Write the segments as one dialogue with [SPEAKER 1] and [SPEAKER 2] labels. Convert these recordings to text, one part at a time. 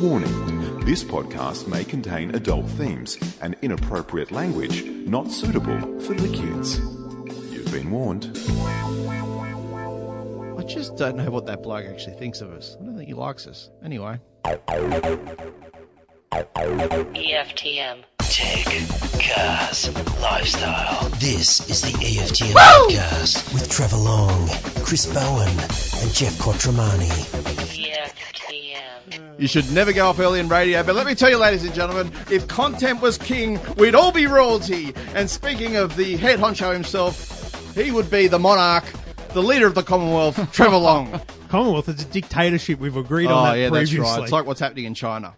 [SPEAKER 1] Warning This podcast may contain adult themes and inappropriate language not suitable for the kids. You've been warned.
[SPEAKER 2] I just don't know what that bloke actually thinks of us. I don't think he likes us. Anyway,
[SPEAKER 3] EFTM.
[SPEAKER 4] Tech, cars, lifestyle. This is the EFTM podcast with Trevor Long, Chris Bowen, and Jeff Quattromani.
[SPEAKER 3] EFTM.
[SPEAKER 2] you should never go off early in radio, but let me tell you, ladies and gentlemen, if content was king, we'd all be royalty. And speaking of the head honcho himself, he would be the monarch, the leader of the Commonwealth, Trevor Long.
[SPEAKER 5] Commonwealth is a dictatorship. We've agreed on
[SPEAKER 2] oh,
[SPEAKER 5] that
[SPEAKER 2] yeah,
[SPEAKER 5] previously.
[SPEAKER 2] that's right. It's like what's happening in China.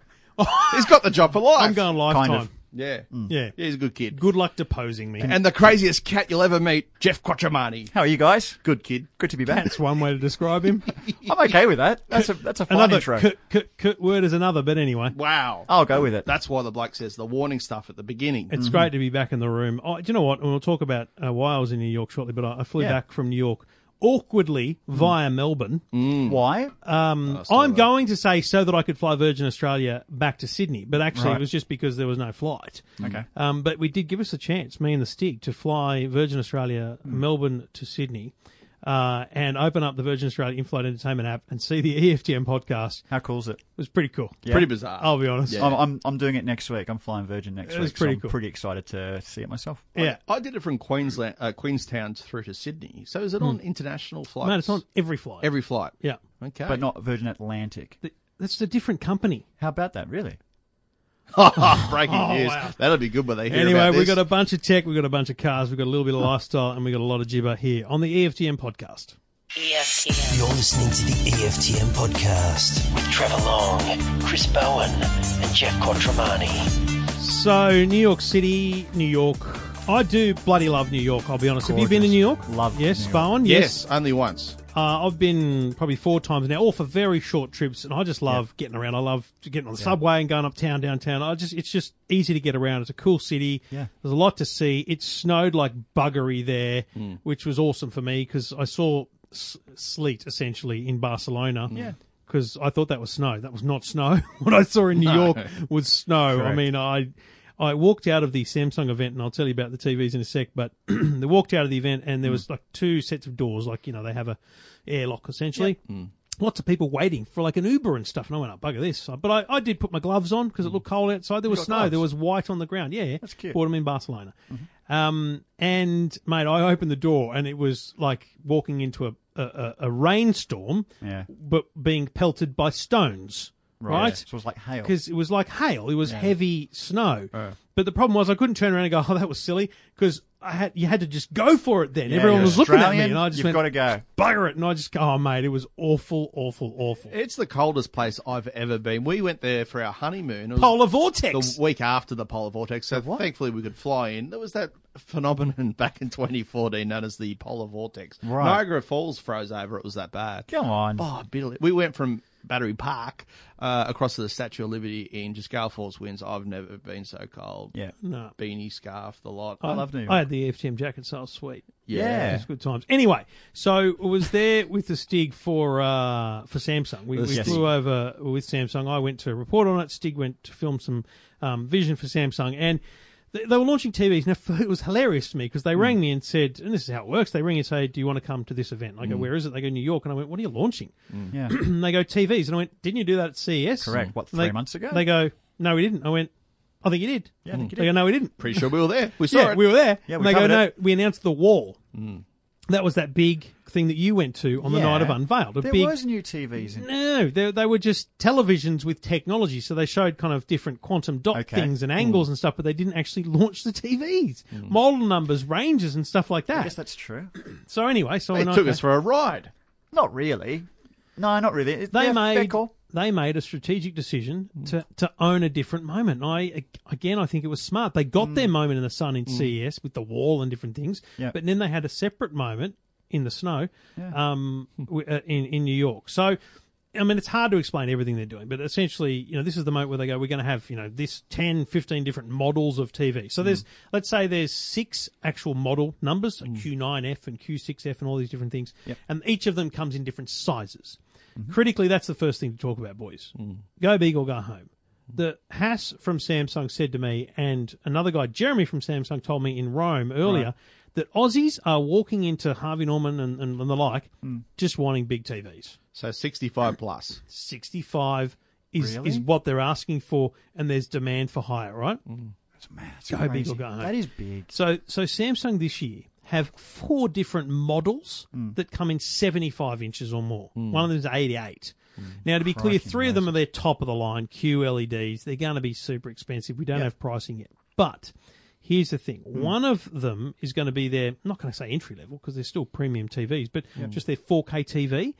[SPEAKER 2] He's got the job for life.
[SPEAKER 5] I'm going lifetime.
[SPEAKER 6] Kind of.
[SPEAKER 2] Yeah.
[SPEAKER 5] Yeah.
[SPEAKER 2] Yeah, he's a good kid.
[SPEAKER 5] Good luck deposing me.
[SPEAKER 2] And the craziest cat you'll ever meet, Jeff Quattromani.
[SPEAKER 6] How are you guys?
[SPEAKER 7] Good kid. Good to be back.
[SPEAKER 5] that's one way to describe him.
[SPEAKER 7] I'm okay with that. That's a that's a fine
[SPEAKER 5] another
[SPEAKER 7] intro.
[SPEAKER 5] Curt, Curt, Curt word is another, but anyway.
[SPEAKER 2] Wow.
[SPEAKER 7] I'll go with it.
[SPEAKER 2] That's why the bloke says the warning stuff at the beginning.
[SPEAKER 5] Oh. It's great to be back in the room. Oh, do you know what? We'll talk about uh, why I was in New York shortly, but I, I flew
[SPEAKER 7] Yeah.
[SPEAKER 5] back from New York awkwardly
[SPEAKER 2] Hmm.
[SPEAKER 5] via Melbourne.
[SPEAKER 7] Why? Uh,
[SPEAKER 5] Um, I'm going to say so that I could fly Virgin Australia back to Sydney, but actually it was just because there was no flight.
[SPEAKER 7] Okay.
[SPEAKER 5] Um, but we did give us a chance, me and the Stig, to fly Virgin Australia,
[SPEAKER 2] Hmm.
[SPEAKER 5] Melbourne to Sydney, uh, and open up the Virgin Australia in-flight entertainment app and see the E EFTM podcast. It
[SPEAKER 7] How cool is it?
[SPEAKER 5] was pretty cool.
[SPEAKER 2] Pretty bizarre.
[SPEAKER 5] I'll be honest. Oh,
[SPEAKER 7] I'm, I'm I'm doing it next week. I'm flying Virgin next
[SPEAKER 5] It
[SPEAKER 7] week.
[SPEAKER 5] was pretty
[SPEAKER 7] so I'm
[SPEAKER 5] cool.
[SPEAKER 7] pretty excited to see it myself.
[SPEAKER 5] yeah.
[SPEAKER 2] I did it from Queensland, uh, Queenstown through to Sydney. So is it on international flights?
[SPEAKER 5] Man, Hmm. it's on every flight.
[SPEAKER 2] every flight.
[SPEAKER 5] yeah.
[SPEAKER 2] Okay.
[SPEAKER 7] But not Virgin Atlantic.
[SPEAKER 5] Th- That's a different company.
[SPEAKER 7] How about that? Really?
[SPEAKER 2] Ah, breaking news.
[SPEAKER 5] Oh, wow.
[SPEAKER 2] That'll be good when they hear
[SPEAKER 5] Anyway,
[SPEAKER 2] about
[SPEAKER 5] we've
[SPEAKER 2] this.
[SPEAKER 5] got a bunch of tech, we've got a bunch of cars, we've got a little bit of lifestyle, and we've got a lot of gibber here on the E EFTM podcast.
[SPEAKER 3] EFTM.
[SPEAKER 4] You're listening to the EFTM podcast with Trevor Long, Chris Bowen, and Jeff Quattromani.
[SPEAKER 5] So, New York City, New York. I do bloody love New York, I'll be honest. Have you been to
[SPEAKER 7] Gorgeous.
[SPEAKER 5] New York?
[SPEAKER 7] Love
[SPEAKER 5] Yes,
[SPEAKER 7] New York.
[SPEAKER 5] Bowen?
[SPEAKER 2] yes, only once.
[SPEAKER 5] Uh, I've been probably four times now, all for very short trips, and I just love getting around. I love getting on the subway and going uptown, downtown. I just it's just easy to get around. It's a cool city.
[SPEAKER 7] Yeah.
[SPEAKER 5] there's a lot to see. It snowed like buggery there, which was awesome for me because I saw s- sleet essentially in Barcelona. Yeah. Because I thought that was snow. That was not snow. what I saw in New York was snow. I
[SPEAKER 7] Correct.
[SPEAKER 5] mean, I I walked out of the Samsung event, and I'll tell you about the TVs in a sec. But they walked out of the event, and there was like two sets of doors. Like you know, they have a airlock essentially. Lots of people waiting for like an Uber and stuff, and I went, "Oh, bugger this!" But I, I did put my gloves on because it looked cold outside. There was snow. There was white on the ground. Yeah, yeah. that's
[SPEAKER 7] cute.
[SPEAKER 5] Bought them in Barcelona.
[SPEAKER 7] Mm-hmm.
[SPEAKER 5] Um, and mate, I opened the door, and it was like walking into a a, a, a rainstorm,
[SPEAKER 7] Yeah.
[SPEAKER 5] but being pelted by stones. right?
[SPEAKER 7] So it was like hail.
[SPEAKER 5] because it was like hail. It was heavy snow. But the problem was I couldn't turn around and go, "Oh, that was silly," because I had you had to just go for it. Then
[SPEAKER 7] Yeah,
[SPEAKER 5] everyone
[SPEAKER 7] you're
[SPEAKER 5] was looking at me,
[SPEAKER 7] Australian,
[SPEAKER 5] and I just
[SPEAKER 7] you've
[SPEAKER 5] went,
[SPEAKER 7] got to go.
[SPEAKER 5] "Bugger it!" And I just go, "Oh, mate, it was awful, awful, awful."
[SPEAKER 2] It's the coldest place I've ever been. We went there for our honeymoon. It was
[SPEAKER 5] Polar vortex.
[SPEAKER 2] The week after the polar vortex, so thankfully we could fly in. There was that phenomenon back in 2014 known as the polar vortex.
[SPEAKER 7] Right.
[SPEAKER 2] Niagara Falls froze over. It was that bad.
[SPEAKER 7] Come on.
[SPEAKER 2] Oh, bitterly. We went from Battery Park uh, across to the Statue of Liberty in just Gale Force winds. I've never been so cold.
[SPEAKER 7] Yeah.
[SPEAKER 5] no,
[SPEAKER 2] Beanie, scarf, the lot.
[SPEAKER 5] Oh.
[SPEAKER 7] I love New York.
[SPEAKER 5] I had the E EFTM jacket, so I was sweet.
[SPEAKER 7] Yeah.
[SPEAKER 5] It's good times. Anyway, so I was there with the Stig for uh, for Samsung. We,
[SPEAKER 2] The
[SPEAKER 5] we
[SPEAKER 2] Stig.
[SPEAKER 5] flew over with Samsung. I went to report on it. Stig went to film some um, vision for Samsung, and they, they were launching TVs. Now it was hilarious to me because they
[SPEAKER 7] Hmm.
[SPEAKER 5] rang me and said, and this is how it works. They ring and say, "Do you want to come to this event?" And
[SPEAKER 7] Hmm.
[SPEAKER 5] I go, "Where is it?" They go, "New York," and I went, "What are you launching?"
[SPEAKER 7] Yeah.
[SPEAKER 5] and they go, "TVs," and I went, "Didn't you do that at CES?"
[SPEAKER 7] Hmm. Correct. What,
[SPEAKER 5] And they-
[SPEAKER 7] three months ago?
[SPEAKER 5] They go, "No, we didn't." I went, "I think you did." Yeah,
[SPEAKER 7] I think you
[SPEAKER 5] They go, "No, we didn't."
[SPEAKER 2] Pretty sure we were there. We saw
[SPEAKER 5] Yeah,
[SPEAKER 2] it.
[SPEAKER 5] we were there.
[SPEAKER 7] Yeah,
[SPEAKER 5] and
[SPEAKER 7] we
[SPEAKER 5] they go,
[SPEAKER 7] covered
[SPEAKER 5] no,
[SPEAKER 7] it.
[SPEAKER 5] we announced the wall. That was that big thing that you went to on the
[SPEAKER 7] Yeah.
[SPEAKER 5] night of Unveiled. A
[SPEAKER 7] there
[SPEAKER 5] big
[SPEAKER 7] was new TVs. In,
[SPEAKER 5] no, they, they were just televisions with technology. So they showed kind of different quantum dot
[SPEAKER 7] Okay. Mm.
[SPEAKER 5] things and angles and stuff, but they didn't actually launch the TVs, model numbers, ranges, and stuff like
[SPEAKER 7] I
[SPEAKER 5] that.
[SPEAKER 7] guess that's true.
[SPEAKER 5] so anyway, so
[SPEAKER 2] They
[SPEAKER 5] when I
[SPEAKER 2] took
[SPEAKER 5] came-
[SPEAKER 2] us for a ride.
[SPEAKER 7] Not really. No, not really. It-
[SPEAKER 5] they
[SPEAKER 7] yeah,
[SPEAKER 5] made
[SPEAKER 7] fair call.
[SPEAKER 5] they made a strategic decision to, to own a different moment. I again, I think it was smart. They got their moment in the sun in CES with the wall and different things,
[SPEAKER 7] Mm. Yeah.
[SPEAKER 5] but then they had a separate moment in the snow um, w- uh, in in New York. So. I mean, it's hard to explain everything they're doing, but essentially, you know, this is the moment where they go, we're going to have, you know, this 10, 15 different models of TV. So there's, let's say there's six actual model numbers, so Q9F and Q6F and all these different things. And each of them comes in different sizes. Critically, that's the first thing to talk about, boys. Go big or go home. The Hass from Samsung said to me, and another guy, Jeremy from Samsung, told me in Rome earlier that Aussies are walking into Harvey Norman and, and, and the like, just wanting big TVs.
[SPEAKER 2] So 65 plus.
[SPEAKER 5] 65 is,
[SPEAKER 7] Really?
[SPEAKER 5] is what they're asking for, and there's demand for higher, right?
[SPEAKER 7] Man, that's
[SPEAKER 5] Go big
[SPEAKER 7] crazy.
[SPEAKER 5] or go home.
[SPEAKER 7] That is big.
[SPEAKER 5] So, so Samsung this year have four different models that come in 75 inches or more. One of them is 88. Now, to be clear, three of them are their top of the line QLEDs. They're going to be super expensive. We don't have pricing yet. But here's the thing one of them is going to be their, I'm not going to say entry level because they're still premium TVs, but just their 4K TV.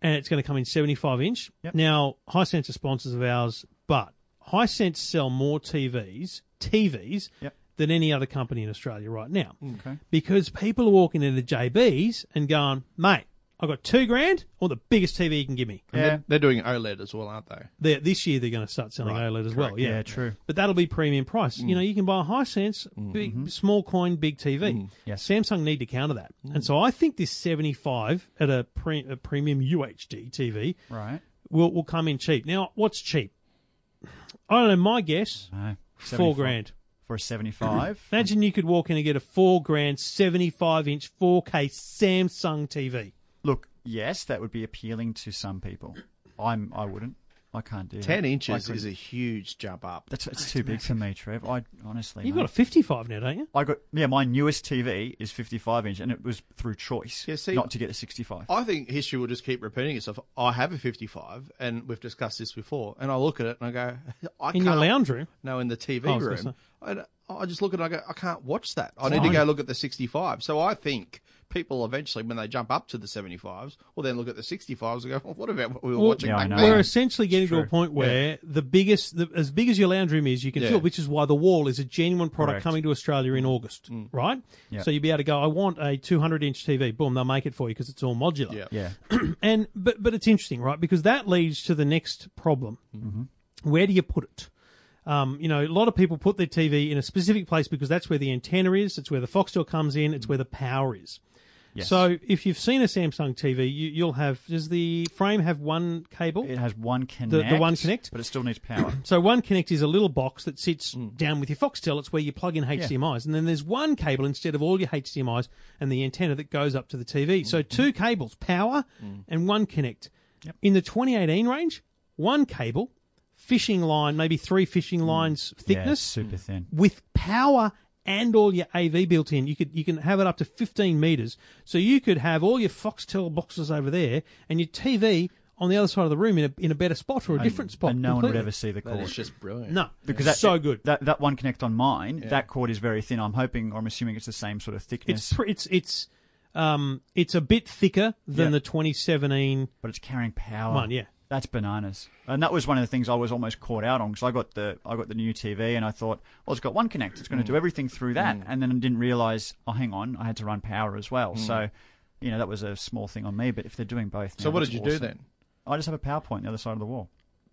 [SPEAKER 5] And it's going to come in 75 inch.
[SPEAKER 7] Yep.
[SPEAKER 5] Now, Hisense are sponsors of ours, but Hisense sell more TVs, TVs,
[SPEAKER 7] Yep.
[SPEAKER 5] than any other company in Australia right now. Okay. Because people are walking into JBs and going, mate, I've got two grand or the biggest TV you can give me.
[SPEAKER 7] Yeah.
[SPEAKER 2] They're doing OLED as well, aren't they?
[SPEAKER 5] They're, this year they're going to start selling OLED as well. Yeah.
[SPEAKER 7] Yeah, Mm. true.
[SPEAKER 5] But that'll be premium price. You know, you can buy a high sense, big, small coin, big TV.
[SPEAKER 7] Mm-hmm. Mm. Yes. Mm.
[SPEAKER 5] Samsung need to counter that. And so I think this 75 at a, pre- a premium UHD TV
[SPEAKER 7] Right.
[SPEAKER 5] will, will come in cheap. Now, what's cheap? I don't know. My guess,
[SPEAKER 7] No,
[SPEAKER 5] four
[SPEAKER 7] 75
[SPEAKER 5] grand.
[SPEAKER 7] For a 75.
[SPEAKER 5] Imagine you could walk in and get a four grand, 75 inch 4K Samsung TV.
[SPEAKER 7] Look, yes, that would be appealing to some people. I'm, I wouldn't. I can't do
[SPEAKER 2] 10
[SPEAKER 7] that. I
[SPEAKER 2] inches
[SPEAKER 7] couldn't.
[SPEAKER 2] is a huge jump up.
[SPEAKER 7] That's, it's too big for me, Trev. I honestly.
[SPEAKER 5] You've
[SPEAKER 7] mate.
[SPEAKER 5] got a 55 now, don't you?
[SPEAKER 7] I got yeah. My newest TV is 55 inch, and it was through choice,
[SPEAKER 2] Yeah, see-
[SPEAKER 7] not to get a 65.
[SPEAKER 2] I think history will just keep repeating itself. I have a 55, and we've discussed this before, and I look at it and I go, I
[SPEAKER 5] In
[SPEAKER 2] can't.
[SPEAKER 5] your lounge room.
[SPEAKER 2] No, in the TV
[SPEAKER 5] Oh, I was gonna
[SPEAKER 2] room. I, d- I just look at it and I go, I can't watch that. I need to go look at the 65. So I think people eventually, when they jump up to the 75s, will then look at the 65s and go, well, what about what we were
[SPEAKER 5] Well,
[SPEAKER 2] watching
[SPEAKER 7] yeah, I
[SPEAKER 2] back
[SPEAKER 7] know.
[SPEAKER 5] We're
[SPEAKER 2] then?
[SPEAKER 5] essentially getting to a
[SPEAKER 7] true.
[SPEAKER 5] point where the biggest, the, as big as your lounge room is, you can
[SPEAKER 2] Yeah.
[SPEAKER 5] feel, which is why the wall is a genuine product
[SPEAKER 7] Correct. Mm.
[SPEAKER 5] coming to Australia in August, right?
[SPEAKER 7] Yeah.
[SPEAKER 5] So you'll be able to go, I want a 200 inch TV. Boom, they'll make it for you because it's all modular.
[SPEAKER 2] Yeah.
[SPEAKER 7] yeah,
[SPEAKER 5] and but but it's interesting, right? Because that leads to the next problem.
[SPEAKER 7] Mm-hmm.
[SPEAKER 5] Where do you put it? Um, you know, a lot of people put their TV in a specific place because that's where the antenna is, it's where the Foxtel comes in, it's where the power is.
[SPEAKER 7] Mm-hmm. Yes.
[SPEAKER 5] So if you've seen a Samsung TV, you, you'll have does the frame have one cable?
[SPEAKER 7] it has one connect.
[SPEAKER 5] the one connect?
[SPEAKER 7] but it still needs power.
[SPEAKER 5] So one connect is a little box that sits
[SPEAKER 7] Hmm.
[SPEAKER 5] down with your Foxtel. It's where you plug in HDMI's, and then there's one cable instead of all your HDMI's, and the antenna that goes up to the TV. So
[SPEAKER 7] Hmm.
[SPEAKER 5] two cables, power and one connect. In the 2018 range, one cable, fishing line, maybe three
[SPEAKER 7] Hmm.
[SPEAKER 5] fishing lines
[SPEAKER 7] yeah, it's
[SPEAKER 5] thickness,
[SPEAKER 7] super thin.
[SPEAKER 5] with power and all your AV built in. You could you can have it up to 15 meters, so you could have all your Foxtel boxes over there and your TV on the other side of the room in a, in a better spot or a different spot.
[SPEAKER 7] and no one would
[SPEAKER 5] completely.
[SPEAKER 7] ever see the
[SPEAKER 2] That
[SPEAKER 7] cord
[SPEAKER 2] is just brilliant.
[SPEAKER 5] No,
[SPEAKER 7] because
[SPEAKER 5] because
[SPEAKER 7] that's
[SPEAKER 5] that's so good.
[SPEAKER 7] That that one connect on mine, that cord is very thin. I'm hoping, I'm assuming it's the same sort of thickness,
[SPEAKER 5] It's pre- it's it's um it's a bit thicker than
[SPEAKER 7] Yeah.
[SPEAKER 5] the 2017.
[SPEAKER 7] but it's carrying power.
[SPEAKER 5] One, yeah.
[SPEAKER 7] That's bananas, and that was one of the things I was almost caught out on because I got the I got the new TV and I thought, well, it's got one connect, it's going to do everything through that, and then I didn't realize, oh, hang on, I had to run power as well. So, you know, that was a small thing on me. But if they're doing both,
[SPEAKER 2] So
[SPEAKER 7] now,
[SPEAKER 2] what
[SPEAKER 7] that's
[SPEAKER 2] did you do
[SPEAKER 7] awesome.
[SPEAKER 2] then?
[SPEAKER 7] I just have a PowerPoint on the other side of the wall.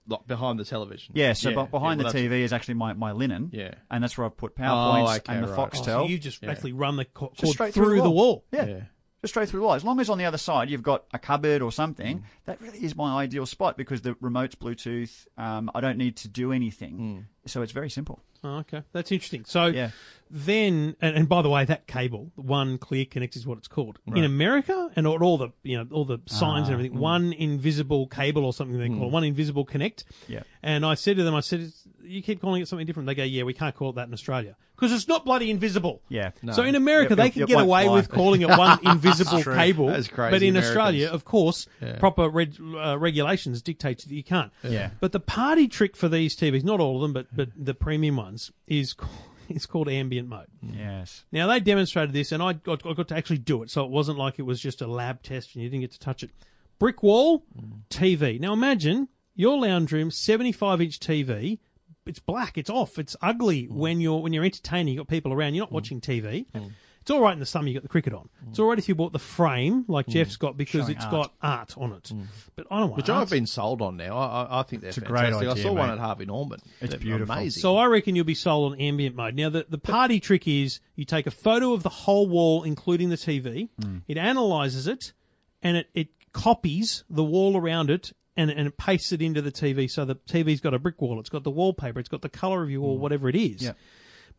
[SPEAKER 2] Like behind the television.
[SPEAKER 7] Yeah, so be- behind
[SPEAKER 2] Yeah, well,
[SPEAKER 7] the
[SPEAKER 2] that's-
[SPEAKER 7] TV is actually my, my linen.
[SPEAKER 2] Yeah.
[SPEAKER 7] And that's where I've put PowerPoints
[SPEAKER 2] Oh, okay,
[SPEAKER 7] and the
[SPEAKER 2] right.
[SPEAKER 5] Oh,
[SPEAKER 7] Foxtel.
[SPEAKER 5] so you just basically run the co- cord through,
[SPEAKER 7] straight through the
[SPEAKER 5] the
[SPEAKER 7] wall.
[SPEAKER 5] wall.
[SPEAKER 7] yeah,
[SPEAKER 2] Yeah.
[SPEAKER 7] Just straight through the wall. As long as on the other side you've got a cupboard or something, that really is my ideal spot because the remote's Bluetooth. Um, I don't need to do anything. So it's very simple.
[SPEAKER 5] Oh, okay, that's interesting. So
[SPEAKER 7] Yeah.
[SPEAKER 5] then, and, and by the way, that cable, one clear connect is what it's called in America, and all, all the you know all the signs and
[SPEAKER 7] Ah, mm.
[SPEAKER 5] everything. One invisible cable or something they call it, one invisible connect.
[SPEAKER 7] Yeah.
[SPEAKER 5] And I said to them, I said, "It's- you keep calling it something different. They go, yeah, we can't call it that in Australia because it's not bloody invisible.
[SPEAKER 7] Yeah. No.
[SPEAKER 5] So in America,
[SPEAKER 7] It-
[SPEAKER 5] they
[SPEAKER 7] it-
[SPEAKER 5] can
[SPEAKER 7] it
[SPEAKER 5] get
[SPEAKER 7] won't
[SPEAKER 5] away
[SPEAKER 7] fly.
[SPEAKER 5] with calling it one invisible cable.
[SPEAKER 2] That's crazy,
[SPEAKER 5] But in
[SPEAKER 2] Americans.
[SPEAKER 5] Australia, of course, proper reg, uh, regulations dictate that you can't.
[SPEAKER 7] Yeah.
[SPEAKER 5] But the party trick for these TVs, not all of them, but but the premium ones, is ca- is called ambient mode.
[SPEAKER 7] Yes.
[SPEAKER 5] Now they demonstrated this, and I got, I got to actually do it, so it wasn't like it was just a lab test and you didn't get to touch it. Brick wall, TV. Now imagine your lounge room, seventy-five inch TV. It's black. It's off. It's ugly when you're when you're entertaining. You have got people around. You're not watching TV. It's all right in the summer. You got the cricket on. It's all right if you bought the frame like Jeff's got because
[SPEAKER 7] Showing
[SPEAKER 5] it's
[SPEAKER 7] art.
[SPEAKER 5] got art on it. But I don't want
[SPEAKER 2] Which
[SPEAKER 5] art.
[SPEAKER 2] I've been sold on now. I, I, I think they're
[SPEAKER 7] a great
[SPEAKER 2] fantastic. I
[SPEAKER 7] idea,
[SPEAKER 2] saw one
[SPEAKER 7] mate.
[SPEAKER 2] at Harvey Norman.
[SPEAKER 7] It's
[SPEAKER 2] They're
[SPEAKER 7] beautiful.
[SPEAKER 2] Amazing.
[SPEAKER 5] So I reckon you'll be sold on ambient mode. Now, the, the party trick is you take a photo of the whole wall, including the TV, it analyzes it, and it, it copies the wall around it and, and it pastes it into the TV. So the TV's got a brick wall, it's got the wallpaper, it's got the color of your wall, whatever it is.
[SPEAKER 7] Yeah.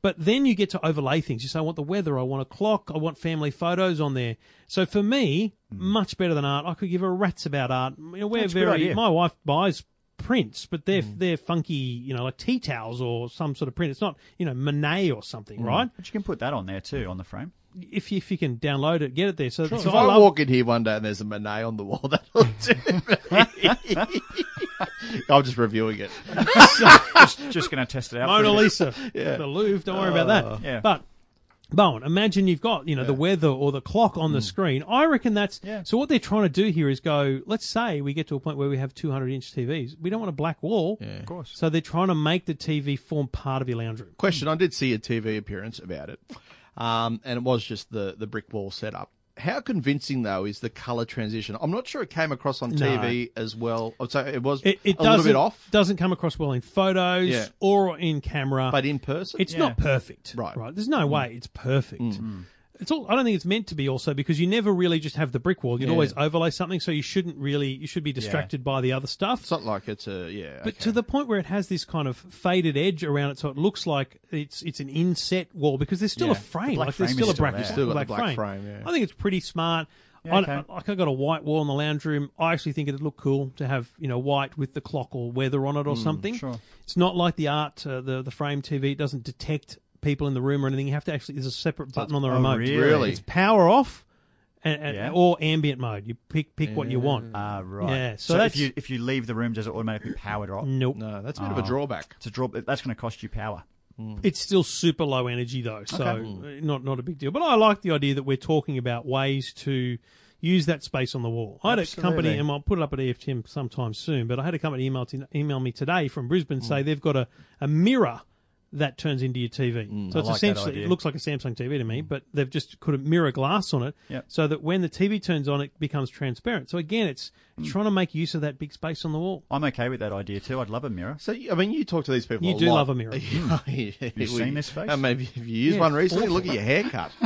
[SPEAKER 5] But then you get to overlay things. You say, I want the weather, I want a clock, I want family photos on there. So for me, much better than art. I could give a rat's about art. You know, we're
[SPEAKER 7] Hmm. That's a good
[SPEAKER 5] very,
[SPEAKER 7] idea. Hmm.
[SPEAKER 5] my wife buys prints, but they're, they're funky, you know, like tea towels or some sort of print. It's not, you know, Monet or something, right?
[SPEAKER 7] But you can put that on there too on the frame.
[SPEAKER 5] If you, if you can download it, get it there. So, so
[SPEAKER 2] if
[SPEAKER 5] I
[SPEAKER 2] I,
[SPEAKER 5] love-
[SPEAKER 2] walk in here one day and there's a Monet on the wall, that'll do me. I'm just reviewing it.
[SPEAKER 7] just just going to test it out.
[SPEAKER 5] Mona
[SPEAKER 7] for you.
[SPEAKER 5] Lisa, the Louvre. Don't worry
[SPEAKER 2] Uh,
[SPEAKER 5] about that.
[SPEAKER 7] Yeah.
[SPEAKER 5] But Bowen, imagine you've got you know the weather or the clock
[SPEAKER 2] Mm.
[SPEAKER 5] on the screen. I reckon that's
[SPEAKER 7] Yeah.
[SPEAKER 5] so. What they're trying to do here is go. Let's say we get to a point where we have 200 inch TVs. We don't want a black wall.
[SPEAKER 7] Of course.
[SPEAKER 5] So they're trying to make the TV form part of your lounge room.
[SPEAKER 2] Question: I did see a TV appearance about it, um, and it was just the the brick wall setup. How convincing though is the color transition? I'm not sure it came across on TV as well. Oh, So it was
[SPEAKER 5] It, it
[SPEAKER 2] a little
[SPEAKER 5] doesn't
[SPEAKER 2] bit off,
[SPEAKER 5] doesn't come across well in photos
[SPEAKER 2] Yeah.
[SPEAKER 5] or in camera.
[SPEAKER 2] but in person,
[SPEAKER 5] It's not perfect, Mm.
[SPEAKER 2] Right.
[SPEAKER 5] Right. There's no way it's perfect. It's all. I don't think it's meant to be. Also, because you never really just have the brick wall. You'd always overlay something, so you shouldn't really. You should be distracted by the other stuff.
[SPEAKER 2] it's not like it's a yeah.
[SPEAKER 5] but
[SPEAKER 2] okay.
[SPEAKER 5] to the point where it has this kind of faded edge around it, so it looks like it's it's an inset wall because there's still a
[SPEAKER 7] Yeah.
[SPEAKER 5] frame,
[SPEAKER 7] The black
[SPEAKER 5] like there's
[SPEAKER 7] frame
[SPEAKER 5] still
[SPEAKER 7] is
[SPEAKER 5] a
[SPEAKER 7] still
[SPEAKER 5] black,
[SPEAKER 7] there.
[SPEAKER 2] Still got the
[SPEAKER 5] black
[SPEAKER 2] black
[SPEAKER 5] frame.
[SPEAKER 2] frame, yeah.
[SPEAKER 5] I think it's pretty smart.
[SPEAKER 7] Yeah,
[SPEAKER 5] I-
[SPEAKER 7] okay.
[SPEAKER 5] like I got a white wall in the lounge room. I actually think it'd look cool to have you know white with the clock or weather on it or something.
[SPEAKER 7] Mm, sure.
[SPEAKER 5] It's not like the art, uh, the the frame TV it doesn't detect people in the room or anything. You have to actually there's a separate button on the remote.
[SPEAKER 7] oh, really?
[SPEAKER 2] Really?
[SPEAKER 5] it's power off, and, and
[SPEAKER 7] Yeah.
[SPEAKER 5] or ambient mode. You pick pick what you want.
[SPEAKER 7] Ah, right.
[SPEAKER 5] Yeah, so
[SPEAKER 7] So,
[SPEAKER 5] that's- Mm.
[SPEAKER 7] if you if you leave the room, does it automatically power drop?
[SPEAKER 5] nope.
[SPEAKER 2] no, that's a bit of
[SPEAKER 7] Oh.
[SPEAKER 2] a drawback.
[SPEAKER 7] It's a drop. That's going to cost you power.
[SPEAKER 5] It's still super low energy though, so uh, not not a big deal. But I like the idea that we're talking about ways to use that space on the wall. I had a company,
[SPEAKER 7] Absolutely.
[SPEAKER 5] and I'll put it up at E EFTM sometime soon. But I had a company email to, email me today from Brisbane say they've got a, a mirror that turns into your TV. so it's
[SPEAKER 7] like that
[SPEAKER 5] essentially it
[SPEAKER 7] idea.
[SPEAKER 5] looks like a Samsung TV to me, but they've just put a mirror glass on it
[SPEAKER 7] Yep.
[SPEAKER 5] so that when the TV turns on, it becomes transparent. So again, it's trying to make use of that big space on the wall.
[SPEAKER 7] I'm okay with that idea too. I'd love a mirror.
[SPEAKER 2] So I mean, you talk to these people.
[SPEAKER 5] You
[SPEAKER 2] a
[SPEAKER 5] do
[SPEAKER 2] lot.
[SPEAKER 5] love a mirror.
[SPEAKER 2] You've
[SPEAKER 7] Hmm. seen this face?
[SPEAKER 2] I mean, Uh, if you use
[SPEAKER 5] Yeah,
[SPEAKER 2] one
[SPEAKER 5] it's
[SPEAKER 2] recently, look at your haircut.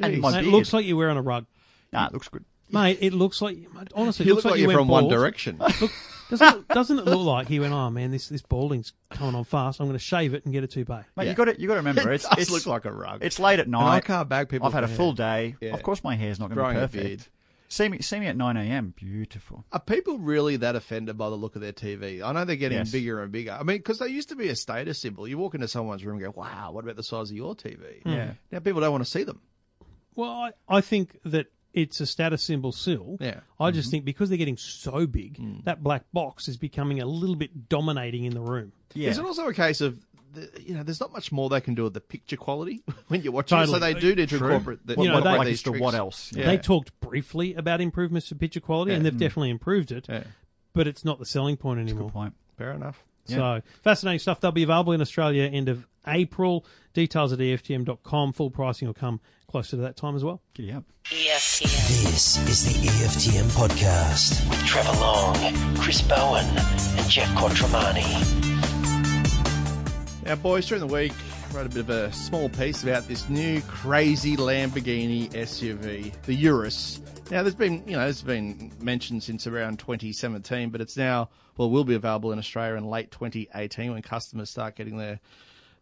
[SPEAKER 7] And
[SPEAKER 2] Jeez.
[SPEAKER 7] my-
[SPEAKER 5] Mate, It
[SPEAKER 7] beard.
[SPEAKER 5] looks like you're wearing a rug.
[SPEAKER 7] Nah, it looks good.
[SPEAKER 5] Mate, it looks like mate, honestly.
[SPEAKER 2] you
[SPEAKER 5] it
[SPEAKER 2] look
[SPEAKER 5] looks
[SPEAKER 2] like
[SPEAKER 5] you
[SPEAKER 2] you're
[SPEAKER 5] went
[SPEAKER 2] from One
[SPEAKER 5] bald.
[SPEAKER 2] Direction.
[SPEAKER 5] Look, doesn't it, doesn't it look like he went? Oh man, this this balding's coming on fast. I'm going to shave it and get a toupee.
[SPEAKER 7] Mate,
[SPEAKER 2] Yeah.
[SPEAKER 7] you got to You got to remember,
[SPEAKER 2] It
[SPEAKER 7] it's
[SPEAKER 2] does
[SPEAKER 7] it's
[SPEAKER 2] look like a rug.
[SPEAKER 7] It's late at night.
[SPEAKER 2] I can't bag people
[SPEAKER 7] I've had a
[SPEAKER 2] with my
[SPEAKER 7] full
[SPEAKER 2] hair.
[SPEAKER 7] day.
[SPEAKER 2] Yeah.
[SPEAKER 7] Of course, my hair's not going
[SPEAKER 2] Growing
[SPEAKER 7] to
[SPEAKER 2] a
[SPEAKER 7] be perfect.
[SPEAKER 2] beard.
[SPEAKER 7] See me, see me at nine a.m. Beautiful.
[SPEAKER 2] Are people really that offended by the look of their TV? I know they're getting
[SPEAKER 7] Yes.
[SPEAKER 2] bigger and bigger. I mean, because they used to be a status symbol. You walk into someone's room and go, wow, what about the size of your
[SPEAKER 5] Hmm.
[SPEAKER 2] TV?
[SPEAKER 7] Yeah.
[SPEAKER 2] Now people don't want to see them.
[SPEAKER 5] Well, I, I think that it's a status symbol still.
[SPEAKER 2] Yeah. Mm-hmm. Mm.
[SPEAKER 5] I just think because they're getting so big, that black box is becoming a little bit dominating in the room.
[SPEAKER 7] Yeah.
[SPEAKER 2] Is it also a case of, the, you know, there's not much more they can do with the picture quality when you're watching it? So
[SPEAKER 5] Totally.
[SPEAKER 2] they do need to incorporate the,
[SPEAKER 7] What-
[SPEAKER 5] You know,
[SPEAKER 7] what-
[SPEAKER 5] they-
[SPEAKER 2] incorporate
[SPEAKER 7] like
[SPEAKER 2] these
[SPEAKER 7] it's the
[SPEAKER 2] tricks.
[SPEAKER 7] what else?
[SPEAKER 2] Yeah.
[SPEAKER 5] They talked briefly about improvements to picture quality, and
[SPEAKER 2] Yeah. Mm.
[SPEAKER 5] they've definitely improved it,
[SPEAKER 2] Yeah.
[SPEAKER 5] but it's not the selling point anymore.
[SPEAKER 7] Good point.
[SPEAKER 2] Fair enough.
[SPEAKER 5] So fascinating stuff. They'll be available in Australia end of April. Details at E EFTM.com. Full pricing will come closer to that time as well.
[SPEAKER 7] Giddy up.
[SPEAKER 3] EFTM.
[SPEAKER 4] This is the EFTM podcast with Trevor Long, Chris Bowen, and Jeff Quattromani.
[SPEAKER 2] Now, boys, during the week, I wrote a bit of a small piece about this new crazy Lamborghini SUV, the Urus. Now, there's been, you know, there's been mentioned since around 2017, but it's now, well, will be available in Australia in late 2018 when customers start getting their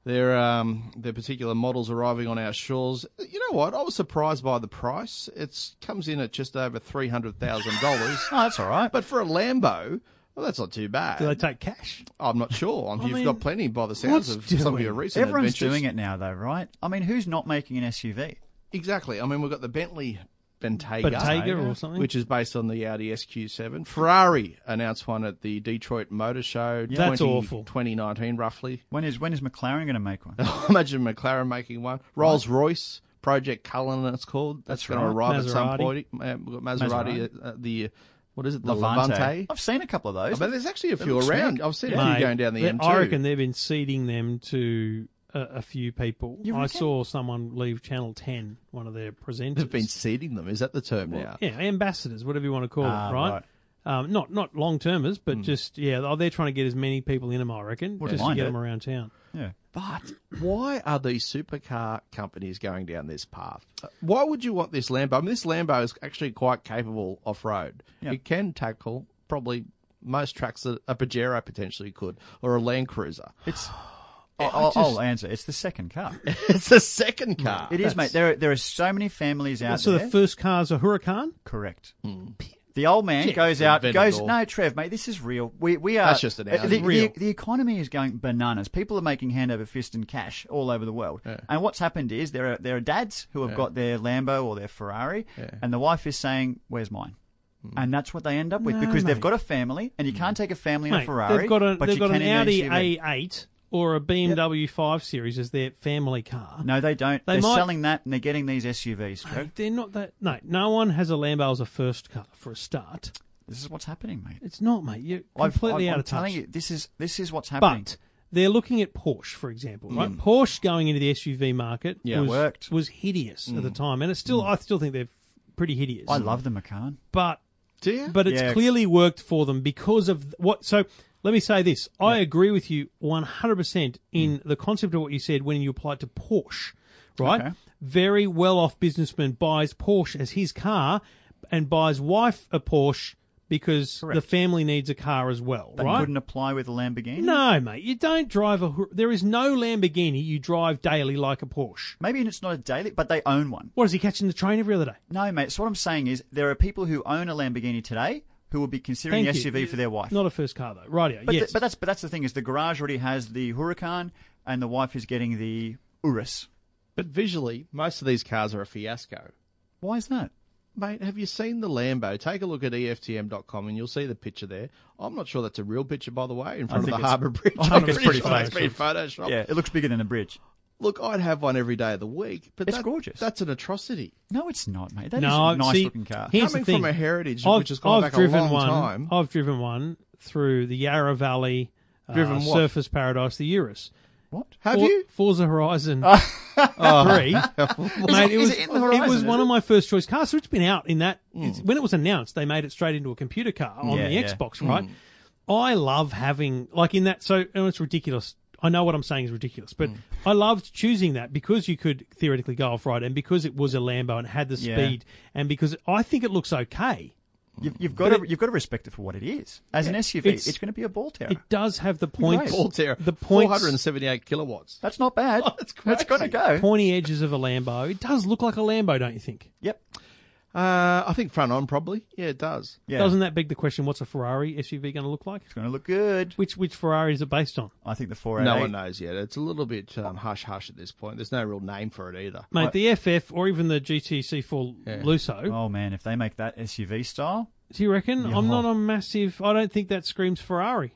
[SPEAKER 2] their um, their particular models arriving on our shores. You know what? I was surprised by the price. It comes in at just over three hundred thousand dollars,
[SPEAKER 7] Oh, that's all right.
[SPEAKER 2] but for a Lambo, well, that's not too bad.
[SPEAKER 5] Do they take cash?
[SPEAKER 2] I'm not sure. I'm, you've
[SPEAKER 5] mean,
[SPEAKER 2] got plenty by the sounds of
[SPEAKER 5] what's
[SPEAKER 2] some of your
[SPEAKER 5] doing?
[SPEAKER 2] recent
[SPEAKER 7] Everyone's
[SPEAKER 2] adventures.
[SPEAKER 7] doing it now, though, right? I mean, who's not making an SUV?
[SPEAKER 2] Exactly. I mean, we've got the Bentley Bentayga,
[SPEAKER 5] Bottega or something?
[SPEAKER 2] which is based on the Audi SQ7. Ferrari announced one at the Detroit Motor Show.
[SPEAKER 5] That's awful.
[SPEAKER 2] 2019, roughly.
[SPEAKER 7] When is when is McLaren going to make one?
[SPEAKER 2] I imagine McLaren making one. Rolls Royce. Project Cullen, it's called. That's,
[SPEAKER 7] That's
[SPEAKER 2] going
[SPEAKER 7] right.
[SPEAKER 2] to arrive at some
[SPEAKER 5] Maserati.
[SPEAKER 2] point. Uh, We've got Maserati, uh, the what is it, the Levante?
[SPEAKER 7] Levante. I've seen a couple of those.
[SPEAKER 2] But there's actually a
[SPEAKER 7] That
[SPEAKER 2] few
[SPEAKER 7] looks
[SPEAKER 2] around.
[SPEAKER 7] sick.
[SPEAKER 2] I've seen a
[SPEAKER 5] Mate,
[SPEAKER 2] few going down the
[SPEAKER 5] they-
[SPEAKER 2] M2.
[SPEAKER 5] I reckon they've been seeding them to a, a few people.
[SPEAKER 7] You
[SPEAKER 5] I
[SPEAKER 7] reckon?
[SPEAKER 5] saw someone leave Channel 10, one of their presenters.
[SPEAKER 2] they've been seeding them. Is that the term now?
[SPEAKER 5] yeah, ambassadors, whatever you want to call
[SPEAKER 7] Ah,
[SPEAKER 5] it, right?
[SPEAKER 7] right. Hmm.
[SPEAKER 5] Um, not not long termers, but just yeah, oh, they're trying to get as many people in them. I reckon
[SPEAKER 7] Wouldn't
[SPEAKER 5] just to
[SPEAKER 7] mind
[SPEAKER 5] get
[SPEAKER 7] it.
[SPEAKER 5] them around town.
[SPEAKER 7] Yeah.
[SPEAKER 2] But why are these supercar companies going down this path? Uh, Why would you want this Lambo? I mean, this Lambo is actually quite capable off road.
[SPEAKER 7] Yeah.
[SPEAKER 2] It can tackle probably most tracks that a Pajero potentially could, or a Land Cruiser.
[SPEAKER 7] It's. I- I'll, I'll answer. It's the second car. It
[SPEAKER 2] It's the second car.
[SPEAKER 7] is, mate. There, are, there are so many families out
[SPEAKER 5] So
[SPEAKER 7] there.
[SPEAKER 5] the first car's a Huracan.
[SPEAKER 7] Correct.
[SPEAKER 2] Hmm.
[SPEAKER 7] The old man goes
[SPEAKER 2] the
[SPEAKER 7] out, goes,
[SPEAKER 2] Venable.
[SPEAKER 7] no, Trev, mate, this is real. We, we are.
[SPEAKER 2] That's just an
[SPEAKER 7] uh,
[SPEAKER 2] hour.
[SPEAKER 7] The,
[SPEAKER 5] Real.
[SPEAKER 7] the, the economy is going bananas. People are making hand over fist in cash all over the world. And what's happened is there are, there are dads who have got their Lambo or their Ferrari, and the wife is saying, where's mine?
[SPEAKER 2] Hmm.
[SPEAKER 7] And that's what they end up with
[SPEAKER 5] No,
[SPEAKER 7] because they've
[SPEAKER 5] mate.
[SPEAKER 7] got a family, and you can't take a family in a
[SPEAKER 5] Mate,
[SPEAKER 7] Ferrari.
[SPEAKER 5] they've got, a,
[SPEAKER 7] but
[SPEAKER 5] they've
[SPEAKER 7] you
[SPEAKER 5] got an
[SPEAKER 7] can in an
[SPEAKER 5] Audi
[SPEAKER 7] SUV.
[SPEAKER 5] A8 or a BMW 5 Series as their family car.
[SPEAKER 7] No, they don't.
[SPEAKER 5] They
[SPEAKER 7] They are
[SPEAKER 5] might-
[SPEAKER 7] selling that, and they're getting these SUVs. Trev.
[SPEAKER 5] Mate, they're not that. No, no one has a Lambo as a first car for a start.
[SPEAKER 7] This is what's happening, mate.
[SPEAKER 5] It's not, mate. You're
[SPEAKER 7] I've-
[SPEAKER 5] completely
[SPEAKER 7] I'm,
[SPEAKER 5] out
[SPEAKER 7] I'm
[SPEAKER 5] of touch.
[SPEAKER 7] telling you, this is this is what's happening. Mm.
[SPEAKER 5] but they're looking at Porsche, for example. Right, Porsche going into the SUV market
[SPEAKER 2] Yeah,
[SPEAKER 5] was,
[SPEAKER 7] worked. Mm.
[SPEAKER 5] was hideous at the time, and it's still. I still think they're pretty hideous.
[SPEAKER 7] I love the Macan.
[SPEAKER 5] but
[SPEAKER 2] Do you?
[SPEAKER 5] but it's
[SPEAKER 7] Yeah.
[SPEAKER 5] clearly worked for them because of what. So let me say this: I agree with you 100 percent in
[SPEAKER 7] Mm.
[SPEAKER 5] the concept of what you said when you applied to Porsche, right?
[SPEAKER 7] Okay.
[SPEAKER 5] Very well-off businessman buys Porsche as his car, and buys wife a Porsche because the
[SPEAKER 7] Correct.
[SPEAKER 5] family needs a car as well,
[SPEAKER 7] That
[SPEAKER 5] right?
[SPEAKER 7] couldn't apply with a Lamborghini.
[SPEAKER 5] No, mate, you don't drive a. Hur- There is no Lamborghini you drive daily like a Porsche.
[SPEAKER 7] Maybe it's not a daily, but they own one.
[SPEAKER 5] What is he catching the train every other day?
[SPEAKER 7] No, mate. So what I'm saying is, there are people who own a Lamborghini today who will be considering
[SPEAKER 5] Thank
[SPEAKER 7] the
[SPEAKER 5] you.
[SPEAKER 7] SUV for their wife.
[SPEAKER 5] Not a first car though, rightio?
[SPEAKER 7] but,
[SPEAKER 5] yes,
[SPEAKER 7] th- but that's but that's the thing is, the garage already has the Huracan, and the wife is getting the Urus.
[SPEAKER 2] But visually, most of these cars are a fiasco.
[SPEAKER 7] Why is that?
[SPEAKER 2] Mate, have you seen the Lambo? Take a look at E EFTM.com and you'll see the picture there. I'm not sure that's a real picture, by the way, in front of
[SPEAKER 7] think
[SPEAKER 2] the
[SPEAKER 7] it's-
[SPEAKER 2] Harbour Bridge.
[SPEAKER 7] I think
[SPEAKER 2] I'm
[SPEAKER 7] it's pretty
[SPEAKER 2] sure it's been photoshopped.
[SPEAKER 7] Yeah, it looks bigger than a bridge.
[SPEAKER 2] Look, I'd have one every day of the week, but
[SPEAKER 7] It's
[SPEAKER 2] that-
[SPEAKER 7] gorgeous.
[SPEAKER 2] That's an atrocity.
[SPEAKER 7] No, it's not, mate. That is
[SPEAKER 5] No,
[SPEAKER 7] a nice
[SPEAKER 5] see,
[SPEAKER 7] looking car.
[SPEAKER 5] Here's
[SPEAKER 2] Coming
[SPEAKER 5] the thing.
[SPEAKER 2] from a heritage
[SPEAKER 5] I've,
[SPEAKER 2] which has gone
[SPEAKER 5] I've
[SPEAKER 2] back a
[SPEAKER 5] driven
[SPEAKER 2] long
[SPEAKER 5] one.
[SPEAKER 2] time.
[SPEAKER 5] I've driven one through the Yarra Valley, uh,
[SPEAKER 2] Driven what?
[SPEAKER 5] Surface Paradise, the Urus.
[SPEAKER 7] What?
[SPEAKER 2] Have
[SPEAKER 5] For-
[SPEAKER 2] you?
[SPEAKER 5] Forza Horizon three? Mate, it
[SPEAKER 7] it- Oh. is
[SPEAKER 5] was
[SPEAKER 7] it in the Horizon,
[SPEAKER 5] was
[SPEAKER 7] is
[SPEAKER 5] one
[SPEAKER 7] it? Hmm.
[SPEAKER 5] of my first choice cars. So it's been out in that it's, when it was announced, they made it straight into a computer car on
[SPEAKER 7] Yeah,
[SPEAKER 5] the
[SPEAKER 7] yeah.
[SPEAKER 5] Xbox, right? I love having like in that. So and it's ridiculous. I know what I'm saying is ridiculous,
[SPEAKER 7] Hmm.
[SPEAKER 5] but I loved choosing that because you could theoretically go off road and because it was a Lambo and had the
[SPEAKER 7] Yeah.
[SPEAKER 5] speed and because I think it looks okay.
[SPEAKER 7] You've, you've got to you've got to respect it for what it is. As an SUV,
[SPEAKER 5] It's-
[SPEAKER 7] it's, going to be a ball terror.
[SPEAKER 5] It does have the points,
[SPEAKER 2] Ball terror.
[SPEAKER 5] the points,
[SPEAKER 2] 478 kilowatts.
[SPEAKER 7] that's not bad.
[SPEAKER 5] Oh,
[SPEAKER 2] that's
[SPEAKER 7] that's got to go.
[SPEAKER 5] pointy edges of a Lambo. It does look like a Lambo, don't you think?
[SPEAKER 7] Yep.
[SPEAKER 2] Uh, I think front on probably. Yeah, it does.
[SPEAKER 7] Yeah.
[SPEAKER 5] Doesn't that beg the question? What's a Ferrari SUV going to look like?
[SPEAKER 7] it's going to look good.
[SPEAKER 5] Which which Ferrari is it based on?
[SPEAKER 7] I think the 488.
[SPEAKER 2] No one knows yet. It's a little bit um, hush hush at this point. There's no real name for it either.
[SPEAKER 5] Mate, the FF or even the GTC4 Lusso.
[SPEAKER 7] Oh man, if they make that SUV style,
[SPEAKER 5] Do you reckon? I'm
[SPEAKER 7] Yeah.
[SPEAKER 5] not a massive. I don't think that screams Ferrari.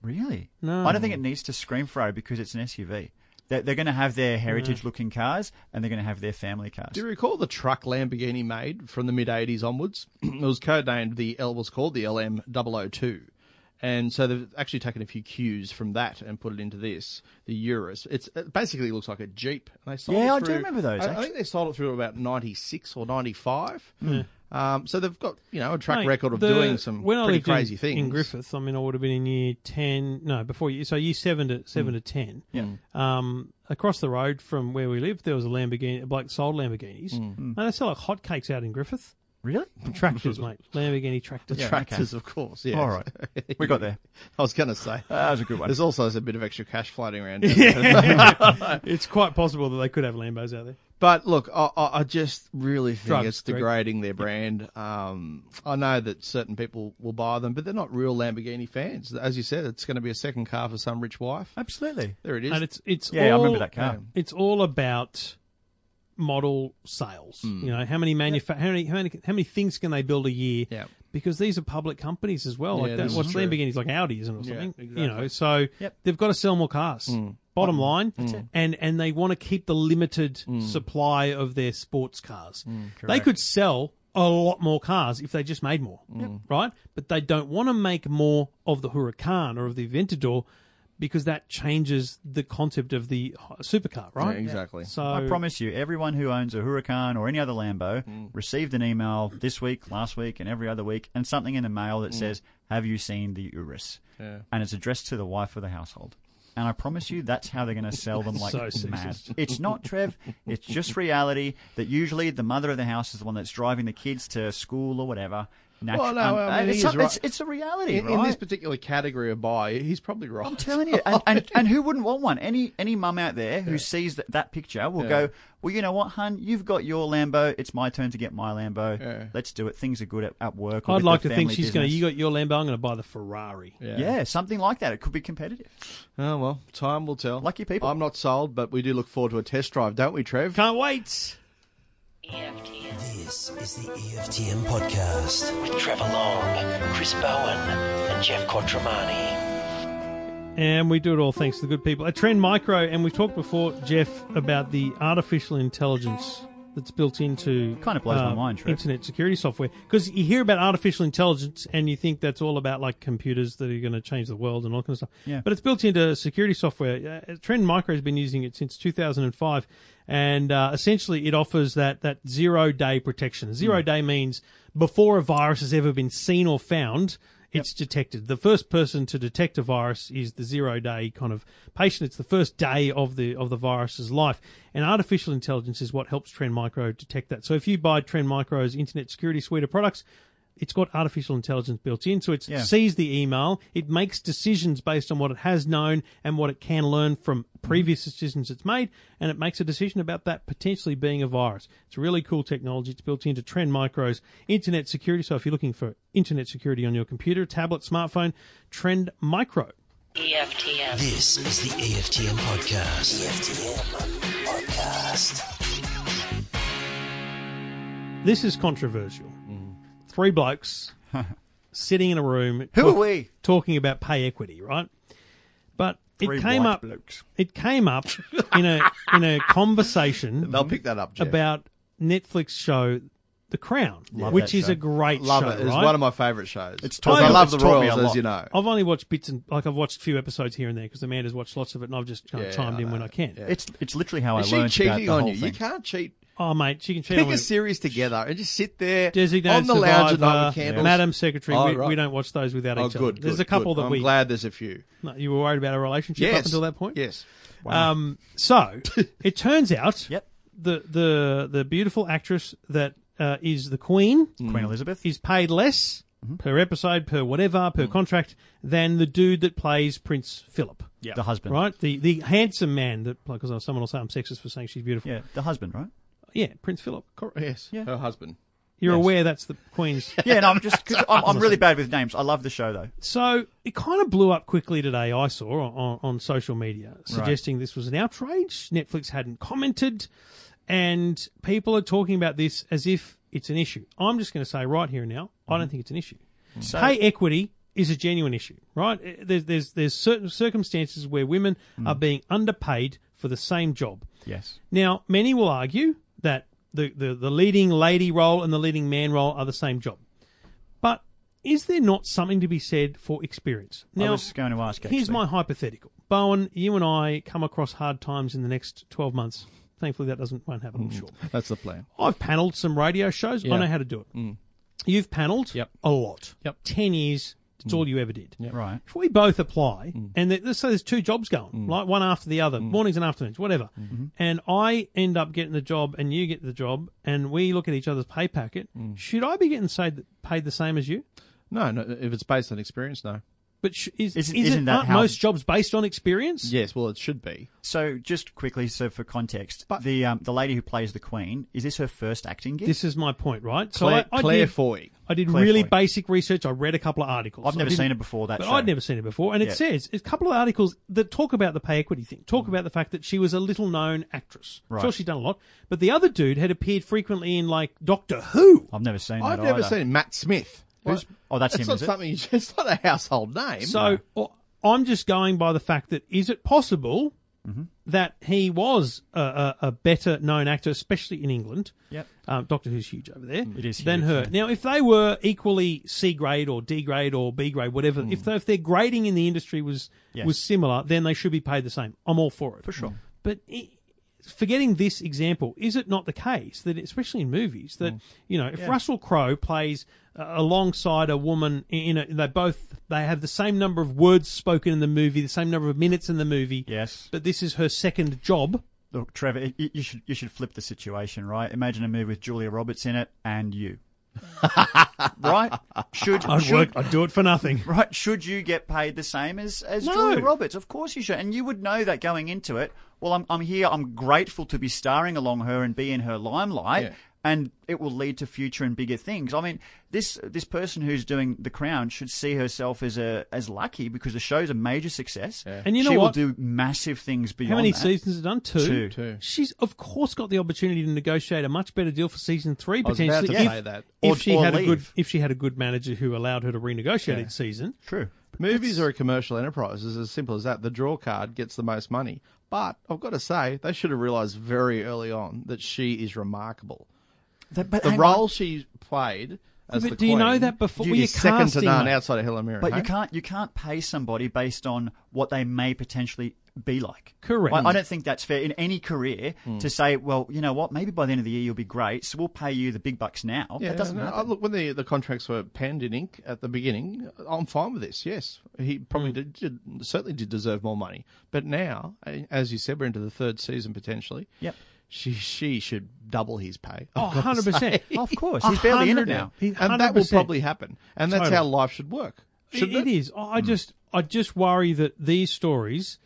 [SPEAKER 7] really?
[SPEAKER 5] No.
[SPEAKER 7] I don't think it needs to scream Ferrari because it's an SUV. They're, they're going to have their heritage-looking cars, and they're going to have their family cars.
[SPEAKER 2] Do you recall the truck Lamborghini made from the mid 80s onwards? it was codenamed the L was called the LM 002. And so they've actually taken a few cues from that and put it into this, the Urus. It's, it basically looks like a Jeep. And they sold
[SPEAKER 7] Yeah,
[SPEAKER 2] it
[SPEAKER 7] I do
[SPEAKER 2] through-
[SPEAKER 7] remember those,
[SPEAKER 2] I- I,
[SPEAKER 7] actually. Hmm.
[SPEAKER 2] think they sold it through about 96 or 95. Um, so they've got, you know, a track
[SPEAKER 5] Mate,
[SPEAKER 2] record of
[SPEAKER 5] the-
[SPEAKER 2] doing some
[SPEAKER 5] when I
[SPEAKER 2] pretty
[SPEAKER 5] lived in-
[SPEAKER 2] crazy things.
[SPEAKER 5] In Griffith, I mean, I would have been in year 10. No, before you. So year 7 to
[SPEAKER 2] Mm.
[SPEAKER 5] 7 to 10.
[SPEAKER 7] Yeah.
[SPEAKER 5] Um, across the road from where we lived, there was a Lamborghini, a bloke sold Lamborghinis.
[SPEAKER 2] Mm.
[SPEAKER 5] And they sell like hotcakes out in Griffith.
[SPEAKER 7] Really?
[SPEAKER 5] Tractors, mate. Lamborghini tractors.
[SPEAKER 2] Tractors, of course. Yeah.
[SPEAKER 7] All right, we got there.
[SPEAKER 2] I was going to say.
[SPEAKER 7] That was a good one.
[SPEAKER 2] There's also a bit of extra cash floating around.
[SPEAKER 5] It's quite possible that they could have Lambos out there.
[SPEAKER 2] But look, I, I I just really think
[SPEAKER 5] Drugs,
[SPEAKER 2] it's
[SPEAKER 5] Greg.
[SPEAKER 2] degrading their brand. Um, I know that certain people will buy them, but they're not real Lamborghini fans. As you said, it's going to be a second car for some rich wife.
[SPEAKER 7] Absolutely.
[SPEAKER 2] There it is.
[SPEAKER 5] And it's it's
[SPEAKER 7] Yeah, I
[SPEAKER 5] all,
[SPEAKER 7] remember that car.
[SPEAKER 5] It's all about model sales.
[SPEAKER 2] Hmm.
[SPEAKER 5] You know, how many manufa- how many how many how many things can they build a year?
[SPEAKER 2] Yeah.
[SPEAKER 5] Because these are public companies as well.
[SPEAKER 2] Yeah,
[SPEAKER 5] like that,
[SPEAKER 2] this is
[SPEAKER 5] what's
[SPEAKER 2] true.
[SPEAKER 5] Lamborghini's like Audi, isn't it, or something?
[SPEAKER 2] exactly. Mm.
[SPEAKER 5] You know, so
[SPEAKER 7] Yep.
[SPEAKER 5] they've got to sell more cars. Bottom line, and and they want to keep the limited
[SPEAKER 2] Mm.
[SPEAKER 5] supply of their sports cars. they could sell a lot more cars if they just made
[SPEAKER 2] Mm.
[SPEAKER 5] more, right? But they don't want to make more of the Huracan or of the Aventador because that changes the concept of the uh, supercar, right?
[SPEAKER 2] Yeah, exactly.
[SPEAKER 5] So
[SPEAKER 7] I promise you, everyone who owns a Huracan or any other Lambo received an email this week, last week, and every other week, and something in the mail that says, "Have you seen the Urus?" And it's addressed to the wife of the household. And I promise you, that's how they're going to sell them like
[SPEAKER 5] So sexist.
[SPEAKER 7] mad. It's not Trev. It's just reality that usually the mother of the house is the one that's driving the kids to school or whatever. Natu- um, uh,
[SPEAKER 2] Well, no, I mean,
[SPEAKER 7] it's,
[SPEAKER 2] he
[SPEAKER 7] some-
[SPEAKER 2] is right.
[SPEAKER 7] it's, it's a reality,
[SPEAKER 2] In,
[SPEAKER 7] right?
[SPEAKER 2] in this particular category of buy, he's probably right.
[SPEAKER 7] I'm telling you, and, and, and who wouldn't want one? Any any mum out there who sees that, that picture will go, well, you know what, hun, you've got your Lambo. It's my turn to get my Lambo.
[SPEAKER 2] Yeah.
[SPEAKER 7] Let's do it. Things are good at, at work. or
[SPEAKER 5] I'd
[SPEAKER 7] with
[SPEAKER 5] like
[SPEAKER 7] the
[SPEAKER 5] to think
[SPEAKER 7] family
[SPEAKER 5] she's going to. You
[SPEAKER 7] business."
[SPEAKER 5] got your Lambo. I'm going to buy the Ferrari.
[SPEAKER 7] yeah. something like that. It could be competitive.
[SPEAKER 2] Oh well, time will tell.
[SPEAKER 7] Lucky people.
[SPEAKER 2] I'm not sold, but we do look forward to a test drive, don't we, Trev?
[SPEAKER 5] Can't wait.
[SPEAKER 3] EFTM.
[SPEAKER 4] This is the EFTM podcast with Trevor Long, Chris Bowen, and Jeff Quattromani.
[SPEAKER 5] And we do it all thanks to the good people at Trend Micro. And we've talked before, Jeff, about the artificial intelligence that's built into uh,
[SPEAKER 7] Kind of blows my mind, Trev.
[SPEAKER 5] internet security software. Because you hear about artificial intelligence and you think that's all about like computers that are going to change the world and all kind of stuff.
[SPEAKER 7] Yeah.
[SPEAKER 5] But it's built into security software. Uh, Trend Micro has been using it since 2005. And uh, essentially, it offers that, that zero day protection. Zero day means before a virus has ever been seen or found, it's detected. The first person to detect a virus is the zero day kind of patient. It's the first day of the of the virus's life. And artificial intelligence is what helps Trend Micro detect that. So if you buy Trend Micro's internet security suite of products, it's got artificial intelligence built in, so it
[SPEAKER 7] Yeah.
[SPEAKER 5] sees the email, it makes decisions based on what it has known and what it can learn from previous decisions it's made, and it makes a decision about that potentially being a virus. It's really cool technology. It's built into Trend Micro's internet security. So if you're looking for internet security on your computer, tablet, smartphone, Trend Micro.
[SPEAKER 3] EFTM.
[SPEAKER 4] This is the EFTM podcast. EFTM podcast.
[SPEAKER 5] This is controversial.
[SPEAKER 7] Mm.
[SPEAKER 5] Three blokes sitting in a room.
[SPEAKER 7] Who
[SPEAKER 5] talk-
[SPEAKER 7] are we?
[SPEAKER 5] Talking about pay equity, right? But it
[SPEAKER 7] Three
[SPEAKER 5] came
[SPEAKER 7] white
[SPEAKER 5] up.
[SPEAKER 7] blokes.
[SPEAKER 5] It came up in a in a conversation
[SPEAKER 2] They'll pick that up, Jeff.
[SPEAKER 5] about Netflix show The Crown,
[SPEAKER 7] Love
[SPEAKER 5] which
[SPEAKER 7] that
[SPEAKER 5] is
[SPEAKER 7] show.
[SPEAKER 5] a great
[SPEAKER 2] love
[SPEAKER 5] show.
[SPEAKER 2] it. It's
[SPEAKER 5] right?
[SPEAKER 2] one of my favourite shows.
[SPEAKER 7] It's taught
[SPEAKER 2] I
[SPEAKER 5] me a-
[SPEAKER 2] love
[SPEAKER 7] it's
[SPEAKER 2] the
[SPEAKER 7] taught me a
[SPEAKER 2] Royals, as
[SPEAKER 7] lot. Oh,
[SPEAKER 2] you know.
[SPEAKER 5] I've only watched bits and like I've watched a few episodes here and there because Amanda's watched lots of it, and I've just kind
[SPEAKER 2] Yeah,
[SPEAKER 5] of chimed
[SPEAKER 2] I
[SPEAKER 5] in when
[SPEAKER 2] know.
[SPEAKER 5] I can.
[SPEAKER 2] Yeah.
[SPEAKER 7] It's it's literally how
[SPEAKER 2] Is
[SPEAKER 7] I
[SPEAKER 2] she
[SPEAKER 7] learned about
[SPEAKER 2] cheating
[SPEAKER 7] the
[SPEAKER 2] on
[SPEAKER 7] whole
[SPEAKER 2] you? You
[SPEAKER 7] thing.
[SPEAKER 2] can't cheat.
[SPEAKER 5] Oh mate, she can cheat.
[SPEAKER 2] Pick a
[SPEAKER 5] on me.
[SPEAKER 2] series together and just sit there
[SPEAKER 5] Designated
[SPEAKER 2] on the lounge at night with
[SPEAKER 5] Survivor,
[SPEAKER 2] candles.
[SPEAKER 5] Madam Secretary,
[SPEAKER 2] Oh,
[SPEAKER 5] we,
[SPEAKER 2] right.
[SPEAKER 5] we don't watch those without
[SPEAKER 2] oh,
[SPEAKER 5] each
[SPEAKER 2] good,
[SPEAKER 5] other. There's
[SPEAKER 2] good,
[SPEAKER 5] a couple
[SPEAKER 2] good.
[SPEAKER 5] that
[SPEAKER 2] I'm
[SPEAKER 5] we.
[SPEAKER 2] glad there's a few.
[SPEAKER 5] No, you were worried about our relationship
[SPEAKER 2] Yes.
[SPEAKER 5] up until that point.
[SPEAKER 2] Yes.
[SPEAKER 5] Um, so it turns out
[SPEAKER 7] Yep.
[SPEAKER 5] the the the beautiful actress that uh, is the Queen
[SPEAKER 7] Queen Elizabeth.
[SPEAKER 5] is paid less
[SPEAKER 7] Mm-hmm.
[SPEAKER 5] per episode, per whatever,
[SPEAKER 7] Mm.
[SPEAKER 5] per contract than the dude that plays Prince Philip.
[SPEAKER 7] The husband.
[SPEAKER 5] Right, the the handsome man that because someone will say I'm sexist for saying she's beautiful.
[SPEAKER 7] Yeah, the husband, right?
[SPEAKER 5] Yeah, Prince Philip.
[SPEAKER 2] Cor- Yes.
[SPEAKER 7] Yeah.
[SPEAKER 2] Her husband.
[SPEAKER 5] You're
[SPEAKER 7] Yes.
[SPEAKER 5] aware that's the Queen's
[SPEAKER 7] Yeah, no, I'm just, cause I'm, I'm really bad with names. I love the show, though.
[SPEAKER 5] So it kind of blew up quickly today, I saw on, on social media, suggesting this was an outrage. Netflix hadn't commented, and people are talking about this as if it's an issue. I'm just going to say right here and now, I don't think it's an issue.
[SPEAKER 7] So,
[SPEAKER 5] Pay equity is a genuine issue, right? Eh, There's, there's, there's certain circumstances where women are being underpaid for the same job.
[SPEAKER 7] yes.
[SPEAKER 5] Now, many will argue that the, the, the leading lady role and the leading man role are the same job. But is there not something to be said for experience?
[SPEAKER 7] I
[SPEAKER 5] Now,
[SPEAKER 7] was going to ask,
[SPEAKER 5] here's
[SPEAKER 7] actually.
[SPEAKER 5] my hypothetical. Bowen, you and I come across hard times in the next 12 months. Thankfully, that doesn't won't happen, I'm sure.
[SPEAKER 2] That's the plan.
[SPEAKER 5] I've panelled some radio shows. I know how to do it. You've panelled
[SPEAKER 2] Yep.
[SPEAKER 5] a lot.
[SPEAKER 2] Yep.
[SPEAKER 5] 10 years, that's all you ever did.
[SPEAKER 7] Right.
[SPEAKER 5] If we both apply,
[SPEAKER 2] Mm.
[SPEAKER 5] and th- let's say there's two jobs going, like one after the other, mornings and afternoons, whatever,
[SPEAKER 2] Mm-hmm.
[SPEAKER 5] and I end up getting the job and you get the job, and we look at each other's pay packet,
[SPEAKER 2] Mm.
[SPEAKER 5] should I be getting paid, paid the same as you?
[SPEAKER 2] No, no, if it's based on experience, no.
[SPEAKER 5] But sh- is,
[SPEAKER 7] Isn't-
[SPEAKER 5] isn't,
[SPEAKER 7] isn't that
[SPEAKER 5] aren't
[SPEAKER 7] how-
[SPEAKER 5] most jobs based on experience?
[SPEAKER 2] Yes, well, it should be.
[SPEAKER 7] So, just quickly, so for context,
[SPEAKER 2] But-
[SPEAKER 7] the um, the lady who plays the queen is this her first acting gig?
[SPEAKER 5] This is my point, right?
[SPEAKER 2] Claire,
[SPEAKER 5] I, I
[SPEAKER 2] Claire
[SPEAKER 5] did,
[SPEAKER 2] Foy.
[SPEAKER 5] I did
[SPEAKER 7] Claire
[SPEAKER 5] really
[SPEAKER 7] Foy.
[SPEAKER 5] basic research. I read a couple of articles.
[SPEAKER 7] I've never
[SPEAKER 5] I didn't-
[SPEAKER 7] seen it before. That
[SPEAKER 5] But
[SPEAKER 7] show.
[SPEAKER 5] I'd never seen it before. And it
[SPEAKER 7] Yeah. Mm.
[SPEAKER 5] says a couple of articles that talk about the pay equity thing, talk about the fact that she was a little known actress.
[SPEAKER 7] Right.
[SPEAKER 5] Sure, she'd done a lot. But the other dude had appeared frequently in, like, Doctor Who.
[SPEAKER 7] I've never seen.
[SPEAKER 2] I've
[SPEAKER 7] that
[SPEAKER 2] never
[SPEAKER 7] either.
[SPEAKER 2] seen Matt Smith.
[SPEAKER 7] Who's- oh, that's him,
[SPEAKER 2] not
[SPEAKER 7] is it?
[SPEAKER 2] something. you- It's not a household name.
[SPEAKER 5] So or- I'm just going by the fact that is it possible
[SPEAKER 7] Mm-hmm.
[SPEAKER 5] that he was a, a, a better known actor, especially in England.
[SPEAKER 7] Yep.
[SPEAKER 5] Um, Doctor Who's huge over there.
[SPEAKER 7] It is
[SPEAKER 5] Than
[SPEAKER 7] huge,
[SPEAKER 5] her. Now, if they were equally C grade or D grade or B grade, whatever, if, they, if their grading in the industry was
[SPEAKER 7] Mm. Yes.
[SPEAKER 5] was similar, then they should be paid the same. I'm all for it.
[SPEAKER 7] For sure.
[SPEAKER 5] But i forgetting this example, is it not the case that, especially in movies, that you know, if Russell Crowe plays uh, alongside a woman in a, they both they have the same number of words spoken in the movie, the same number of minutes in the movie.
[SPEAKER 7] Yes.
[SPEAKER 5] But this is her second job.
[SPEAKER 7] Look, Trevor, y- y- you should you should flip the situation, right? Imagine a movie with Julia Roberts in it and you, right? Should
[SPEAKER 5] I'd
[SPEAKER 7] should,
[SPEAKER 5] work. I'd do it for nothing.
[SPEAKER 7] right? Should you get paid the same as as
[SPEAKER 5] No.
[SPEAKER 7] Julia Roberts? Of course you should, and you would know that going into it. Well, I'm I'm here. I'm grateful to be starring along her and be in her limelight.
[SPEAKER 2] Yeah.
[SPEAKER 7] And it will lead to future and bigger things. I mean, this this person who's doing The Crown should see herself as a as lucky because the show's a major success.
[SPEAKER 5] And you know
[SPEAKER 7] she
[SPEAKER 5] what?
[SPEAKER 7] will do massive things beyond.
[SPEAKER 5] How many
[SPEAKER 7] that.
[SPEAKER 5] seasons has it done? Two.
[SPEAKER 7] Two.
[SPEAKER 2] Two.
[SPEAKER 5] She's of course got the opportunity to negotiate a much better deal for season three
[SPEAKER 2] I was about
[SPEAKER 5] potentially.
[SPEAKER 2] to
[SPEAKER 5] if,
[SPEAKER 2] say that.
[SPEAKER 5] if
[SPEAKER 7] Or-
[SPEAKER 5] she
[SPEAKER 7] or
[SPEAKER 5] had a good
[SPEAKER 7] leave.
[SPEAKER 5] if she had a good manager who allowed her to renegotiate each season.
[SPEAKER 7] True.
[SPEAKER 2] Movies are a commercial enterprise. It's as simple as that. The draw card gets the most money. But I've got to say, they should have realised very early on that she is remarkable.
[SPEAKER 7] but
[SPEAKER 2] The role she played as
[SPEAKER 5] But
[SPEAKER 2] the
[SPEAKER 5] do you know
[SPEAKER 2] Queen
[SPEAKER 5] that before
[SPEAKER 2] is
[SPEAKER 5] you're
[SPEAKER 2] second to
[SPEAKER 5] casting
[SPEAKER 2] none
[SPEAKER 5] her?
[SPEAKER 2] outside of Helen Mirren?
[SPEAKER 7] But
[SPEAKER 2] hey?
[SPEAKER 7] you can't you can't pay somebody based on what they may potentially be like.
[SPEAKER 5] Correct.
[SPEAKER 7] I, I don't think that's fair in any career to say, well, you know what, maybe by the end of the year you'll be great, so we'll pay you the big bucks now.
[SPEAKER 2] Yeah,
[SPEAKER 7] that doesn't
[SPEAKER 2] no,
[SPEAKER 7] happen.
[SPEAKER 2] I- Look, when the, the contracts were penned in ink at the beginning, I'm fine with this. Yes, he
[SPEAKER 5] Mm.
[SPEAKER 2] probably did, did certainly did deserve more money. But now, a- as you said, we're into the third season potentially.
[SPEAKER 7] Yep.
[SPEAKER 2] She she should double his pay.
[SPEAKER 5] Oh,
[SPEAKER 2] I've got to
[SPEAKER 5] 100%.
[SPEAKER 2] say.
[SPEAKER 7] Of course, he's barely in it
[SPEAKER 5] 100.
[SPEAKER 7] now.
[SPEAKER 5] He-
[SPEAKER 2] and that will
[SPEAKER 5] 100%.
[SPEAKER 2] probably happen. And that's
[SPEAKER 5] Totally.
[SPEAKER 2] how life should work.
[SPEAKER 5] It-
[SPEAKER 2] Shouldn't
[SPEAKER 5] it is. I
[SPEAKER 7] Hmm.
[SPEAKER 5] I just, I just worry that these stories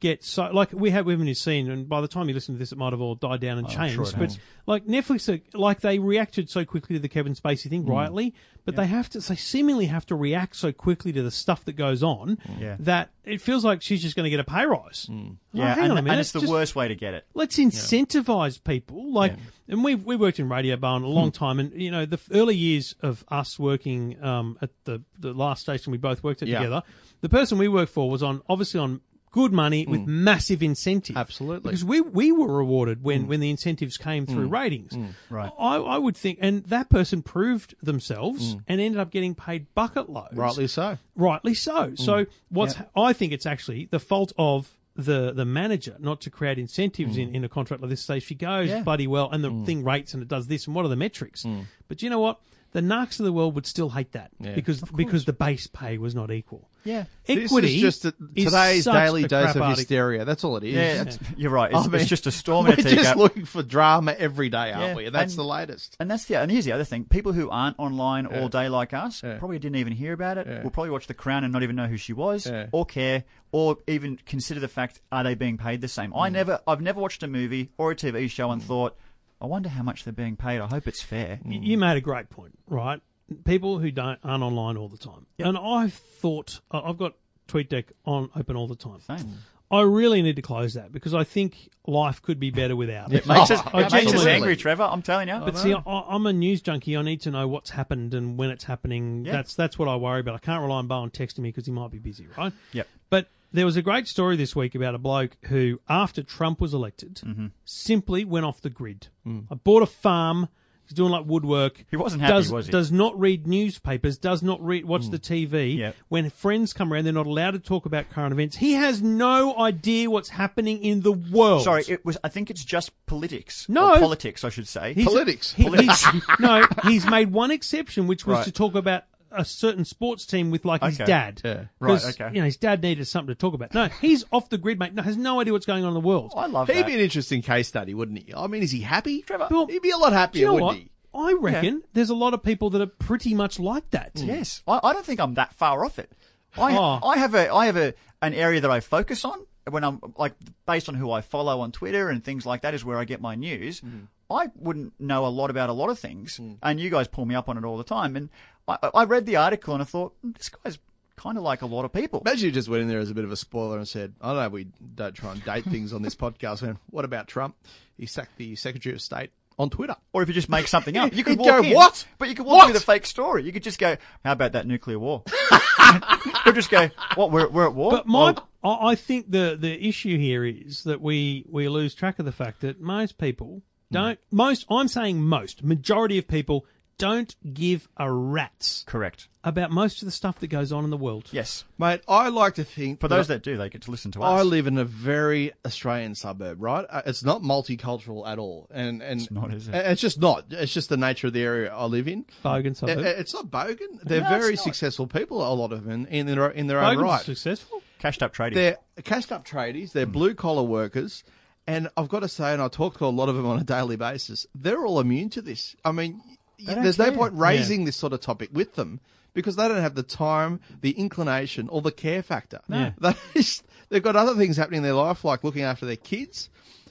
[SPEAKER 5] get so like we have, we haven't even seen, and by the time you listen to this, it might have all died down and changed.
[SPEAKER 7] sure it
[SPEAKER 5] but
[SPEAKER 7] has.
[SPEAKER 5] like Netflix, are, like they reacted so quickly to the Kevin Spacey
[SPEAKER 7] Hmm.
[SPEAKER 5] thing, rightly, but they have to, they seemingly have to react so quickly to the stuff that goes on
[SPEAKER 7] Yeah. Hmm.
[SPEAKER 5] that it feels like she's just going to get a pay rise. Like,
[SPEAKER 7] Yeah,
[SPEAKER 5] hang
[SPEAKER 7] and,
[SPEAKER 5] on a
[SPEAKER 7] and
[SPEAKER 5] minute,
[SPEAKER 7] it's the
[SPEAKER 5] just-
[SPEAKER 7] worst way to get it.
[SPEAKER 5] Let's incentivize people. Like, and we've we worked in radio bar in a
[SPEAKER 2] Hmm.
[SPEAKER 5] long time, and you know the f- early years of us working um, at the the last station we both worked at
[SPEAKER 2] Yeah.
[SPEAKER 5] together. The person we worked for was on obviously on good money with massive incentive.
[SPEAKER 2] Hmm. Absolutely. Hmm.
[SPEAKER 5] because we we were rewarded when when the incentives came through ratings.
[SPEAKER 7] Right.
[SPEAKER 5] I, I would think, and that person proved themselves and ended up getting paid bucket loads
[SPEAKER 2] Hmm. Rightly so.
[SPEAKER 5] rightly so.
[SPEAKER 2] Mm.
[SPEAKER 5] So what's I think it's actually the fault of the the manager not to create incentives
[SPEAKER 2] Mm.
[SPEAKER 5] in, in a contract like this. Say she goes bloody well, and the thing rates and it does this, and what are the metrics?
[SPEAKER 2] Mm.
[SPEAKER 5] But you know what? The narcs of the world would still hate that because because the base pay was not equal.
[SPEAKER 7] Yeah.
[SPEAKER 5] Equity
[SPEAKER 2] this is just a-
[SPEAKER 5] is
[SPEAKER 2] today's
[SPEAKER 5] such
[SPEAKER 2] daily
[SPEAKER 5] a
[SPEAKER 2] dose
[SPEAKER 5] crap
[SPEAKER 2] of
[SPEAKER 5] article.
[SPEAKER 2] hysteria. That's all it is.
[SPEAKER 7] Yeah, that's- you're right. It's,
[SPEAKER 2] I mean,
[SPEAKER 7] it's just a storm in
[SPEAKER 2] We're
[SPEAKER 7] a teacup.
[SPEAKER 2] just looking for drama every day, aren't
[SPEAKER 7] Yeah,
[SPEAKER 2] we? And that's
[SPEAKER 7] and-
[SPEAKER 2] the latest.
[SPEAKER 7] And that's the and here's the other thing: people who aren't online all day like us probably didn't even hear about it. Will probably watch The Crown and not even know who she was, or care, or even consider the fact: are they being paid the same? I never, I've never watched a movie or a TV show and thought, I wonder how much they're being paid. I hope it's fair.
[SPEAKER 5] Y- You made a great point, right? People who don't aren't online all the time, and I've thought I- I've got TweetDeck on open all the time.
[SPEAKER 7] Same.
[SPEAKER 5] I really need to close that because I think life could be better without it.
[SPEAKER 7] Makes us,
[SPEAKER 2] Oh,
[SPEAKER 7] it makes us
[SPEAKER 5] absolutely.
[SPEAKER 7] angry, Trevor. I'm telling you.
[SPEAKER 5] But see, I, I'm a news junkie. I need to know what's happened and when it's happening.
[SPEAKER 7] Yeah.
[SPEAKER 5] That's that's what I worry about. I can't rely on Bowen texting me because he might be busy, right?
[SPEAKER 7] Yep.
[SPEAKER 5] But there was a great story this week about a bloke who, after Trump was elected,
[SPEAKER 7] Mm-hmm.
[SPEAKER 5] simply went off the grid. I bought a farm. He's doing like woodwork.
[SPEAKER 7] Mm. He wasn't happy,
[SPEAKER 5] does,
[SPEAKER 7] was he? Mm.
[SPEAKER 5] Does not read newspapers. Does not read watch the TV.
[SPEAKER 7] Yep.
[SPEAKER 5] When friends come around, they're not allowed to talk about current events. He has no idea what's happening in the world.
[SPEAKER 7] Sorry, it was. I think it's just politics.
[SPEAKER 5] No.
[SPEAKER 7] Or politics, I should say.
[SPEAKER 5] He's-
[SPEAKER 2] Politics.
[SPEAKER 5] he- he's- no, he's made one exception, which was
[SPEAKER 2] Right.
[SPEAKER 5] to talk about a certain sports team with like his
[SPEAKER 7] Okay.
[SPEAKER 5] dad.
[SPEAKER 2] Yeah.
[SPEAKER 7] Right,
[SPEAKER 5] 'Cause,
[SPEAKER 7] okay.
[SPEAKER 5] You know, his dad needed something to talk about. No, he's off the grid, mate. No, has no idea what's going on in the world.
[SPEAKER 7] I love
[SPEAKER 2] He'd
[SPEAKER 7] that.
[SPEAKER 2] be an interesting case study, wouldn't he? I mean, is he happy? Trevor,
[SPEAKER 5] Well,
[SPEAKER 2] he'd be a lot
[SPEAKER 5] Do
[SPEAKER 2] happier,
[SPEAKER 5] you know
[SPEAKER 2] wouldn't
[SPEAKER 5] what?
[SPEAKER 2] he?
[SPEAKER 5] I reckon there's a lot of people that are pretty much like that.
[SPEAKER 2] Hmm.
[SPEAKER 7] Yes, I, I don't think I'm that far off it. I
[SPEAKER 5] Oh.
[SPEAKER 7] I have a I have a an area that I focus on when I'm like based on who I follow on Twitter and things like that is where I get my news.
[SPEAKER 2] Hmm.
[SPEAKER 7] I wouldn't know a lot about a lot of things, and you guys pull me up on it all the time. And I, I read the article and I thought "Hmm, this guy's kind of like a lot of people.
[SPEAKER 2] Imagine you just went in there as a bit of a spoiler and said, I know we don't try and date things on this podcast. Man. What about Trump? He sacked the Secretary of State on Twitter.
[SPEAKER 7] Or if you just make something up, you could
[SPEAKER 2] You'd
[SPEAKER 7] walk
[SPEAKER 2] go,
[SPEAKER 7] in.
[SPEAKER 2] "What?
[SPEAKER 7] But you could walk
[SPEAKER 2] What?"
[SPEAKER 7] in with a fake story. You could just go, "How about that nuclear war?" You'll just go, "What? We're, we're at war."
[SPEAKER 5] But my
[SPEAKER 7] Well,
[SPEAKER 5] I, I think the the issue here is that we we lose track of the fact that most people
[SPEAKER 7] Hmm.
[SPEAKER 5] don't. Most I'm saying most majority of people don't give a rat's
[SPEAKER 7] Correct.
[SPEAKER 5] about most of the stuff that goes on in the world.
[SPEAKER 7] Yes.
[SPEAKER 2] Mate, I like to think
[SPEAKER 7] For those that do, they get to listen to us.
[SPEAKER 2] I live in a very Australian suburb, right? Uh, It's not multicultural at all, and and it's
[SPEAKER 7] not, is it?
[SPEAKER 2] It's just not. It's just the nature of the area I live in.
[SPEAKER 5] Bogan
[SPEAKER 2] Uh, uh,
[SPEAKER 5] suburb.
[SPEAKER 2] It's not bogan. They're very successful people. A lot of them in, in their in their own
[SPEAKER 5] Bogan's
[SPEAKER 2] right.
[SPEAKER 5] successful.
[SPEAKER 7] Cashed up trading.
[SPEAKER 2] They're cashed up tradies.
[SPEAKER 5] Hmm.
[SPEAKER 2] They're blue collar workers. And I've got to say, and I talk to a lot of them on a daily basis, they're all immune to this. I mean, y
[SPEAKER 5] don't
[SPEAKER 2] there's no
[SPEAKER 5] care.
[SPEAKER 2] point raising this sort of topic with them because they don't have the time, the inclination, or the care factor.
[SPEAKER 5] No.
[SPEAKER 2] They just- They've got other things happening in their life, like looking after their kids,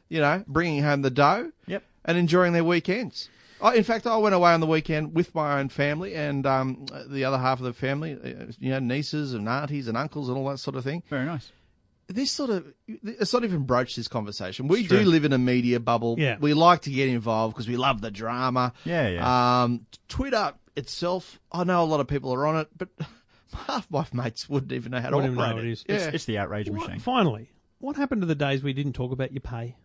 [SPEAKER 2] you know, bringing home the dough,
[SPEAKER 7] Yep.
[SPEAKER 2] and enjoying their weekends. I, in fact, I went away on the weekend with my own family and um, the other half of the family, uh, you know, nieces and aunties and uncles and all that sort of thing
[SPEAKER 7] Very nice.
[SPEAKER 2] this sort of it's not even broached this conversation. We do live in a media bubble.
[SPEAKER 5] Yeah.
[SPEAKER 2] We like to get involved because we love the drama.
[SPEAKER 7] Yeah, yeah.
[SPEAKER 2] Um, Twitter itself, I know a lot of people are on it, but half my mates wouldn't even know how to
[SPEAKER 5] Wouldn't even know
[SPEAKER 2] operate
[SPEAKER 5] what
[SPEAKER 2] it.
[SPEAKER 5] it is.
[SPEAKER 2] Yeah.
[SPEAKER 7] It's the outrage
[SPEAKER 5] What-
[SPEAKER 7] machine.
[SPEAKER 5] finally, what happened to the days we didn't talk about your pay?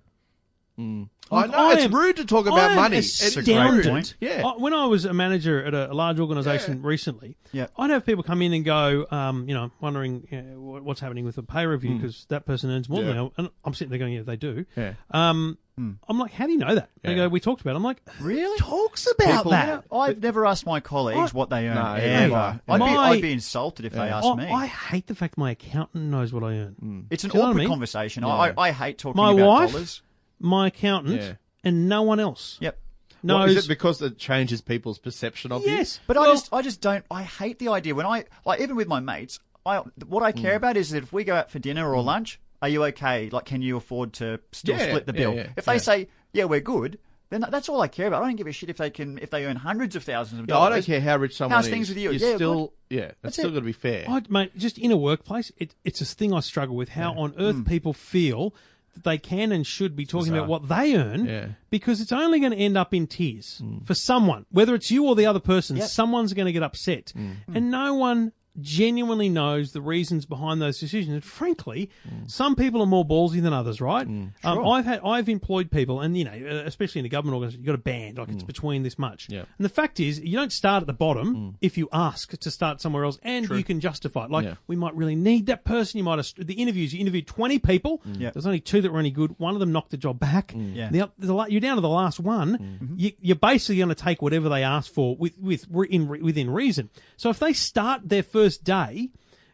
[SPEAKER 2] Hmm. I
[SPEAKER 5] Like,
[SPEAKER 2] know it's
[SPEAKER 5] am-
[SPEAKER 2] rude to talk about
[SPEAKER 5] I am
[SPEAKER 2] money. It is rude.
[SPEAKER 5] Astounded.
[SPEAKER 7] point.
[SPEAKER 2] Yeah.
[SPEAKER 5] I- when I was a manager at a large organisation recently,
[SPEAKER 7] Yeah.
[SPEAKER 5] I'd have people come in and go, um, you know, wondering uh, what- what's happening with the pay review because that person earns more than I, and I'm sitting there going, yeah, they do.
[SPEAKER 2] Hmm. Yeah. Hmm.
[SPEAKER 5] Um, I'm like, how do you know that? They
[SPEAKER 2] Yeah.
[SPEAKER 5] go, we talked about. it. I'm like,
[SPEAKER 7] Really?
[SPEAKER 5] talks about that.
[SPEAKER 7] I've never asked my colleagues what they earn
[SPEAKER 2] No,
[SPEAKER 7] ever.
[SPEAKER 2] never.
[SPEAKER 7] I'd, be,
[SPEAKER 5] My-
[SPEAKER 7] I'd be insulted if they asked
[SPEAKER 5] I,
[SPEAKER 7] me.
[SPEAKER 5] "Oh, I hate the fact my accountant knows what I earn.
[SPEAKER 2] Hmm.
[SPEAKER 7] it's an
[SPEAKER 5] Do you know what I
[SPEAKER 7] awkward
[SPEAKER 5] mean?
[SPEAKER 7] conversation. I, I I hate talking
[SPEAKER 5] My
[SPEAKER 7] about
[SPEAKER 5] wife?
[SPEAKER 7] dollars.
[SPEAKER 5] My accountant
[SPEAKER 2] Yeah.
[SPEAKER 5] and no one else
[SPEAKER 7] Yep.
[SPEAKER 2] What,
[SPEAKER 5] knows.
[SPEAKER 2] is it because it changes people's perception of you?
[SPEAKER 5] yes,
[SPEAKER 7] But I
[SPEAKER 5] Well,
[SPEAKER 7] just I just don't. I hate the idea when I like even with my mates. I what
[SPEAKER 2] Hmm.
[SPEAKER 7] I care about is that if we go out for dinner or lunch, are you okay? Like, can you afford to still
[SPEAKER 2] Yeah,
[SPEAKER 7] split the
[SPEAKER 2] yeah,
[SPEAKER 7] bill?
[SPEAKER 2] yeah,
[SPEAKER 7] if they
[SPEAKER 2] yeah.
[SPEAKER 7] say yeah, we're good. Then that- that's all I care about. I don't give a shit if they can if they earn hundreds of thousands of
[SPEAKER 2] Yeah, I
[SPEAKER 7] dollars.
[SPEAKER 2] don't care how rich someone
[SPEAKER 7] How's
[SPEAKER 2] is.
[SPEAKER 7] things with you?
[SPEAKER 2] You're
[SPEAKER 7] Yeah,
[SPEAKER 2] still, yeah, it's
[SPEAKER 7] That's
[SPEAKER 2] still
[SPEAKER 7] it.
[SPEAKER 2] got to be fair.
[SPEAKER 5] I, mate, just in a workplace, it, it's this thing I struggle with. How on earth
[SPEAKER 7] Mm.
[SPEAKER 5] people feel that they can and should be talking about what they earn,
[SPEAKER 2] Yeah.
[SPEAKER 5] because it's only going to end up in tears for someone, whether it's you or the other person.
[SPEAKER 7] Mm. Yep. Mm.
[SPEAKER 5] Someone's going to get upset, and no one genuinely knows the reasons behind those decisions. And frankly,
[SPEAKER 2] Mm.
[SPEAKER 5] some people are more ballsy than others, right? um, I've had I've employed people, and you know, uh, especially in the government organisation, you've got a band like it's between this much.
[SPEAKER 2] Mm. Yeah. Mm.
[SPEAKER 5] And the fact is, you don't start at the bottom if you ask to start somewhere else, and you can justify it. Like
[SPEAKER 2] Yeah.
[SPEAKER 5] we might really need that person. You might have st- the interviews. You interviewed twenty people.
[SPEAKER 2] Mm.
[SPEAKER 7] Yeah.
[SPEAKER 5] There's only two that were any good. One of them knocked the job back.
[SPEAKER 7] Yeah. Mm-hmm.
[SPEAKER 5] The, oth- the, la- you're down to the last one.
[SPEAKER 2] Mm.
[SPEAKER 5] You, you're basically going to take whatever they ask for with with re- in, re- within reason. So if they start their first day.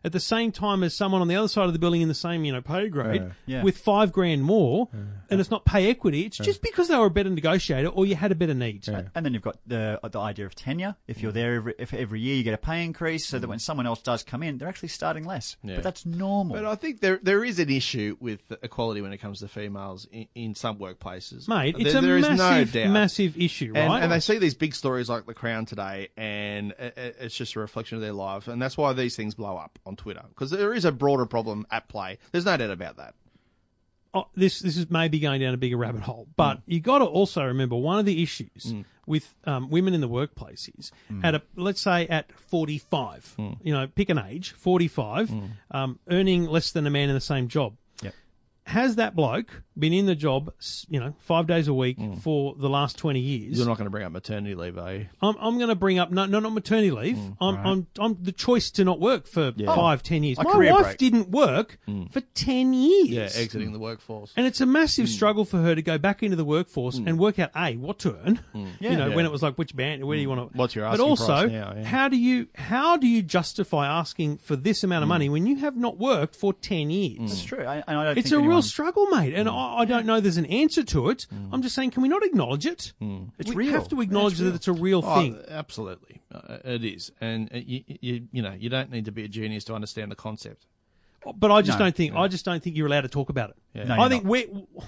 [SPEAKER 5] At the same time as someone on the other side of the building in the same, you know, pay grade
[SPEAKER 7] Yeah.
[SPEAKER 5] with five grand more, and it's not pay equity. It's just because they were a better negotiator or you had a better need.
[SPEAKER 7] And then you've got the uh, the idea of tenure. If you're there every if every year, you get a pay increase, so that when someone else does come in, they're actually starting less. But that's normal.
[SPEAKER 2] But I think there there is an issue with equality when it comes to females in, in some workplaces.
[SPEAKER 5] Mate,
[SPEAKER 2] There-
[SPEAKER 5] it's a
[SPEAKER 2] there is no
[SPEAKER 5] massive,
[SPEAKER 2] doubt.
[SPEAKER 5] massive issue, right?
[SPEAKER 2] And, and they see these big stories like The Crown today, and i- i- it's just a reflection of their life. And that's why these things blow up on Twitter because there is a broader problem at play. There's no doubt about that.
[SPEAKER 5] oh, this this is maybe going down a bigger rabbit hole, but you got to also remember one of the issues with um, women in the workplace is at a let's say at forty five, you know, pick an age, forty five, um, earning less than a man in the same job.
[SPEAKER 7] Yep.
[SPEAKER 5] Has that bloke been in the job, s- you know, five days a week for the last twenty years?
[SPEAKER 2] You're not going to bring up maternity leave, are you?
[SPEAKER 5] I'm, I'm going to bring up no, no, not maternity leave. I'm, I'm, I'm the choice to not work for five, ten years.
[SPEAKER 7] A
[SPEAKER 5] My
[SPEAKER 7] career
[SPEAKER 5] wife
[SPEAKER 7] break.
[SPEAKER 5] didn't work for ten years.
[SPEAKER 2] Yeah, exiting the workforce.
[SPEAKER 5] And it's a massive struggle for her to go back into the workforce and work out a what to earn. you know, when it was like which band, where do you want to?
[SPEAKER 2] What's your
[SPEAKER 5] But
[SPEAKER 2] asking
[SPEAKER 5] also,
[SPEAKER 2] price now, yeah.
[SPEAKER 5] how do you how do you justify asking for this amount of money when you have not worked for ten years?
[SPEAKER 7] it's true. Hmm. I, and I don't
[SPEAKER 5] It's
[SPEAKER 7] think
[SPEAKER 5] a
[SPEAKER 7] anyone-
[SPEAKER 5] real struggle, mate, and I, I don't know. There's an answer to it. I'm just saying, can we not acknowledge it?
[SPEAKER 7] It's
[SPEAKER 5] we
[SPEAKER 7] real.
[SPEAKER 5] have to acknowledge that it's a real
[SPEAKER 2] Oh,
[SPEAKER 5] thing.
[SPEAKER 2] absolutely, uh, it is, and uh, you, you you know you don't need to be a genius to understand the concept.
[SPEAKER 5] But I just
[SPEAKER 7] No,
[SPEAKER 5] don't think I just don't think you're allowed to talk about it.
[SPEAKER 7] No,
[SPEAKER 5] I
[SPEAKER 7] you're
[SPEAKER 5] think we,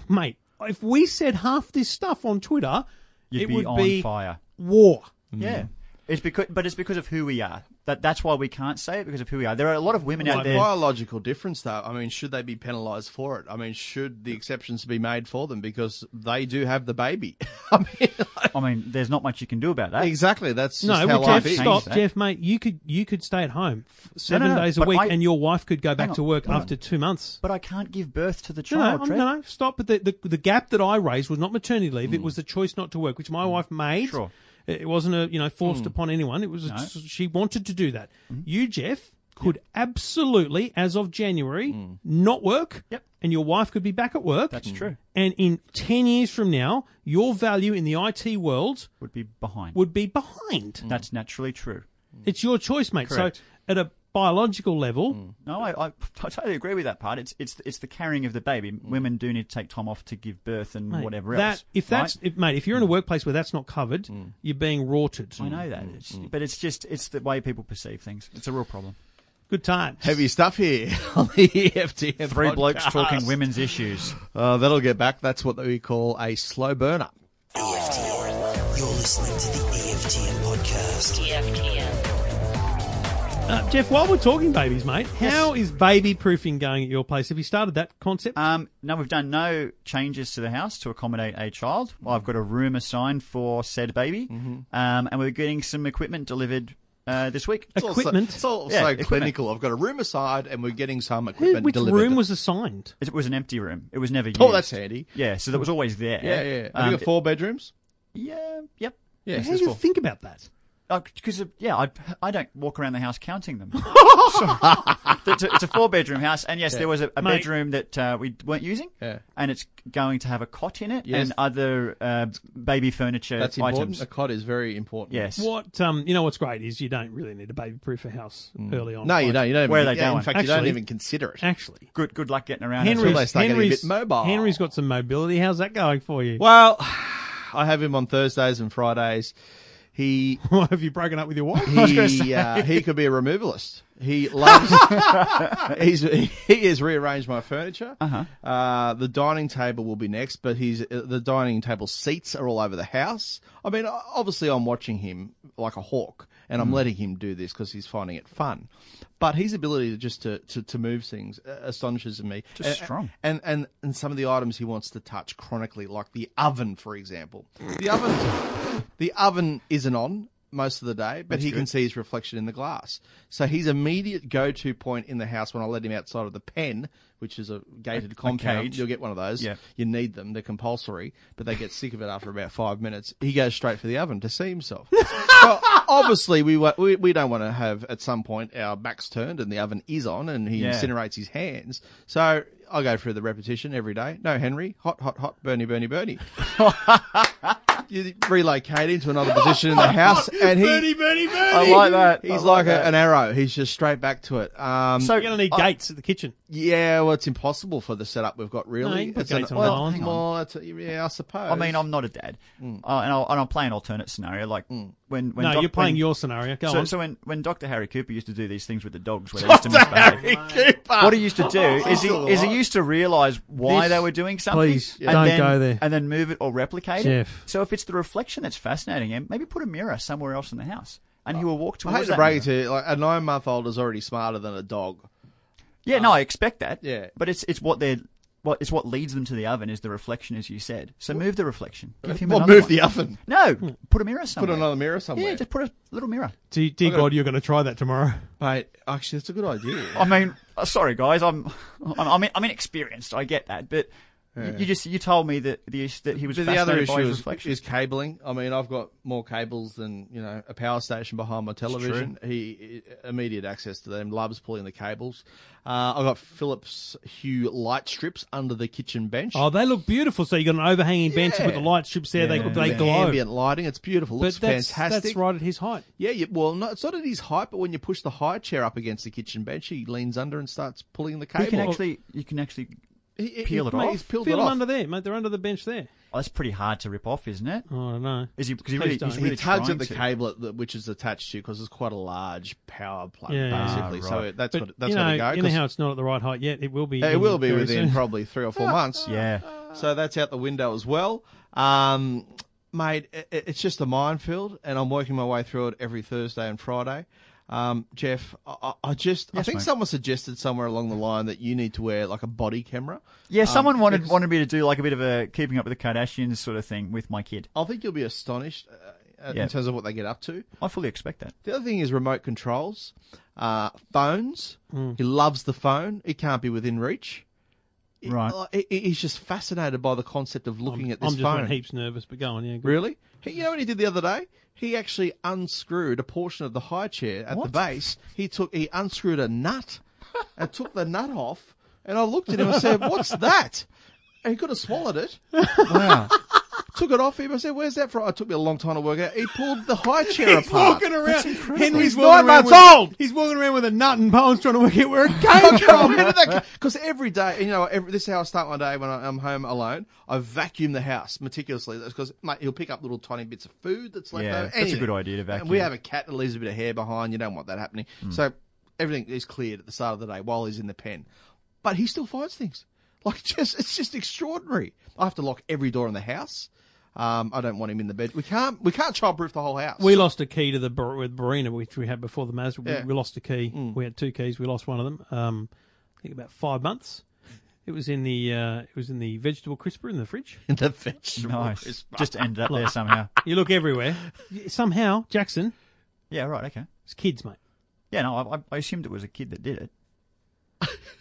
[SPEAKER 5] mate, if we said half this stuff on Twitter,
[SPEAKER 7] You'd
[SPEAKER 5] it
[SPEAKER 7] be
[SPEAKER 5] would
[SPEAKER 7] on
[SPEAKER 5] be
[SPEAKER 7] fire.
[SPEAKER 5] war.
[SPEAKER 7] Yeah. It's because, but it's because of who we are. that that's why we can't say it because of who we are. There are a lot of women out
[SPEAKER 2] Like
[SPEAKER 7] there.
[SPEAKER 2] biological difference, though. I mean, should they be penalised for it? I mean, should the exceptions be made for them because they do have the baby? I mean, like-
[SPEAKER 7] I mean, there's not much you can do about that.
[SPEAKER 2] exactly. That's just
[SPEAKER 5] No,
[SPEAKER 2] how
[SPEAKER 5] well,
[SPEAKER 2] life
[SPEAKER 5] Jeff,
[SPEAKER 2] is.
[SPEAKER 5] stop,
[SPEAKER 7] that.
[SPEAKER 5] Jeff, mate. You could you could stay at home f- seven
[SPEAKER 7] eh? no, no,
[SPEAKER 5] days a
[SPEAKER 7] but
[SPEAKER 5] week,
[SPEAKER 7] I-
[SPEAKER 5] and your wife could go back
[SPEAKER 7] on,
[SPEAKER 5] to work
[SPEAKER 7] hang on.
[SPEAKER 5] after two months.
[SPEAKER 7] But I can't give birth to the
[SPEAKER 5] No, no,
[SPEAKER 7] child.
[SPEAKER 5] I'm-
[SPEAKER 7] Trev.
[SPEAKER 5] no, no, stop. But the, the the gap that I raised was not maternity leave; it was the choice not to work, which my wife made.
[SPEAKER 7] Mm. Sure. Mm.
[SPEAKER 5] It it wasn't a you know forced upon anyone. It was a-
[SPEAKER 7] No. Mm.
[SPEAKER 5] she wanted to do that. You, Jeff, could absolutely, as of January, not work.
[SPEAKER 7] Mm. Yep.
[SPEAKER 5] And your wife could be back at work.
[SPEAKER 7] That's true.
[SPEAKER 5] And in ten years from now, your value in the IT world
[SPEAKER 7] Would be behind.
[SPEAKER 5] would be behind.
[SPEAKER 7] That's naturally true.
[SPEAKER 5] It's your choice, mate.
[SPEAKER 7] Correct.
[SPEAKER 5] So at a biological level,
[SPEAKER 2] Mm.
[SPEAKER 7] No, I, I, I totally agree with that part. It's it's it's the carrying of the baby.
[SPEAKER 2] Mm.
[SPEAKER 7] Women do need to take time off to give birth and
[SPEAKER 5] mate,
[SPEAKER 7] whatever
[SPEAKER 5] that
[SPEAKER 7] else.
[SPEAKER 5] if
[SPEAKER 7] right?
[SPEAKER 5] that's if, mate, if
[SPEAKER 2] Mm.
[SPEAKER 5] you're in a workplace where that's not covered, you're being rorted.
[SPEAKER 7] I know that,
[SPEAKER 2] Mm,
[SPEAKER 7] it's, but it's just it's the way people perceive things. It's a real problem.
[SPEAKER 5] Good times.
[SPEAKER 2] Heavy stuff here on the E EFTM.
[SPEAKER 7] Three blokes
[SPEAKER 2] podcast.
[SPEAKER 7] talking women's issues.
[SPEAKER 2] Uh, that'll get back. That's what we call a slow burner.
[SPEAKER 4] EFTM. You're listening to the EFTM podcast.
[SPEAKER 3] EFTM.
[SPEAKER 5] Uh, Jeff, while we're talking babies, mate, how is baby proofing going at your place? Have you started that
[SPEAKER 2] Uh,
[SPEAKER 5] concept?
[SPEAKER 7] Um, no, we've done no changes to the house to accommodate a child.
[SPEAKER 2] Mm.
[SPEAKER 7] Well, I've got a room assigned for said baby,
[SPEAKER 2] Mm-hmm.
[SPEAKER 7] um, and we're getting some equipment delivered uh, this week.
[SPEAKER 2] It's also-
[SPEAKER 5] Equipment?
[SPEAKER 2] It's also
[SPEAKER 7] Yeah, equipment.
[SPEAKER 2] clinical. I've got a room aside, and we're getting some
[SPEAKER 5] Who,
[SPEAKER 2] equipment
[SPEAKER 5] which
[SPEAKER 2] delivered.
[SPEAKER 5] room was assigned?
[SPEAKER 7] It was an empty room. It was never used.
[SPEAKER 2] oh, that's handy.
[SPEAKER 7] yeah. So that was always there.
[SPEAKER 2] Yeah, yeah. yeah. Have
[SPEAKER 7] Um,
[SPEAKER 2] you got four bedrooms?
[SPEAKER 7] Yeah. Yep.
[SPEAKER 2] Yeah,
[SPEAKER 5] How do you think about that?
[SPEAKER 7] because yeah, I I don't walk around the house counting them. So, it's, a, it's a four bedroom house, and yes, there was a, a
[SPEAKER 5] Mate.
[SPEAKER 7] bedroom that uh, we weren't using,
[SPEAKER 2] Yeah.
[SPEAKER 7] and it's going to have a cot in it
[SPEAKER 2] Yes.
[SPEAKER 7] and other uh, baby furniture
[SPEAKER 2] That's important.
[SPEAKER 7] items.
[SPEAKER 2] A cot is very important.
[SPEAKER 7] Yes,
[SPEAKER 5] What um, you know, what's great is you don't really need a baby proof a house early on.
[SPEAKER 2] Mm. No, you don't. You don't.
[SPEAKER 7] Where
[SPEAKER 2] even,
[SPEAKER 7] are they
[SPEAKER 2] yeah, In
[SPEAKER 7] going?
[SPEAKER 2] fact, you don't
[SPEAKER 5] Actually-
[SPEAKER 2] even consider it.
[SPEAKER 5] Actually,
[SPEAKER 7] good good luck getting around.
[SPEAKER 5] Henry's,
[SPEAKER 2] they start getting a bit
[SPEAKER 5] Henry's-
[SPEAKER 2] mobile.
[SPEAKER 5] Henry's got some mobility. How's that going for you?
[SPEAKER 2] Well, I have him on Thursdays and Fridays. He
[SPEAKER 5] Why have you broken up with your wife?
[SPEAKER 2] he uh, he could be a removalist. He loves. he's he has rearranged my furniture. Uh-huh. the dining table will be next, but he's uh, the dining table seats are all over the house. I mean, o- obviously, I'm watching him like a hawk, and
[SPEAKER 7] Mm.
[SPEAKER 2] I'm letting him do this because he's finding it fun. But his ability to just to, to, to move things uh, astonishes me.
[SPEAKER 7] Just
[SPEAKER 2] And-
[SPEAKER 7] strong.
[SPEAKER 2] and and and some of the items he wants to touch chronically, like the oven, for example. The oven, the oven isn't on most of the day, but he can see his reflection in the glass. So his immediate go-to point in the house when I let him outside of the pen, which is a gated compound,
[SPEAKER 7] cage.
[SPEAKER 2] you'll get one of those.
[SPEAKER 7] Yeah.
[SPEAKER 2] You need them; they're compulsory, but they get sick of it after about five minutes. He goes straight for the oven to see himself. well, obviously, we, wa- we we don't want to have at some point our backs turned and the oven is on and he
[SPEAKER 7] Yeah.
[SPEAKER 2] incinerates his hands. So I go through the repetition every day. No, Henry, hot, hot, hot, Bernie, Bernie, Bernie. you relocate him to another position in the house, and he
[SPEAKER 7] I like that.
[SPEAKER 2] he's like, a, an arrow. He's just straight back to it. Um,
[SPEAKER 7] So-
[SPEAKER 5] You're gonna need gates at the kitchen.
[SPEAKER 2] yeah, well, it's impossible for the setup we've got. Really,
[SPEAKER 5] No, you can put
[SPEAKER 2] It's an-
[SPEAKER 5] gates on an
[SPEAKER 2] well,
[SPEAKER 5] island.
[SPEAKER 2] well, it's a- yeah, I suppose.
[SPEAKER 7] I mean, I'm not a dad,
[SPEAKER 2] Mm.
[SPEAKER 7] uh, and, I'll, and I'll play an alternate scenario. Like when when
[SPEAKER 5] No,
[SPEAKER 7] doc-
[SPEAKER 5] you're playing
[SPEAKER 7] when-
[SPEAKER 5] your scenario. Go
[SPEAKER 7] So,
[SPEAKER 5] on.
[SPEAKER 7] so when, when Dr. Harry Cooper used to do these things with the dogs, where they used to misbehave, what he used to do is he is he used to realise why
[SPEAKER 2] This-
[SPEAKER 7] they were doing something.
[SPEAKER 5] Please, don't
[SPEAKER 7] then,
[SPEAKER 5] go there.
[SPEAKER 7] And then move it or replicate
[SPEAKER 5] Jeff.
[SPEAKER 7] it. So if it's the reflection that's fascinating him, maybe put a mirror somewhere else in the house, and he will walk
[SPEAKER 2] I
[SPEAKER 7] towards
[SPEAKER 2] hate to
[SPEAKER 7] that
[SPEAKER 2] break it
[SPEAKER 7] mirror.
[SPEAKER 2] to you, like a nine-month-old is already smarter than a dog.
[SPEAKER 7] Yeah, no, I expect that.
[SPEAKER 2] yeah.
[SPEAKER 7] but it's it's what they're. What, it's what leads them to the oven is the reflection, as you said. So move the reflection. Give him
[SPEAKER 2] Well,
[SPEAKER 7] another
[SPEAKER 2] move
[SPEAKER 7] one.
[SPEAKER 2] the oven.
[SPEAKER 7] No, put a mirror somewhere.
[SPEAKER 2] Put another mirror somewhere.
[SPEAKER 7] Yeah, just put a little mirror.
[SPEAKER 5] Dear, dear God, you're going to try that tomorrow.
[SPEAKER 2] Mate, actually, that's a good idea.
[SPEAKER 7] I mean, uh, sorry guys, I'm I'm I'm, in, I'm inexperienced. I get that, but y- you just you told me that the issue- that he was
[SPEAKER 2] But the
[SPEAKER 7] fascinated
[SPEAKER 2] other issue
[SPEAKER 7] by his
[SPEAKER 2] is,
[SPEAKER 7] reflection.
[SPEAKER 2] is cabling. I mean, I've got more cables than you know a power station behind my television. He immediate access to them. Loves pulling the cables. Uh, I got Philips Hue light strips under the kitchen bench.
[SPEAKER 5] Oh, they look beautiful. So you got an overhanging bench
[SPEAKER 2] Yeah.
[SPEAKER 5] with the light strips there.
[SPEAKER 2] Yeah.
[SPEAKER 5] They, they
[SPEAKER 2] With
[SPEAKER 5] glow.
[SPEAKER 2] Ambient lighting. It's beautiful.
[SPEAKER 5] but
[SPEAKER 2] Looks
[SPEAKER 5] that's,
[SPEAKER 2] fantastic.
[SPEAKER 5] that's right at his height.
[SPEAKER 2] Yeah. You, well, not, it's not at his height, but when you push the high chair up against the kitchen bench, he leans under and starts pulling the cable.
[SPEAKER 7] you can actually you can actually.
[SPEAKER 2] He- he-
[SPEAKER 7] peel it
[SPEAKER 2] mate,
[SPEAKER 7] off.
[SPEAKER 2] He's peeled
[SPEAKER 5] Feel
[SPEAKER 2] it
[SPEAKER 5] them
[SPEAKER 2] off.
[SPEAKER 5] under there, mate. They're under the bench there.
[SPEAKER 7] Oh, that's pretty hard to rip off, isn't it?
[SPEAKER 5] Oh, I don't know.
[SPEAKER 7] Is he? Because he
[SPEAKER 5] Please
[SPEAKER 7] really,
[SPEAKER 5] don't.
[SPEAKER 7] he's
[SPEAKER 5] He
[SPEAKER 2] He
[SPEAKER 7] really
[SPEAKER 2] tugs
[SPEAKER 7] trying
[SPEAKER 2] at the
[SPEAKER 7] to.
[SPEAKER 2] cable at the, which is attached to because it's quite a large power plug,
[SPEAKER 5] Yeah, yeah.
[SPEAKER 2] basically.
[SPEAKER 7] Ah,
[SPEAKER 2] So
[SPEAKER 7] right.
[SPEAKER 2] it, that's
[SPEAKER 5] But
[SPEAKER 2] what, that's
[SPEAKER 5] you
[SPEAKER 2] where
[SPEAKER 5] know,
[SPEAKER 2] they go.
[SPEAKER 5] you
[SPEAKER 2] 'cause
[SPEAKER 5] know how it's not at the right height yet. It will be.
[SPEAKER 2] it
[SPEAKER 5] in
[SPEAKER 2] will be
[SPEAKER 5] very
[SPEAKER 2] within
[SPEAKER 5] soon.
[SPEAKER 2] probably three or four months.
[SPEAKER 7] Yeah.
[SPEAKER 2] So that's out the window as well. Um, mate, i- i it's just a minefield, and I'm working my way through it every Thursday and Friday. Um, Jeff, I, I- I just I
[SPEAKER 7] Yes,
[SPEAKER 2] think
[SPEAKER 7] mate.
[SPEAKER 2] someone suggested somewhere along the line that you need to wear like a body camera.
[SPEAKER 7] Yeah, someone wanted wanted me to do like a bit of a keeping up with the Kardashians sort of thing with my kid.
[SPEAKER 2] I think you'll be astonished uh,
[SPEAKER 7] Yeah.
[SPEAKER 2] in terms of what they get up to.
[SPEAKER 7] I fully expect that.
[SPEAKER 2] The other thing is remote controls, uh, phones.
[SPEAKER 5] Hmm.
[SPEAKER 2] He loves the phone. He can't be within reach. He-
[SPEAKER 7] Right.
[SPEAKER 2] uh, he- he- he's just fascinated by the concept of looking at this
[SPEAKER 5] I'm just
[SPEAKER 2] phone.
[SPEAKER 5] went heaps nervous, but go on, yeah. good.
[SPEAKER 2] Really? He, you know what he did the other day? He actually unscrewed a portion of the high chair at the
[SPEAKER 7] What?
[SPEAKER 2] base. He took he unscrewed a nut and took the nut off. And I looked at him and said, "What's that?" And he could have swallowed it.
[SPEAKER 7] Wow.
[SPEAKER 2] Took it off him. I said, "Where's that from?" It took me a long time to work out. He pulled the high chair apart.
[SPEAKER 5] Walking around,
[SPEAKER 2] He's
[SPEAKER 5] Henry's
[SPEAKER 2] nine
[SPEAKER 5] walking around
[SPEAKER 2] months
[SPEAKER 5] with,
[SPEAKER 2] old!
[SPEAKER 5] He's walking around with a nut and Poland's trying to work out where it came from.
[SPEAKER 2] Because every day, you know, every, this is how I start my day when I- I'm home alone. I vacuum the house meticulously because mate, he'll pick up little tiny bits of food that's left
[SPEAKER 7] Yeah,
[SPEAKER 2] over.
[SPEAKER 7] that's a
[SPEAKER 2] anything.
[SPEAKER 7] good idea to
[SPEAKER 2] And we
[SPEAKER 7] vacuum.
[SPEAKER 2] have a cat that leaves a bit of hair behind. You don't want that happening.
[SPEAKER 5] Hmm.
[SPEAKER 2] So everything is cleared at the start of the day while he's in the pen, but he still finds things. Like just, it's just extraordinary. I have to lock every door in the house. Um, I don't want him in the bed. We can't, we can't childproof the whole house.
[SPEAKER 5] We lost a key to the Bar- with Barina, which we had before the Mazda. We,
[SPEAKER 2] Yeah. Mm.
[SPEAKER 5] we lost a key. We had two keys. We lost one of them. Um, I think about five months. It was in the uh, it was in the vegetable crisper in the fridge.
[SPEAKER 2] in the vegetable.
[SPEAKER 7] nice.
[SPEAKER 2] crisper.
[SPEAKER 7] Just ended up there somehow.
[SPEAKER 5] You look everywhere. Somehow Jackson,
[SPEAKER 7] Yeah, right, okay.
[SPEAKER 5] it's kids, mate.
[SPEAKER 7] Yeah, no, I, I- I assumed it was a kid that did it.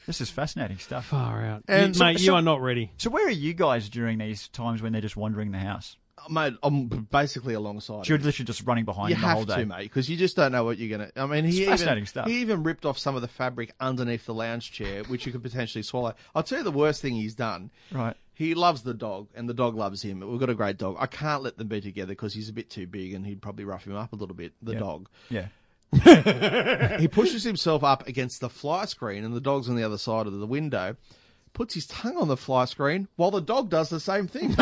[SPEAKER 7] this is fascinating stuff.
[SPEAKER 5] Far out,
[SPEAKER 2] And
[SPEAKER 5] You-
[SPEAKER 2] so-
[SPEAKER 5] mate.
[SPEAKER 2] so-
[SPEAKER 5] you are not ready.
[SPEAKER 7] So, where are you guys during these times when they're just wandering the house?
[SPEAKER 2] uh, mate, I'm basically alongside.
[SPEAKER 7] So you're literally just running behind
[SPEAKER 2] You
[SPEAKER 7] them the
[SPEAKER 2] have
[SPEAKER 7] whole day.
[SPEAKER 2] to, mate, because you just don't know what you're gonna. I mean, he
[SPEAKER 7] It's
[SPEAKER 2] even,
[SPEAKER 7] fascinating stuff.
[SPEAKER 2] he even ripped off some of the fabric underneath the lounge chair, which you could potentially swallow. I'll tell you the worst thing he's done.
[SPEAKER 7] Right.
[SPEAKER 2] He loves the dog, and the dog loves him. We've got a great dog. I can't let them be together because he's a bit too big, and he'd probably rough him up a little bit. The dog.
[SPEAKER 7] Yeah.
[SPEAKER 2] He pushes himself up against the fly screen, and the dog's on the other side of the window. Puts his tongue on the fly screen while the dog does the same thing. They,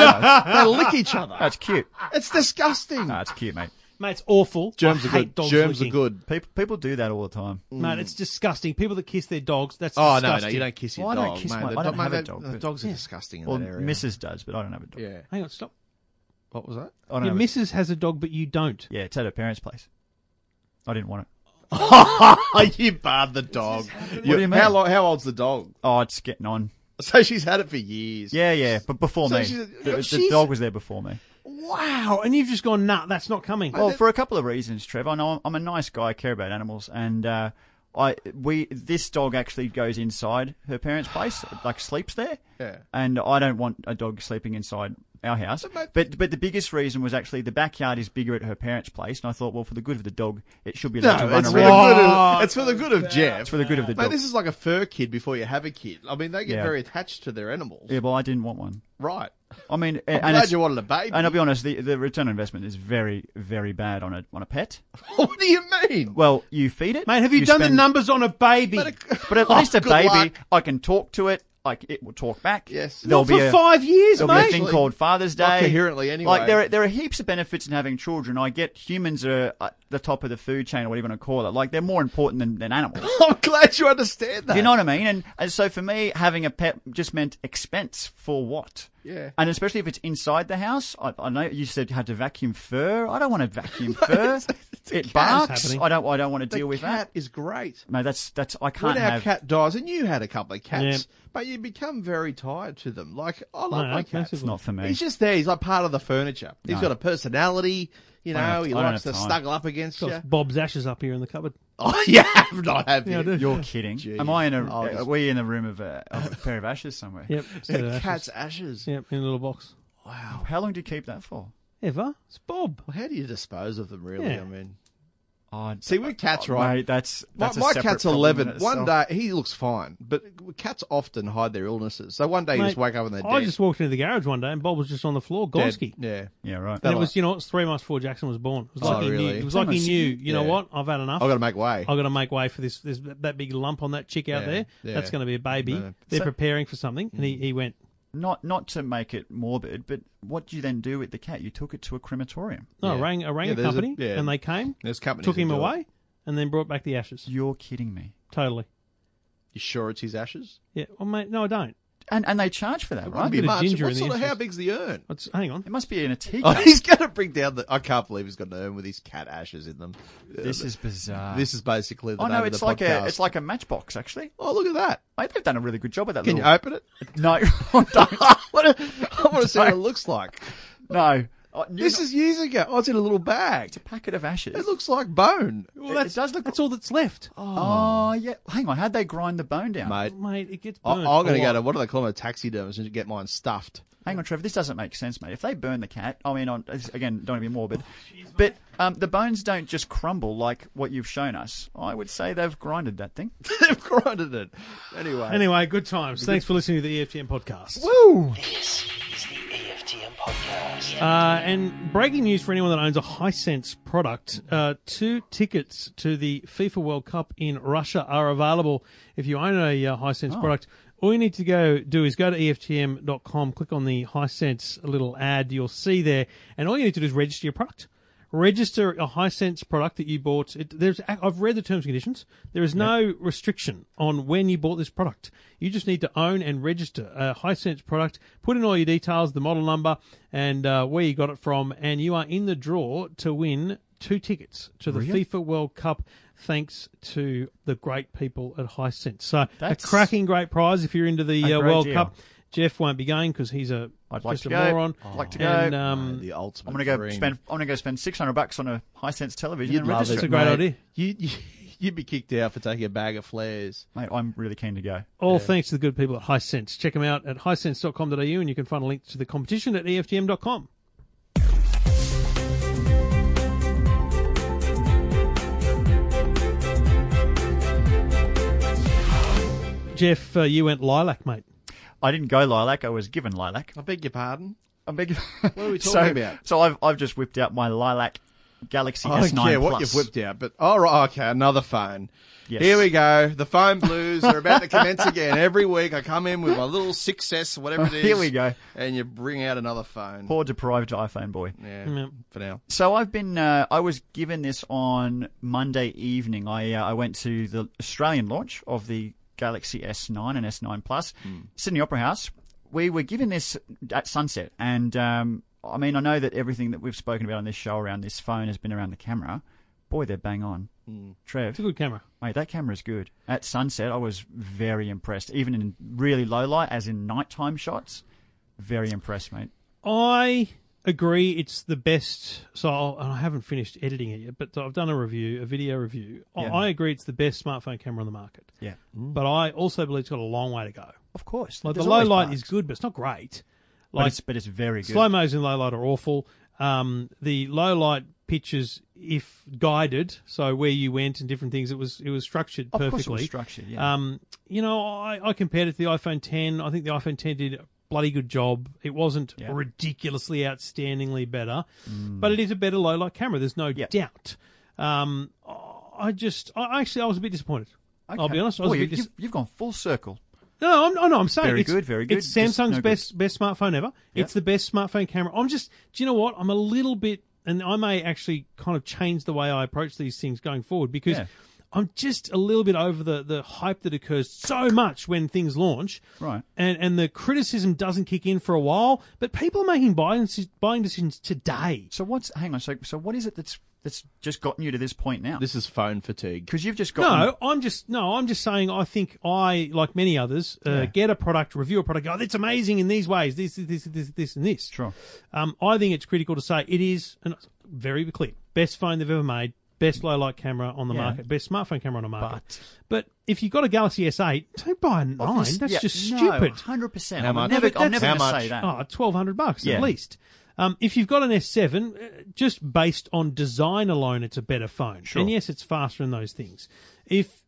[SPEAKER 2] they lick each other.
[SPEAKER 7] That's cute.
[SPEAKER 2] It's disgusting.
[SPEAKER 7] No, it's cute, mate.
[SPEAKER 5] Mate, it's awful.
[SPEAKER 2] Uh, Germs
[SPEAKER 5] I
[SPEAKER 2] are
[SPEAKER 5] hate
[SPEAKER 2] good.
[SPEAKER 5] Dogs
[SPEAKER 2] Germs are
[SPEAKER 5] licking.
[SPEAKER 2] good. Mm.
[SPEAKER 7] People, people do that all the time.
[SPEAKER 5] mate. It's disgusting. People that kiss their dogs. That's
[SPEAKER 2] Oh
[SPEAKER 5] disgusting.
[SPEAKER 2] no, no, you don't kiss your
[SPEAKER 7] Well, I
[SPEAKER 2] dog.
[SPEAKER 7] don't kiss
[SPEAKER 2] mate.
[SPEAKER 7] my-
[SPEAKER 2] The
[SPEAKER 7] I don't
[SPEAKER 2] dog- mate,
[SPEAKER 7] have a
[SPEAKER 2] the-
[SPEAKER 7] dog,
[SPEAKER 2] The
[SPEAKER 7] but-
[SPEAKER 2] dogs are disgusting in
[SPEAKER 7] Well,
[SPEAKER 2] that area.
[SPEAKER 7] Mrs. does, but I don't have a dog.
[SPEAKER 2] Yeah.
[SPEAKER 5] Hang on, stop.
[SPEAKER 2] What was that?
[SPEAKER 7] I don't
[SPEAKER 5] Your
[SPEAKER 7] have a-
[SPEAKER 5] missus has a dog, but you don't.
[SPEAKER 7] yeah, it's at her parents' place. I didn't want it.
[SPEAKER 2] Oh, you barred the dog.
[SPEAKER 7] What do you mean?
[SPEAKER 2] How long? How old's the dog?
[SPEAKER 7] Oh, it's getting on.
[SPEAKER 2] So she's had it for years.
[SPEAKER 7] Yeah, yeah, but before
[SPEAKER 2] So
[SPEAKER 7] me.
[SPEAKER 2] she's-
[SPEAKER 7] The, the
[SPEAKER 5] she's-
[SPEAKER 7] dog was there before me.
[SPEAKER 5] Wow, and you've just gone, nah, that's not coming.
[SPEAKER 7] Well, for a couple of reasons, Trev. I know I'm a nice guy. I care about animals, and uh, I we this dog actually goes inside her parents' place, like sleeps there.
[SPEAKER 2] Yeah.
[SPEAKER 7] And I don't want a dog sleeping inside our house.
[SPEAKER 2] mate-
[SPEAKER 7] But but the biggest reason was actually the backyard is bigger at her parents' place, and I thought, well, for the good of the dog, it should be allowed to
[SPEAKER 2] No,
[SPEAKER 7] run
[SPEAKER 2] it's for, the
[SPEAKER 7] around.
[SPEAKER 2] good of, it's for the good of Jeff.
[SPEAKER 7] It's for the good of the
[SPEAKER 2] Mate,
[SPEAKER 7] dog.
[SPEAKER 2] this is like a fur kid before you have a kid. I mean, they get
[SPEAKER 7] Yeah.
[SPEAKER 2] very attached to their animals.
[SPEAKER 7] Yeah, well, I didn't want one.
[SPEAKER 2] Right.
[SPEAKER 7] I mean,
[SPEAKER 2] I'm
[SPEAKER 7] and
[SPEAKER 2] glad
[SPEAKER 7] it's-
[SPEAKER 2] you wanted a baby.
[SPEAKER 7] and I'll be honest, the, the return on investment is very, very bad on a on a pet.
[SPEAKER 2] what do you mean?
[SPEAKER 7] Well, you feed it,
[SPEAKER 5] Mate, have you, done the
[SPEAKER 7] spend-
[SPEAKER 5] numbers on a baby?
[SPEAKER 7] But at least a
[SPEAKER 2] Oh, good
[SPEAKER 7] baby,
[SPEAKER 2] luck.
[SPEAKER 7] I can talk to it. Like it will talk back.
[SPEAKER 2] Yes.
[SPEAKER 7] there'll
[SPEAKER 5] Not
[SPEAKER 7] be
[SPEAKER 5] for
[SPEAKER 7] a,
[SPEAKER 5] five years,
[SPEAKER 7] There'll be a
[SPEAKER 5] mate.
[SPEAKER 7] thing called Father's Day.
[SPEAKER 2] Not coherently, anyway.
[SPEAKER 7] Like there, are, there are heaps of benefits in having children. I get humans are at the top of the food chain, or whatever you want to call it. Like they're more important than, than animals.
[SPEAKER 2] I'm glad you understand that.
[SPEAKER 7] Do you know what I mean? And, and so for me, having a pet just meant expense for what?
[SPEAKER 2] Yeah.
[SPEAKER 7] And especially if it's inside the house. I, I know you said you had to vacuum fur. I don't want to vacuum fur. it barks.
[SPEAKER 5] happening.
[SPEAKER 7] I don't. I don't want to
[SPEAKER 2] the
[SPEAKER 7] deal with
[SPEAKER 2] cat
[SPEAKER 7] that.
[SPEAKER 2] is great.
[SPEAKER 7] No, that's that's. I
[SPEAKER 2] when
[SPEAKER 7] can't
[SPEAKER 2] our
[SPEAKER 7] have.
[SPEAKER 2] cat dies, and you had a couple of cats,
[SPEAKER 5] Yeah.
[SPEAKER 2] but you become very tied to them. Like I love
[SPEAKER 5] No,
[SPEAKER 2] my
[SPEAKER 5] that's
[SPEAKER 2] cat.
[SPEAKER 5] massive.
[SPEAKER 7] it's not for me.
[SPEAKER 2] He's just there. He's like part of the furniture. He's got a personality. You know,
[SPEAKER 7] don't have-
[SPEAKER 2] he
[SPEAKER 7] I don't
[SPEAKER 2] likes to
[SPEAKER 7] have time.
[SPEAKER 2] snuggle up against
[SPEAKER 5] Got
[SPEAKER 2] you.
[SPEAKER 5] Bob's ashes up here in the cupboard.
[SPEAKER 2] Oh, you have not have
[SPEAKER 5] Yeah, I
[SPEAKER 2] you?
[SPEAKER 5] do.
[SPEAKER 7] You're kidding.
[SPEAKER 2] Jeez.
[SPEAKER 7] Am I in a?
[SPEAKER 2] I'll just-
[SPEAKER 7] Are we in a room of a, of a pair of ashes somewhere?
[SPEAKER 5] Yep. so
[SPEAKER 2] The
[SPEAKER 5] ashes.
[SPEAKER 2] cat's ashes.
[SPEAKER 5] Yep, in a little box.
[SPEAKER 7] Wow. How long do you keep that for?
[SPEAKER 5] Ever? It's Bob.
[SPEAKER 2] Well, how do you dispose of them? Really?
[SPEAKER 5] Yeah.
[SPEAKER 2] I mean,
[SPEAKER 7] Oh,
[SPEAKER 2] see, with cats,
[SPEAKER 7] oh,
[SPEAKER 2] right?
[SPEAKER 7] mate, that's,
[SPEAKER 2] My,
[SPEAKER 7] that's a
[SPEAKER 2] my
[SPEAKER 7] separate
[SPEAKER 2] cat's
[SPEAKER 7] problem
[SPEAKER 2] eleven.
[SPEAKER 7] in
[SPEAKER 2] One
[SPEAKER 7] itself.
[SPEAKER 2] day he looks fine, but cats often hide their illnesses. So one day you
[SPEAKER 5] Mate,
[SPEAKER 2] just wake up and they're
[SPEAKER 5] I
[SPEAKER 2] dead.
[SPEAKER 5] just walked into the garage one day and Bob was just on the floor,
[SPEAKER 2] Dead.
[SPEAKER 5] Gonski.
[SPEAKER 2] Yeah.
[SPEAKER 7] Yeah, right.
[SPEAKER 5] And it was, you know, it's three months before Jackson was born. It was
[SPEAKER 2] Oh,
[SPEAKER 5] like he
[SPEAKER 2] really?
[SPEAKER 5] knew. It was like he
[SPEAKER 7] Almost.
[SPEAKER 5] knew. You know
[SPEAKER 2] Yeah.
[SPEAKER 5] what? I've had enough.
[SPEAKER 2] I've got to make way.
[SPEAKER 5] I've got to make way for this, this that big lump on that chick out
[SPEAKER 2] Yeah,
[SPEAKER 5] there.
[SPEAKER 2] yeah.
[SPEAKER 5] That's going to be a baby.
[SPEAKER 2] No.
[SPEAKER 5] They're
[SPEAKER 7] So-
[SPEAKER 5] preparing for something, and he, he went.
[SPEAKER 7] Not not to make it morbid, but what do you then do with the cat? You took it to a crematorium.
[SPEAKER 5] No, I
[SPEAKER 2] Yeah.
[SPEAKER 5] "Oh, rang, I rang
[SPEAKER 2] Yeah,
[SPEAKER 5] a
[SPEAKER 2] there's a-
[SPEAKER 5] company,
[SPEAKER 2] yeah.
[SPEAKER 5] and they came,
[SPEAKER 2] There's companies
[SPEAKER 5] took
[SPEAKER 2] that
[SPEAKER 5] him
[SPEAKER 2] do it.
[SPEAKER 5] away, and then brought back the ashes.
[SPEAKER 7] You're kidding me.
[SPEAKER 5] Totally.
[SPEAKER 2] You sure it's his ashes?
[SPEAKER 5] Yeah. Well, mate, no, I don't.
[SPEAKER 7] And and they charge for that,
[SPEAKER 2] Wouldn't
[SPEAKER 7] right?
[SPEAKER 2] be
[SPEAKER 5] bit of
[SPEAKER 2] much.
[SPEAKER 5] ginger
[SPEAKER 2] What
[SPEAKER 5] in the
[SPEAKER 2] sort of, how
[SPEAKER 5] entrance.
[SPEAKER 2] big's the urn?
[SPEAKER 5] What's- hang on.
[SPEAKER 7] It must be in a teacup.
[SPEAKER 2] Oh, he's going to bring down the. I can't believe he's got an urn with his cat ashes in them. Uh,
[SPEAKER 7] this is bizarre.
[SPEAKER 2] This is basically the
[SPEAKER 7] oh
[SPEAKER 2] name
[SPEAKER 7] no,
[SPEAKER 2] of
[SPEAKER 7] it's
[SPEAKER 2] the
[SPEAKER 7] like
[SPEAKER 2] podcast.
[SPEAKER 7] a it's like a matchbox actually.
[SPEAKER 2] oh look at that.
[SPEAKER 7] Mate, they've done a really good job of that.
[SPEAKER 2] Can you
[SPEAKER 7] little...
[SPEAKER 2] open it?
[SPEAKER 7] No, oh, don't.
[SPEAKER 2] what a, I want to see what it looks like.
[SPEAKER 7] no. Oh, you
[SPEAKER 2] This
[SPEAKER 7] know-
[SPEAKER 2] is years ago. Oh, it's in a little bag.
[SPEAKER 7] it's a packet of ashes.
[SPEAKER 2] It looks like bone,
[SPEAKER 5] Well, that's,
[SPEAKER 7] it does look-
[SPEAKER 5] that's all that's left. Oh,
[SPEAKER 7] Oh yeah, hang on. How'd they grind the bone down?
[SPEAKER 2] mate.
[SPEAKER 5] mate, it gets
[SPEAKER 2] I,
[SPEAKER 5] burnt. Oh,
[SPEAKER 2] I'm going to
[SPEAKER 5] a
[SPEAKER 2] go
[SPEAKER 5] lot.
[SPEAKER 2] to what do they call them? A taxidermist and get mine stuffed.
[SPEAKER 7] Hang on, Trevor. This doesn't make sense, mate. If they burn the cat, I mean, on this- again, don't want to be morbid, but um, the bones don't just crumble like what you've shown us. I would say they've grinded that thing.
[SPEAKER 2] They've grinded it. Anyway.
[SPEAKER 5] Anyway, good times. Thanks for listening to the E EFTM podcast.
[SPEAKER 2] Woo!
[SPEAKER 4] This is the EFTM podcast.
[SPEAKER 5] Uh, and breaking news for anyone that owns a Hisense product: uh, two tickets to the FIFA World Cup in Russia are available. If you own a uh, Hisense product, all you need to go do is go to E EFTM.com, click on the Hisense little ad you'll see there, and all you need to do is register your product. Register a Hisense product that you bought. It, there's, I've read the terms and conditions. There is no restriction on when you bought this product. You just need to own and register a Hisense product. Put in all your details, the model number, and uh, where you got it from, and you are in the draw to win two tickets to the FIFA World Cup. Thanks to the great people at Hisense. So
[SPEAKER 7] That's
[SPEAKER 5] a cracking great prize if you're into the
[SPEAKER 7] a
[SPEAKER 5] uh,
[SPEAKER 7] great
[SPEAKER 5] World
[SPEAKER 7] deal.
[SPEAKER 5] Cup. Jeff won't be going because he's a
[SPEAKER 7] I'd like
[SPEAKER 5] just
[SPEAKER 7] to
[SPEAKER 5] a
[SPEAKER 7] go.
[SPEAKER 5] moron.
[SPEAKER 7] I'd like to go.
[SPEAKER 5] And, um,
[SPEAKER 2] The ultimate.
[SPEAKER 7] I'm gonna go
[SPEAKER 2] dream.
[SPEAKER 7] spend. I'm gonna go spend six hundred bucks on a high sense television.
[SPEAKER 2] You'd
[SPEAKER 7] and
[SPEAKER 2] love
[SPEAKER 7] register
[SPEAKER 5] it's
[SPEAKER 2] it,
[SPEAKER 5] a great
[SPEAKER 2] mate.
[SPEAKER 5] idea.
[SPEAKER 2] You, you, you'd be kicked out for taking a bag of flares.
[SPEAKER 7] Mate, I'm really keen to go.
[SPEAKER 5] All thanks to the good people at Hisense. Check them out at hisense.com.au and you can find a link to the competition at E EFTM.com. Jeff, uh, you went lilac, mate.
[SPEAKER 7] I didn't go lilac. I was given lilac.
[SPEAKER 2] I beg your pardon.
[SPEAKER 7] I beg.
[SPEAKER 2] What are we talking
[SPEAKER 7] so,
[SPEAKER 2] about?
[SPEAKER 7] So I've I've just whipped out my lilac Galaxy
[SPEAKER 2] I
[SPEAKER 7] S9
[SPEAKER 2] don't care
[SPEAKER 7] Plus.
[SPEAKER 2] what you've whipped out, but all right, okay, another phone.
[SPEAKER 7] Yes.
[SPEAKER 2] Here we go. The phone blues are about to commence again. Every week I come in with my little 6S, whatever it is.
[SPEAKER 7] Here we go.
[SPEAKER 2] And you bring out another phone.
[SPEAKER 7] Poor deprived iPhone boy.
[SPEAKER 2] yeah,
[SPEAKER 5] Mm.
[SPEAKER 2] for now.
[SPEAKER 7] So I've been. Uh, I was given this on Monday evening. I uh, I went to the Australian launch of the Galaxy S9 and S9 Plus,
[SPEAKER 2] Hmm.
[SPEAKER 7] Sydney Opera House. We were given this at sunset, and um, I mean, I know that everything that we've spoken about on this show around this phone has been around the camera. Boy, they're bang on.
[SPEAKER 2] Hmm.
[SPEAKER 7] Trev,
[SPEAKER 5] It's a good camera.
[SPEAKER 7] Mate, that camera's good. At sunset, I was very impressed. Even in really low light, as in nighttime shots, very impressed, mate.
[SPEAKER 5] I agree. It's the best. So I'll, and I haven't finished editing it yet, but I've done a review, a video review. I-
[SPEAKER 7] Yeah.
[SPEAKER 5] I agree. It's the best smartphone camera on the market.
[SPEAKER 7] Yeah,
[SPEAKER 5] But I also believe it's got a long way to go.
[SPEAKER 7] of course.
[SPEAKER 5] Like
[SPEAKER 7] There's
[SPEAKER 5] the low
[SPEAKER 7] always
[SPEAKER 5] light
[SPEAKER 7] bugs.
[SPEAKER 5] is good, but it's not great.
[SPEAKER 7] but,
[SPEAKER 5] Like
[SPEAKER 7] it's, but it's very good.
[SPEAKER 5] slow mo's in low light are awful. Um, the low light pictures, if guided, so where you went and different things, it was it was structured
[SPEAKER 7] Of course it was
[SPEAKER 5] perfectly.
[SPEAKER 7] structured, yeah.
[SPEAKER 5] Um, you know, I, I compared it to the iPhone 10. I think the iPhone 10 did a bloody good job. It wasn't
[SPEAKER 7] Yeah.
[SPEAKER 5] ridiculously, outstandingly better, but it is a better low light camera. There's no doubt. Um, I just, I actually, I was a bit disappointed. I'll
[SPEAKER 7] Okay.
[SPEAKER 5] be honest. I was
[SPEAKER 7] Boy,
[SPEAKER 5] a
[SPEAKER 7] you,
[SPEAKER 5] bit dis-
[SPEAKER 7] you've, you've gone full circle.
[SPEAKER 5] no, I'm, oh, no, I'm saying
[SPEAKER 7] Very
[SPEAKER 5] it's,
[SPEAKER 7] good, very good.
[SPEAKER 5] It's
[SPEAKER 7] Just
[SPEAKER 5] Samsung's
[SPEAKER 7] no good.
[SPEAKER 5] best best smartphone ever. It's the best smartphone camera. I'm just, do you know what? I'm a little bit, and I may actually kind of change the way I approach these things going forward because
[SPEAKER 7] Yeah.
[SPEAKER 5] I'm just a little bit over the the hype that occurs so much when things launch,
[SPEAKER 7] Right.
[SPEAKER 5] And and the criticism doesn't kick in for a while, but people are making buying buying decisions today.
[SPEAKER 7] So what's? Hang on. So so what is it that's that's just gotten you to this point now?
[SPEAKER 2] This is phone fatigue.
[SPEAKER 7] Because you've just gotten.
[SPEAKER 5] No, I'm just no, I'm just saying. I think I, like many others, uh, get a product, review a product. go, Oh, that's amazing in these ways. This, this, this, this, and this.
[SPEAKER 7] Sure.
[SPEAKER 5] Um, I think it's critical to say it is and it's very clear best phone they've ever made, best low light camera on the
[SPEAKER 7] Yeah.
[SPEAKER 5] market, best smartphone camera on the market. But, if you've got a Galaxy S8, don't buy a nine.
[SPEAKER 7] Obvious-
[SPEAKER 5] That's
[SPEAKER 7] yeah,
[SPEAKER 5] just
[SPEAKER 7] no,
[SPEAKER 5] stupid.
[SPEAKER 7] 100%.
[SPEAKER 2] How
[SPEAKER 7] I'm
[SPEAKER 2] much?
[SPEAKER 7] never,
[SPEAKER 2] That's-
[SPEAKER 7] I'm never
[SPEAKER 2] how
[SPEAKER 7] going to
[SPEAKER 2] much?
[SPEAKER 7] say that.
[SPEAKER 5] Oh, 1200 bucks
[SPEAKER 7] Yeah.
[SPEAKER 5] at least. Um, if you've got an S7, uh, just based on design alone, it's a better phone. And yes, it's faster in those things. If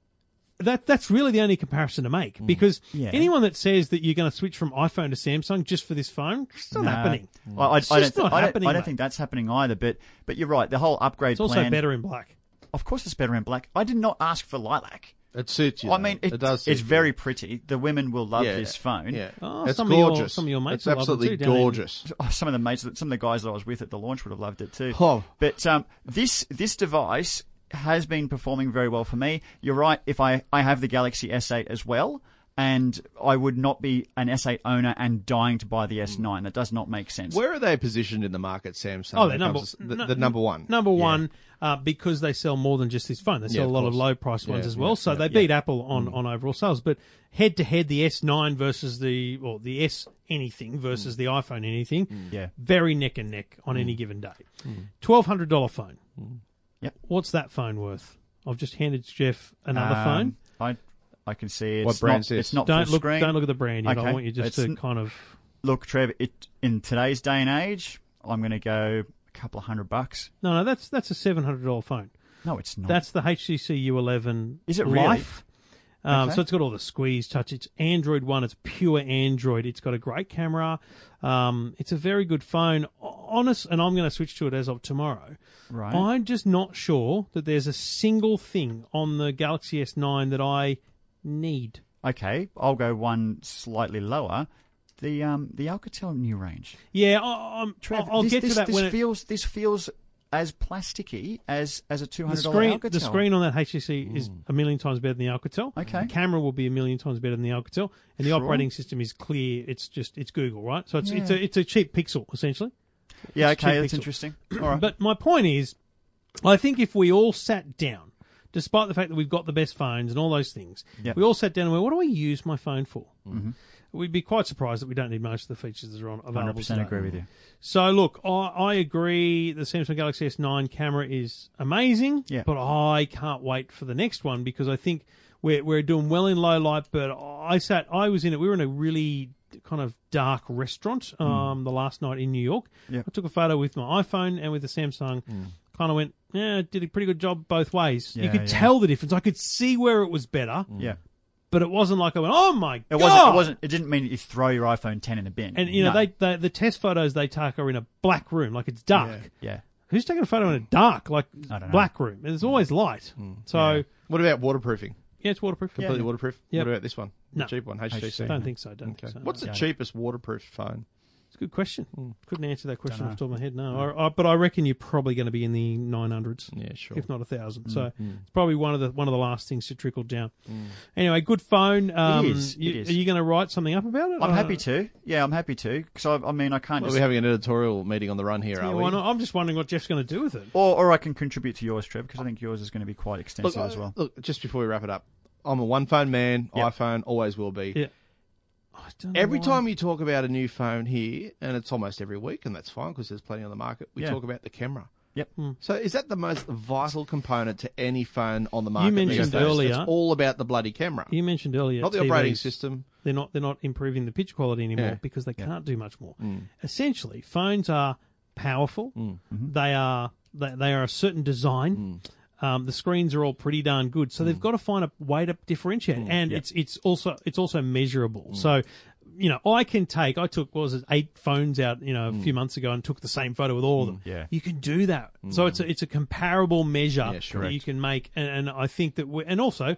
[SPEAKER 5] that that's really the only comparison to make because
[SPEAKER 7] Mm. Yeah.
[SPEAKER 5] anyone that says that you're going to switch from iPhone to Samsung just for this phone, it's not
[SPEAKER 7] No.
[SPEAKER 5] happening.
[SPEAKER 7] I, I,
[SPEAKER 5] It's
[SPEAKER 7] I don't,
[SPEAKER 5] just not
[SPEAKER 7] I don't,
[SPEAKER 5] happening,
[SPEAKER 7] I don't
[SPEAKER 5] mate.
[SPEAKER 7] think that's happening either. But but you're right. The whole upgrade
[SPEAKER 5] It's also
[SPEAKER 7] plan.
[SPEAKER 5] better in black.
[SPEAKER 7] Of course, it's better in black. I did not ask for lilac.
[SPEAKER 2] It suits you.
[SPEAKER 7] I
[SPEAKER 2] though.
[SPEAKER 7] mean, it,
[SPEAKER 2] it does. suit
[SPEAKER 7] It's
[SPEAKER 2] you.
[SPEAKER 7] very pretty. The women will love
[SPEAKER 2] Yeah,
[SPEAKER 7] this phone.
[SPEAKER 2] Yeah.
[SPEAKER 5] Oh,
[SPEAKER 2] it's
[SPEAKER 5] some of your-
[SPEAKER 2] gorgeous.
[SPEAKER 5] some of your mates
[SPEAKER 2] It's
[SPEAKER 5] will love it
[SPEAKER 2] absolutely
[SPEAKER 5] too, down in-
[SPEAKER 2] gorgeous.
[SPEAKER 7] Oh, some of the mates, some of the guys that I was with at the launch would have loved it too.
[SPEAKER 2] Oh.
[SPEAKER 7] But um, this this device has been performing very well for me. You're right. If I I have the Galaxy S8 as well. and I would not be an S8 owner and dying to buy the S9. That does not make sense.
[SPEAKER 2] Mm. Where are they positioned in the market, Samsung?
[SPEAKER 5] Oh,
[SPEAKER 2] when
[SPEAKER 5] they're
[SPEAKER 2] it
[SPEAKER 5] number
[SPEAKER 2] comes to the,
[SPEAKER 5] nu-
[SPEAKER 2] the number one.
[SPEAKER 5] Number one, uh, because they sell more than just this phone. They sell
[SPEAKER 2] Yeah,
[SPEAKER 5] a
[SPEAKER 2] of
[SPEAKER 5] lot of
[SPEAKER 2] course.
[SPEAKER 5] low priced ones
[SPEAKER 2] Yeah,
[SPEAKER 5] as well.
[SPEAKER 2] yeah,
[SPEAKER 5] so
[SPEAKER 2] yeah,
[SPEAKER 5] they
[SPEAKER 2] yeah. Mm.
[SPEAKER 5] beat Apple on, on overall sales. But head to head, the S9 versus the well, the S anything
[SPEAKER 2] Mm.
[SPEAKER 5] versus the iPhone anything,
[SPEAKER 7] Yeah.
[SPEAKER 5] very neck and neck on any given day.
[SPEAKER 2] Mm.
[SPEAKER 5] Twelve hundred dollar phone.
[SPEAKER 7] Yep.
[SPEAKER 5] What's that phone worth? I've just handed Jeff another
[SPEAKER 7] Um,
[SPEAKER 5] phone.
[SPEAKER 7] I I can see it's
[SPEAKER 2] What brand
[SPEAKER 7] not,
[SPEAKER 2] is this?
[SPEAKER 7] It's not
[SPEAKER 5] Don't
[SPEAKER 7] full
[SPEAKER 5] look.
[SPEAKER 7] screen.
[SPEAKER 5] Don't look at the brand yet. I
[SPEAKER 7] Okay.
[SPEAKER 5] want you just
[SPEAKER 7] It's
[SPEAKER 5] to
[SPEAKER 7] n-
[SPEAKER 5] kind of.
[SPEAKER 7] Look, Trev. It in today's day and age, I'm going to go a couple of hundred bucks.
[SPEAKER 5] No, no, that's that's a seven hundred dollar phone.
[SPEAKER 7] No, it's not.
[SPEAKER 5] That's the HTC U11.
[SPEAKER 7] Is it really?
[SPEAKER 5] Life? Um,
[SPEAKER 7] Okay.
[SPEAKER 5] So it's got all the squeeze touch. It's Android one. It's pure Android. It's got a great camera. Um, it's a very good phone. O- Honest, and I'm going to switch to it as of tomorrow.
[SPEAKER 7] Right.
[SPEAKER 5] I'm just not sure that there's a single thing on the Galaxy S9 that I need.
[SPEAKER 7] okay. I'll go one slightly lower. The um the Alcatel new range.
[SPEAKER 5] Yeah, I, I'm.
[SPEAKER 7] Trev,
[SPEAKER 5] I'll
[SPEAKER 7] this,
[SPEAKER 5] get
[SPEAKER 7] this,
[SPEAKER 5] to that
[SPEAKER 7] this
[SPEAKER 5] when it-
[SPEAKER 7] feels this feels as plasticky as as a two
[SPEAKER 5] the
[SPEAKER 7] hundred dollar
[SPEAKER 5] screen,
[SPEAKER 7] Alcatel. Mm.
[SPEAKER 5] the screen on that HTC is a million times better than the Alcatel.
[SPEAKER 7] Okay.
[SPEAKER 5] The camera will be a million times better than the Alcatel, and the
[SPEAKER 7] Sure.
[SPEAKER 5] operating system is clear. It's just it's Google, right? So it's it's a it's a cheap Pixel essentially.
[SPEAKER 7] Yeah.
[SPEAKER 5] it's
[SPEAKER 7] Okay.
[SPEAKER 5] cheap
[SPEAKER 7] That's
[SPEAKER 5] pixel.
[SPEAKER 7] interesting. All right.
[SPEAKER 5] But my point is, I think if we all sat down, despite the fact that we've got the best phones and all those things,
[SPEAKER 7] Yeah. Mm-hmm.
[SPEAKER 5] we all sat down and went, "What do I use my phone for?" We'd be quite surprised that we don't need most of the features that are on available.
[SPEAKER 7] Hundred percent
[SPEAKER 5] today.
[SPEAKER 7] agree with you.
[SPEAKER 5] So look, I, I agree. The Samsung Galaxy S9 camera is amazing,
[SPEAKER 7] Yeah.
[SPEAKER 5] but I can't wait for the next one because I think we're we're doing well in low light. But I sat, I was in it. We were in a really kind of dark restaurant um, the last night in New York.
[SPEAKER 7] Hmm. Yeah. Hmm.
[SPEAKER 5] I took a photo with my iPhone and with the Samsung. Kind of went, yeah, did a pretty good job both ways. you
[SPEAKER 7] Yeah,
[SPEAKER 5] could
[SPEAKER 7] yeah.
[SPEAKER 5] tell the difference. I could see where it was better,
[SPEAKER 7] Yeah.
[SPEAKER 5] but it wasn't like I went, oh my
[SPEAKER 7] It
[SPEAKER 5] god,
[SPEAKER 7] wasn't. It wasn't. It didn't mean that you throw your iPhone 10 in the bin.
[SPEAKER 5] And you know,
[SPEAKER 7] No.
[SPEAKER 5] they, they the test photos they take are in a black room, like it's dark.
[SPEAKER 7] Yeah.
[SPEAKER 5] Who's taking a photo in a dark, like
[SPEAKER 7] I don't know. Mm.
[SPEAKER 5] black room? There's always light. So yeah.
[SPEAKER 2] What about waterproofing?
[SPEAKER 5] it's waterproof.
[SPEAKER 2] Completely waterproof.
[SPEAKER 5] Yep.
[SPEAKER 2] What about this one? The
[SPEAKER 5] No.
[SPEAKER 2] cheap one, HTC.
[SPEAKER 5] I don't think so. Don't
[SPEAKER 2] Okay.
[SPEAKER 5] think so.
[SPEAKER 2] What's the cheapest waterproof phone?
[SPEAKER 5] It's a good question. Couldn't answer that question off the top of my head. No, I, I, but I reckon you're probably going to be in the 900s.
[SPEAKER 2] Yeah, sure.
[SPEAKER 5] If not a
[SPEAKER 7] Mm,
[SPEAKER 5] thousand, so it's probably one of the one of the last things to trickle down. Anyway, good phone. Um,
[SPEAKER 7] is, it
[SPEAKER 5] you-
[SPEAKER 7] is.
[SPEAKER 5] Are you going to write something up about it? Uh,
[SPEAKER 7] I'm
[SPEAKER 5] I-
[SPEAKER 7] happy to. Yeah, I'm happy to. Because I, I mean, I can't
[SPEAKER 2] Well,
[SPEAKER 7] just.
[SPEAKER 2] we're having an editorial meeting on the run here,
[SPEAKER 5] Yeah,
[SPEAKER 2] are
[SPEAKER 5] why
[SPEAKER 2] we?
[SPEAKER 5] not? I'm just wondering what Jeff's going to do with it.
[SPEAKER 7] or, or I can contribute to yours, Trev, because I think yours is going to be quite
[SPEAKER 2] Look,
[SPEAKER 7] extensive as well.
[SPEAKER 2] look, just before we wrap it up, I'm a one phone man.
[SPEAKER 7] Yep.
[SPEAKER 2] iPhone always will be.
[SPEAKER 5] Yeah. I don't know
[SPEAKER 2] Every
[SPEAKER 5] why.
[SPEAKER 2] time you talk about a new phone here, and it's almost every week, and that's fine because there's plenty on the market, we
[SPEAKER 7] Yeah.
[SPEAKER 2] talk about the camera. Hmm.
[SPEAKER 7] Yep.
[SPEAKER 2] So is that the most vital component to any phone on the market?
[SPEAKER 5] mentioned
[SPEAKER 2] these days?
[SPEAKER 5] earlier-
[SPEAKER 2] it's all about the bloody camera,
[SPEAKER 5] you mentioned earlier,
[SPEAKER 2] not the operating
[SPEAKER 5] TVs.
[SPEAKER 2] system.
[SPEAKER 5] they're not they're not improving the picture quality anymore
[SPEAKER 2] Yeah. Mm.
[SPEAKER 5] because they can't do much more. Essentially, phones are powerful.
[SPEAKER 2] Mm-hmm.
[SPEAKER 5] They are they, they are a certain design.
[SPEAKER 2] Mm.
[SPEAKER 5] Um, the screens are all pretty darn good, so they've got to find a way to differentiate,
[SPEAKER 2] Mm.
[SPEAKER 5] and it's it's also it's also measurable. So. You know, I can take. I took what was it eight phones out,
[SPEAKER 2] Mm.
[SPEAKER 5] you know, a few months ago, and took the same photo with all of them.
[SPEAKER 7] yeah.
[SPEAKER 5] you can do that.
[SPEAKER 2] Mm.
[SPEAKER 5] So it's a, it's a comparable measure
[SPEAKER 2] Yeah, sure.
[SPEAKER 5] that you can make, and, and I think that we and also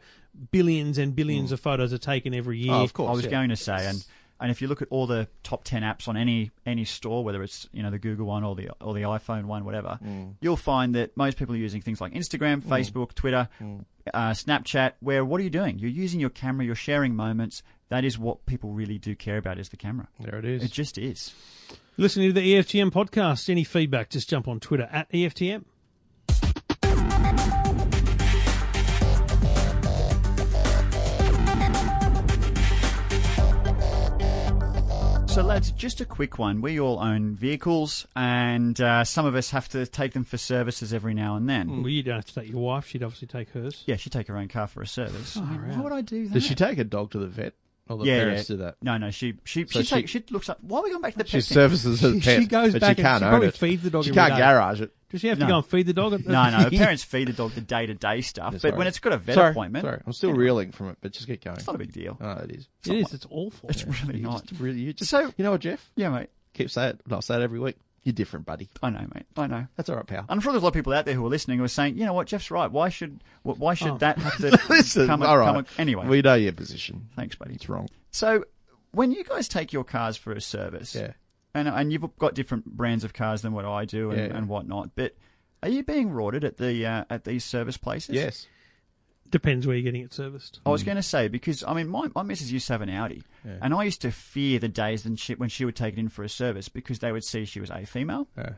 [SPEAKER 5] billions and billions of photos are taken every year.
[SPEAKER 2] Mm. Oh, of course.
[SPEAKER 7] I was
[SPEAKER 2] yeah.
[SPEAKER 7] going to say, and and if you look at all the top ten apps on any any store, whether it's you know the Google one or the or the iPhone one, whatever,
[SPEAKER 2] Mm.
[SPEAKER 7] you'll find that most people are using things like Instagram, Facebook, Twitter,
[SPEAKER 2] Mm.
[SPEAKER 7] uh, Snapchat. Where what are you doing? You're using your camera. You're sharing moments. That is what people really do care about is the camera.
[SPEAKER 2] There it is.
[SPEAKER 7] It just is.
[SPEAKER 5] Listening to the E EFTM podcast, any feedback, just jump on Twitter at E EFTM.
[SPEAKER 7] So, lads, just a quick one. We all own vehicles, and uh, some of us have to take them for services every now and then.
[SPEAKER 2] Mm.
[SPEAKER 5] Well, you don't have to take your wife, she'd obviously take hers.
[SPEAKER 7] Yeah, she take her own car for a service. I mean, why would I do that?
[SPEAKER 2] Does she take a dog to the vet? Or the
[SPEAKER 7] yeah,
[SPEAKER 2] parents
[SPEAKER 7] yeah.
[SPEAKER 2] do that.
[SPEAKER 7] No, no, she she
[SPEAKER 2] So
[SPEAKER 7] she,
[SPEAKER 2] she-
[SPEAKER 7] take, she looks up. Why are we going back to the
[SPEAKER 2] She
[SPEAKER 7] pet thing?
[SPEAKER 2] services her
[SPEAKER 5] She-
[SPEAKER 2] pet,
[SPEAKER 5] she goes
[SPEAKER 2] but
[SPEAKER 5] back
[SPEAKER 2] she
[SPEAKER 5] and
[SPEAKER 2] can't
[SPEAKER 5] she
[SPEAKER 2] own
[SPEAKER 5] probably
[SPEAKER 2] it.
[SPEAKER 5] feeds the dog
[SPEAKER 2] She
[SPEAKER 5] every
[SPEAKER 2] can't
[SPEAKER 5] day.
[SPEAKER 2] garage it.
[SPEAKER 5] Does she have to
[SPEAKER 7] No.
[SPEAKER 5] go and feed the dog? At the-
[SPEAKER 7] No, no, her parents feed the dog the day to day stuff.
[SPEAKER 2] Yeah,
[SPEAKER 7] but
[SPEAKER 2] sorry.
[SPEAKER 7] when it's got a vet
[SPEAKER 2] sorry,
[SPEAKER 7] appointment,
[SPEAKER 2] Sorry, I'm still reeling from it, but just get going.
[SPEAKER 7] it's not a big deal.
[SPEAKER 2] Oh, it is.
[SPEAKER 5] It is, it's awful.
[SPEAKER 7] It's really
[SPEAKER 2] You
[SPEAKER 7] not.
[SPEAKER 2] just really, you just,
[SPEAKER 7] So-
[SPEAKER 2] you know what, Jeff?
[SPEAKER 7] Yeah, mate.
[SPEAKER 2] Keep saying it. and I'll say it every week. You're different, buddy.
[SPEAKER 7] I know, mate. I know.
[SPEAKER 2] That's all right, pal.
[SPEAKER 7] I'm sure there's a lot of people out there who are listening who are saying, you know what, Jeff's right. Why should wh- why should that have to
[SPEAKER 2] Oh, Listen,
[SPEAKER 7] come? a-
[SPEAKER 2] all right.
[SPEAKER 7] come a- anyway,
[SPEAKER 2] we know your position.
[SPEAKER 7] thanks, buddy.
[SPEAKER 2] It's wrong.
[SPEAKER 7] So when you guys take your cars for a service,
[SPEAKER 2] Yeah.
[SPEAKER 7] and and you've got different brands of cars than what I do and,
[SPEAKER 2] Yeah, yeah.
[SPEAKER 7] and whatnot, but are you being rorted at the uh, at these service places?
[SPEAKER 2] Yes.
[SPEAKER 5] Depends where you're getting it serviced.
[SPEAKER 7] I was
[SPEAKER 2] Mm.
[SPEAKER 7] going to say because I mean my, my missus used to have an Audi, and I used to fear the days when she, when she would take it in for a service because they would see she was a female,
[SPEAKER 2] Yeah.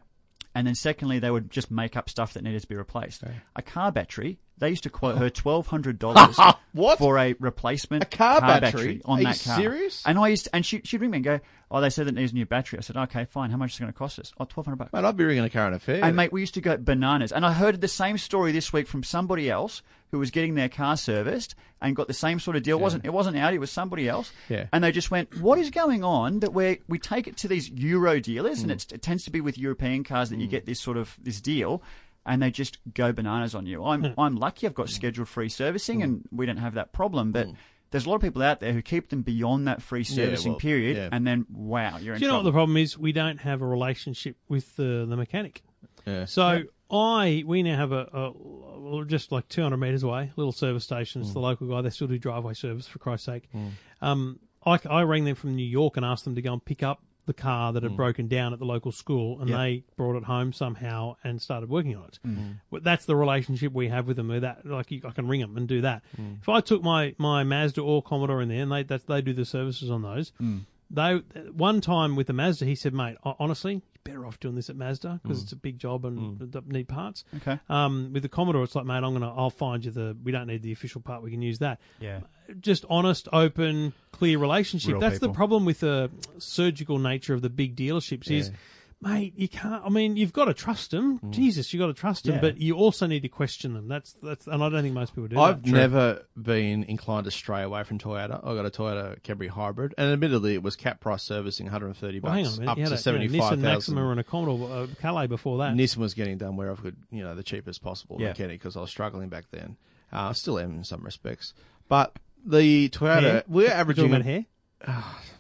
[SPEAKER 7] and then secondly they would just make up stuff that needed to be replaced. A car battery. They used to quote her twelve hundred dollars
[SPEAKER 2] What?
[SPEAKER 7] for a replacement
[SPEAKER 2] A car battery?
[SPEAKER 7] on
[SPEAKER 2] Are
[SPEAKER 7] that
[SPEAKER 2] you
[SPEAKER 7] car.
[SPEAKER 2] serious?
[SPEAKER 7] And I used and she she'd ring me and go, "Oh, they said that it needs a new battery." I said, "Okay, fine. How much is it going to cost us?" Oh, twelve hundred bucks.
[SPEAKER 2] Mate, I'd be ringing a current affair.
[SPEAKER 7] And mate, we used to go bananas. And I heard the same story this week from somebody else who was getting their car serviced and got the same sort of deal. It wasn't it wasn't Audi, it was somebody else.
[SPEAKER 2] Yeah.
[SPEAKER 7] And they just went, What is going on that we we take it to these Euro dealers and it's, it tends to be with European cars that you get this sort of this deal and they just go bananas on you. I'm I'm lucky I've got scheduled free servicing and we don't have that problem, but there's a lot of people out there who keep them beyond that free servicing
[SPEAKER 2] well,
[SPEAKER 7] period,
[SPEAKER 2] yeah.
[SPEAKER 7] and then wow, you're in
[SPEAKER 5] Do you know what
[SPEAKER 7] trouble.
[SPEAKER 5] the problem is? We don't have a relationship with the the mechanic.
[SPEAKER 2] Yeah.
[SPEAKER 5] So I we now have a, a just like 200 meters away little service station.
[SPEAKER 7] Mm.
[SPEAKER 5] It's the local guy. They still do driveway service for Christ's sake. Um, I, I rang them from New York and asked them to go and pick up the car
[SPEAKER 7] Mm.
[SPEAKER 5] that had broken down at the local school, and they brought it home somehow and started working on
[SPEAKER 7] Mm.
[SPEAKER 5] it. But that's the relationship we have with them. They're That like you, I can ring them and do that.
[SPEAKER 7] Mm.
[SPEAKER 5] If I took my my Mazda or Commodore in there, and they that's, they do the services on those.
[SPEAKER 7] Mm.
[SPEAKER 5] They one time with the Mazda, he said, "Mate, ho- honestly, you're better off doing this at Mazda
[SPEAKER 2] Mm.
[SPEAKER 5] because it's a big job and d- need parts."
[SPEAKER 7] Okay.
[SPEAKER 5] Um, with the Commodore, it's like, "Mate, I'm gonna, I'll find you the. We don't need the official part. We can use that."
[SPEAKER 7] Yeah.
[SPEAKER 5] Just honest, open, clear relationship.
[SPEAKER 7] Real
[SPEAKER 5] That's the
[SPEAKER 7] people.
[SPEAKER 5] problem with the surgical nature of the big dealerships. Is Mate, you can't. I mean, you've got to trust them.
[SPEAKER 2] Mm.
[SPEAKER 5] Jesus, you've got to trust them,
[SPEAKER 7] Yeah.
[SPEAKER 5] but you also need to question them. That's that's, and I don't think most people do.
[SPEAKER 2] I've
[SPEAKER 5] that. True.
[SPEAKER 2] never been inclined to stray away from Toyota. I got a Toyota Camry hybrid, and admittedly, it was cap price servicing 130
[SPEAKER 5] Well, hang on
[SPEAKER 2] bucks
[SPEAKER 5] a minute.
[SPEAKER 2] up
[SPEAKER 5] you had
[SPEAKER 2] to
[SPEAKER 5] a, you had a
[SPEAKER 2] 75,000.
[SPEAKER 5] Nissan Maxima and a Commodore uh, Calais before that.
[SPEAKER 2] Nissan was getting done where I could, you know, the cheapest possible
[SPEAKER 7] Yeah.
[SPEAKER 2] mechanic because I was struggling back then. Uh, I still am in some respects, but the Toyota
[SPEAKER 5] Hair?
[SPEAKER 2] we're
[SPEAKER 5] You're
[SPEAKER 2] averaging
[SPEAKER 5] talking about hair.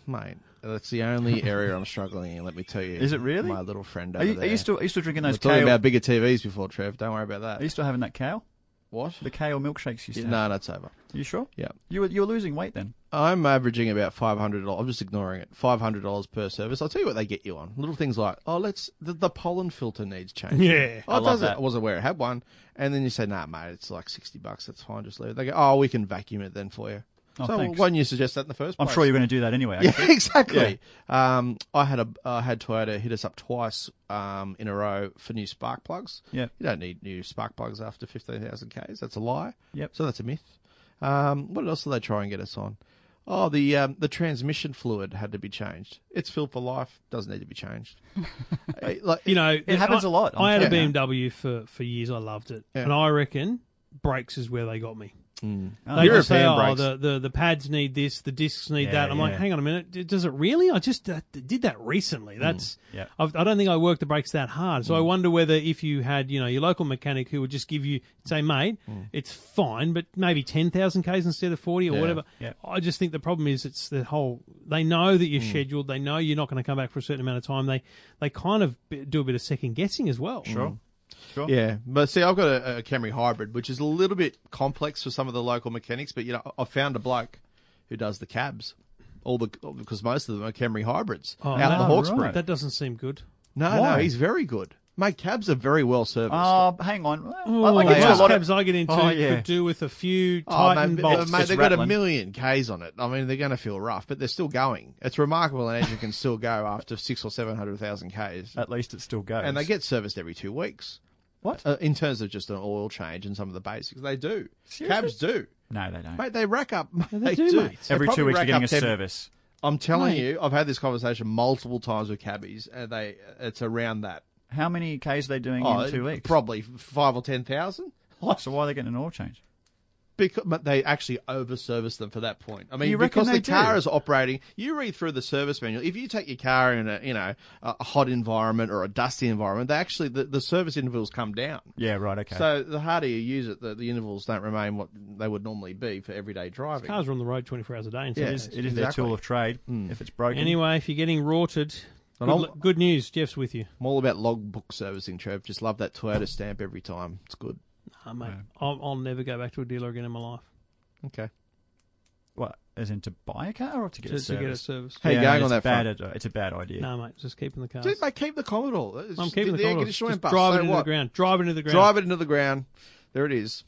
[SPEAKER 2] mate. That's the only area I'm struggling in. Let me tell you.
[SPEAKER 7] Is it really?
[SPEAKER 2] My little friend over
[SPEAKER 7] Are you,
[SPEAKER 2] there.
[SPEAKER 7] are you still are you still drinking
[SPEAKER 2] We're
[SPEAKER 7] those
[SPEAKER 2] talking
[SPEAKER 7] kale?
[SPEAKER 2] about bigger TVs before, Trev. Don't worry about that.
[SPEAKER 7] Are you still having that kale?
[SPEAKER 2] what?
[SPEAKER 7] The kale milkshakes you used to have.
[SPEAKER 2] No, that's over.
[SPEAKER 7] You sure?
[SPEAKER 2] Yeah.
[SPEAKER 7] You were, you were losing weight then.
[SPEAKER 2] I'm averaging about five hundred dollars. I'm just ignoring it. Five hundred dollars per service. I'll tell you what they get you on. Little things like, oh, let's the, the pollen filter needs changing.
[SPEAKER 5] Yeah,
[SPEAKER 2] oh,
[SPEAKER 7] I
[SPEAKER 2] it
[SPEAKER 7] love
[SPEAKER 2] does it.
[SPEAKER 7] that.
[SPEAKER 2] I wasn't aware I had one. And then you say, nah, mate, it's like sixty bucks. That's fine. Just leave it. They go, oh, we can vacuum it then for you.
[SPEAKER 7] Oh,
[SPEAKER 2] so
[SPEAKER 7] thanks.
[SPEAKER 2] why didn't you suggest that in the first
[SPEAKER 7] I'm
[SPEAKER 2] place?
[SPEAKER 7] sure you're going to do that anyway. actually.
[SPEAKER 2] Yeah, exactly. Um, I had a I had Toyota hit us up twice um, in a row for new spark plugs.
[SPEAKER 7] Yeah.
[SPEAKER 2] you don't need new spark plugs after fifteen thousand k's. That's a lie.
[SPEAKER 7] Yep.
[SPEAKER 2] So that's a myth. Um, what else did they try and get us on? Oh, the um, the transmission fluid had to be changed. It's filled for life. Doesn't need to be changed. Uh, like,
[SPEAKER 5] You know,
[SPEAKER 7] It happens
[SPEAKER 5] a
[SPEAKER 7] a lot, I'm
[SPEAKER 5] I had a
[SPEAKER 7] telling you.
[SPEAKER 5] BMW for, for years. I loved it,
[SPEAKER 2] Yeah.
[SPEAKER 5] and I reckon brakes is where they got me.
[SPEAKER 7] Oh,
[SPEAKER 5] They just say,
[SPEAKER 2] European
[SPEAKER 5] "Oh,
[SPEAKER 2] brakes.
[SPEAKER 5] the, the the pads need this, the discs need
[SPEAKER 7] Yeah,
[SPEAKER 5] that." I'm like,
[SPEAKER 7] yeah.
[SPEAKER 5] "Hang on a minute, d- does it really?" I just uh, did that recently. That's
[SPEAKER 7] Hmm. Yeah. Hmm.
[SPEAKER 5] I've, I don't think I worked the brakes that hard. So I wonder whether if you had you know your local mechanic who would just give you say, "Mate, it's fine, but maybe ten thousand k's instead of forty or whatever."
[SPEAKER 7] Hmm. Yeah. Hmm.
[SPEAKER 5] I just think the problem is it's the whole. They know that you're scheduled. They know you're not going to come back for a certain amount of time. They they kind of b- do a bit of second guessing as well.
[SPEAKER 7] Sure. Sure.
[SPEAKER 2] Yeah, but see, I've got a, a Camry hybrid, which is a little bit complex for some of the local mechanics. But you know, I I found a bloke who does the cabs, all the because most of them are Camry hybrids
[SPEAKER 7] Oh,
[SPEAKER 2] out
[SPEAKER 5] Oh, that-
[SPEAKER 2] the Hawkesbury.
[SPEAKER 5] That doesn't seem good.
[SPEAKER 2] No, no,
[SPEAKER 7] Why?
[SPEAKER 2] he's very good. Mate, cabs are very well serviced.
[SPEAKER 7] Oh, hang on. Well,
[SPEAKER 5] Oh,
[SPEAKER 7] I, I get
[SPEAKER 2] yeah.
[SPEAKER 7] to a
[SPEAKER 5] most
[SPEAKER 7] lot
[SPEAKER 5] cabs
[SPEAKER 7] of.
[SPEAKER 5] I get into
[SPEAKER 7] Oh, yeah.
[SPEAKER 5] could do with a few
[SPEAKER 2] Oh,
[SPEAKER 5] Titan
[SPEAKER 2] mate,
[SPEAKER 5] bolts.
[SPEAKER 2] mate,
[SPEAKER 7] It's
[SPEAKER 2] they've got a
[SPEAKER 7] rattling.
[SPEAKER 2] million Ks on it. I mean, they're going to feel rough, but they're still going. It's remarkable an engine can still go after six or seven hundred thousand Ks,
[SPEAKER 7] At least it still goes.
[SPEAKER 2] and they get serviced every two weeks.
[SPEAKER 7] what?
[SPEAKER 2] Uh, in terms of just an oil change and some of the basics, they do. Cabs do.
[SPEAKER 7] no, they don't.
[SPEAKER 2] Mate, they rack up.
[SPEAKER 5] they
[SPEAKER 2] they
[SPEAKER 5] do,
[SPEAKER 2] do.
[SPEAKER 5] mate.
[SPEAKER 2] They
[SPEAKER 7] Every two
[SPEAKER 2] probably
[SPEAKER 7] weeks
[SPEAKER 2] rack
[SPEAKER 7] you're
[SPEAKER 2] up
[SPEAKER 7] getting a
[SPEAKER 2] 10
[SPEAKER 7] service.
[SPEAKER 2] I'm telling you, I've had this conversation multiple times with cabbies, and they it's around that. Oh,
[SPEAKER 7] How many Ks are they doing in two weeks?
[SPEAKER 2] probably five or ten thousand.
[SPEAKER 7] so why are they getting an oil change?
[SPEAKER 2] Because, but they actually overservice them for that point. I mean,
[SPEAKER 7] You reckon
[SPEAKER 2] because the
[SPEAKER 7] they do?
[SPEAKER 2] car is operating, you read through the service manual. If you take your car in a you know a hot environment or a dusty environment, they actually the, the service intervals come down.
[SPEAKER 7] Yeah, right, okay.
[SPEAKER 2] So the harder you use it, the, the intervals don't remain what they would normally be for everyday driving.
[SPEAKER 5] Cars are on the road 24 hours a day. And
[SPEAKER 2] Yeah.
[SPEAKER 7] it
[SPEAKER 5] so
[SPEAKER 7] is, it is their
[SPEAKER 2] Exactly. Hmm.
[SPEAKER 7] tool of trade. If it's broken.
[SPEAKER 5] Anyway, if you're getting rorted, good,
[SPEAKER 2] I'll-
[SPEAKER 5] lu- good news. Jeff's with you.
[SPEAKER 2] I'm all about logbook servicing, Trev. Just love that Toyota stamp every time. It's good.
[SPEAKER 5] Oh, mate, I'll, I'll never go back to a dealer again in my life
[SPEAKER 2] Okay.
[SPEAKER 7] What? As in to buy a car or to get
[SPEAKER 5] to,
[SPEAKER 7] a
[SPEAKER 5] to
[SPEAKER 7] service?
[SPEAKER 5] get it serviced.
[SPEAKER 2] Hey,
[SPEAKER 7] yeah,
[SPEAKER 2] going
[SPEAKER 7] it's
[SPEAKER 2] on that
[SPEAKER 7] bad ad- It's a bad idea.
[SPEAKER 5] No, mate, just keeping the cars.
[SPEAKER 2] Dude, mate, keep the Commodore. It's
[SPEAKER 5] I'm
[SPEAKER 2] just-
[SPEAKER 5] keeping the,
[SPEAKER 2] air
[SPEAKER 5] Commodore.
[SPEAKER 2] conditioner went
[SPEAKER 5] Just
[SPEAKER 2] bust.
[SPEAKER 5] drive it
[SPEAKER 2] So
[SPEAKER 5] into
[SPEAKER 2] what?
[SPEAKER 5] the ground. Drive it into the ground.
[SPEAKER 2] Drive it into the ground. There it is.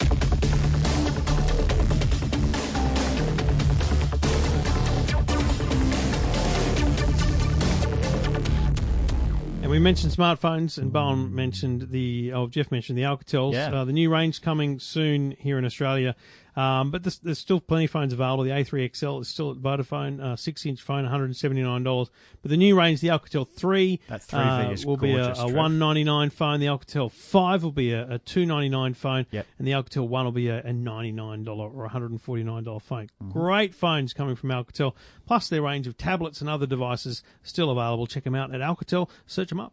[SPEAKER 5] we mentioned smartphones, and Bowen mentioned the. Oh, Jeff mentioned the Alcatels.
[SPEAKER 7] Yeah.
[SPEAKER 5] Uh, the new range coming soon here in Australia, um, but this, there's still plenty of phones available. The A3 XL is still at Vodafone, uh, six-inch phone, one hundred and seventy-nine dollars. But the new range, the Alcatel three, uh,
[SPEAKER 7] That 3V is
[SPEAKER 5] will be a,
[SPEAKER 7] gorgeous,
[SPEAKER 5] a
[SPEAKER 7] Trev.
[SPEAKER 5] one ninety-nine phone. The Alcatel five will be a, a two ninety-nine phone,
[SPEAKER 7] Yep.
[SPEAKER 5] and the Alcatel one will be a, a ninety-nine dollar or one hundred and forty-nine dollar phone. Great phones coming from Alcatel. Plus their range of tablets and other devices still available. Check them out at Alcatel. Search them up.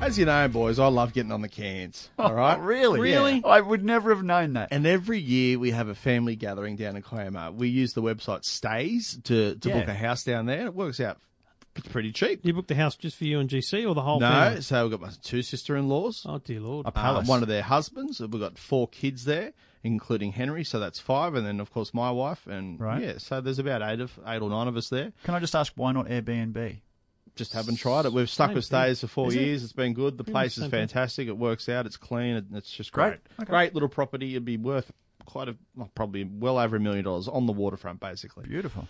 [SPEAKER 2] As you know, boys, I love getting on the cans. All right,
[SPEAKER 7] really?
[SPEAKER 5] Oh, Really?
[SPEAKER 7] I would never have known that.
[SPEAKER 2] And every year we have a family gathering down in Kiama. We use the website Stays to, to
[SPEAKER 7] Yeah.
[SPEAKER 2] book a house down there. It works out p- pretty cheap.
[SPEAKER 5] You booked the house just for you and GC or the whole
[SPEAKER 2] No,
[SPEAKER 5] family?
[SPEAKER 2] so we've got my two sister-in-laws,
[SPEAKER 5] Oh dear lord.
[SPEAKER 7] A
[SPEAKER 2] uh,
[SPEAKER 7] palace.
[SPEAKER 2] one of their husbands. We've got four kids there, including Henry, so that's five, and then of course my wife, and
[SPEAKER 7] Right.
[SPEAKER 2] yeah, so there's about eight of eight or nine of us there.
[SPEAKER 7] Can I just ask why not Airbnb?
[SPEAKER 2] Just haven't tried it. We've stuck
[SPEAKER 5] Same
[SPEAKER 2] with
[SPEAKER 5] thing.
[SPEAKER 2] Stays for four
[SPEAKER 5] Is it?
[SPEAKER 2] years. It? has been good. The
[SPEAKER 5] much
[SPEAKER 2] place is
[SPEAKER 5] same thing.
[SPEAKER 2] fantastic. It works out. It's clean. It, it's just great.
[SPEAKER 7] Great.
[SPEAKER 2] Great, little property. It'd be worth quite a well, probably well over a million dollars on the waterfront, basically.
[SPEAKER 7] Beautiful.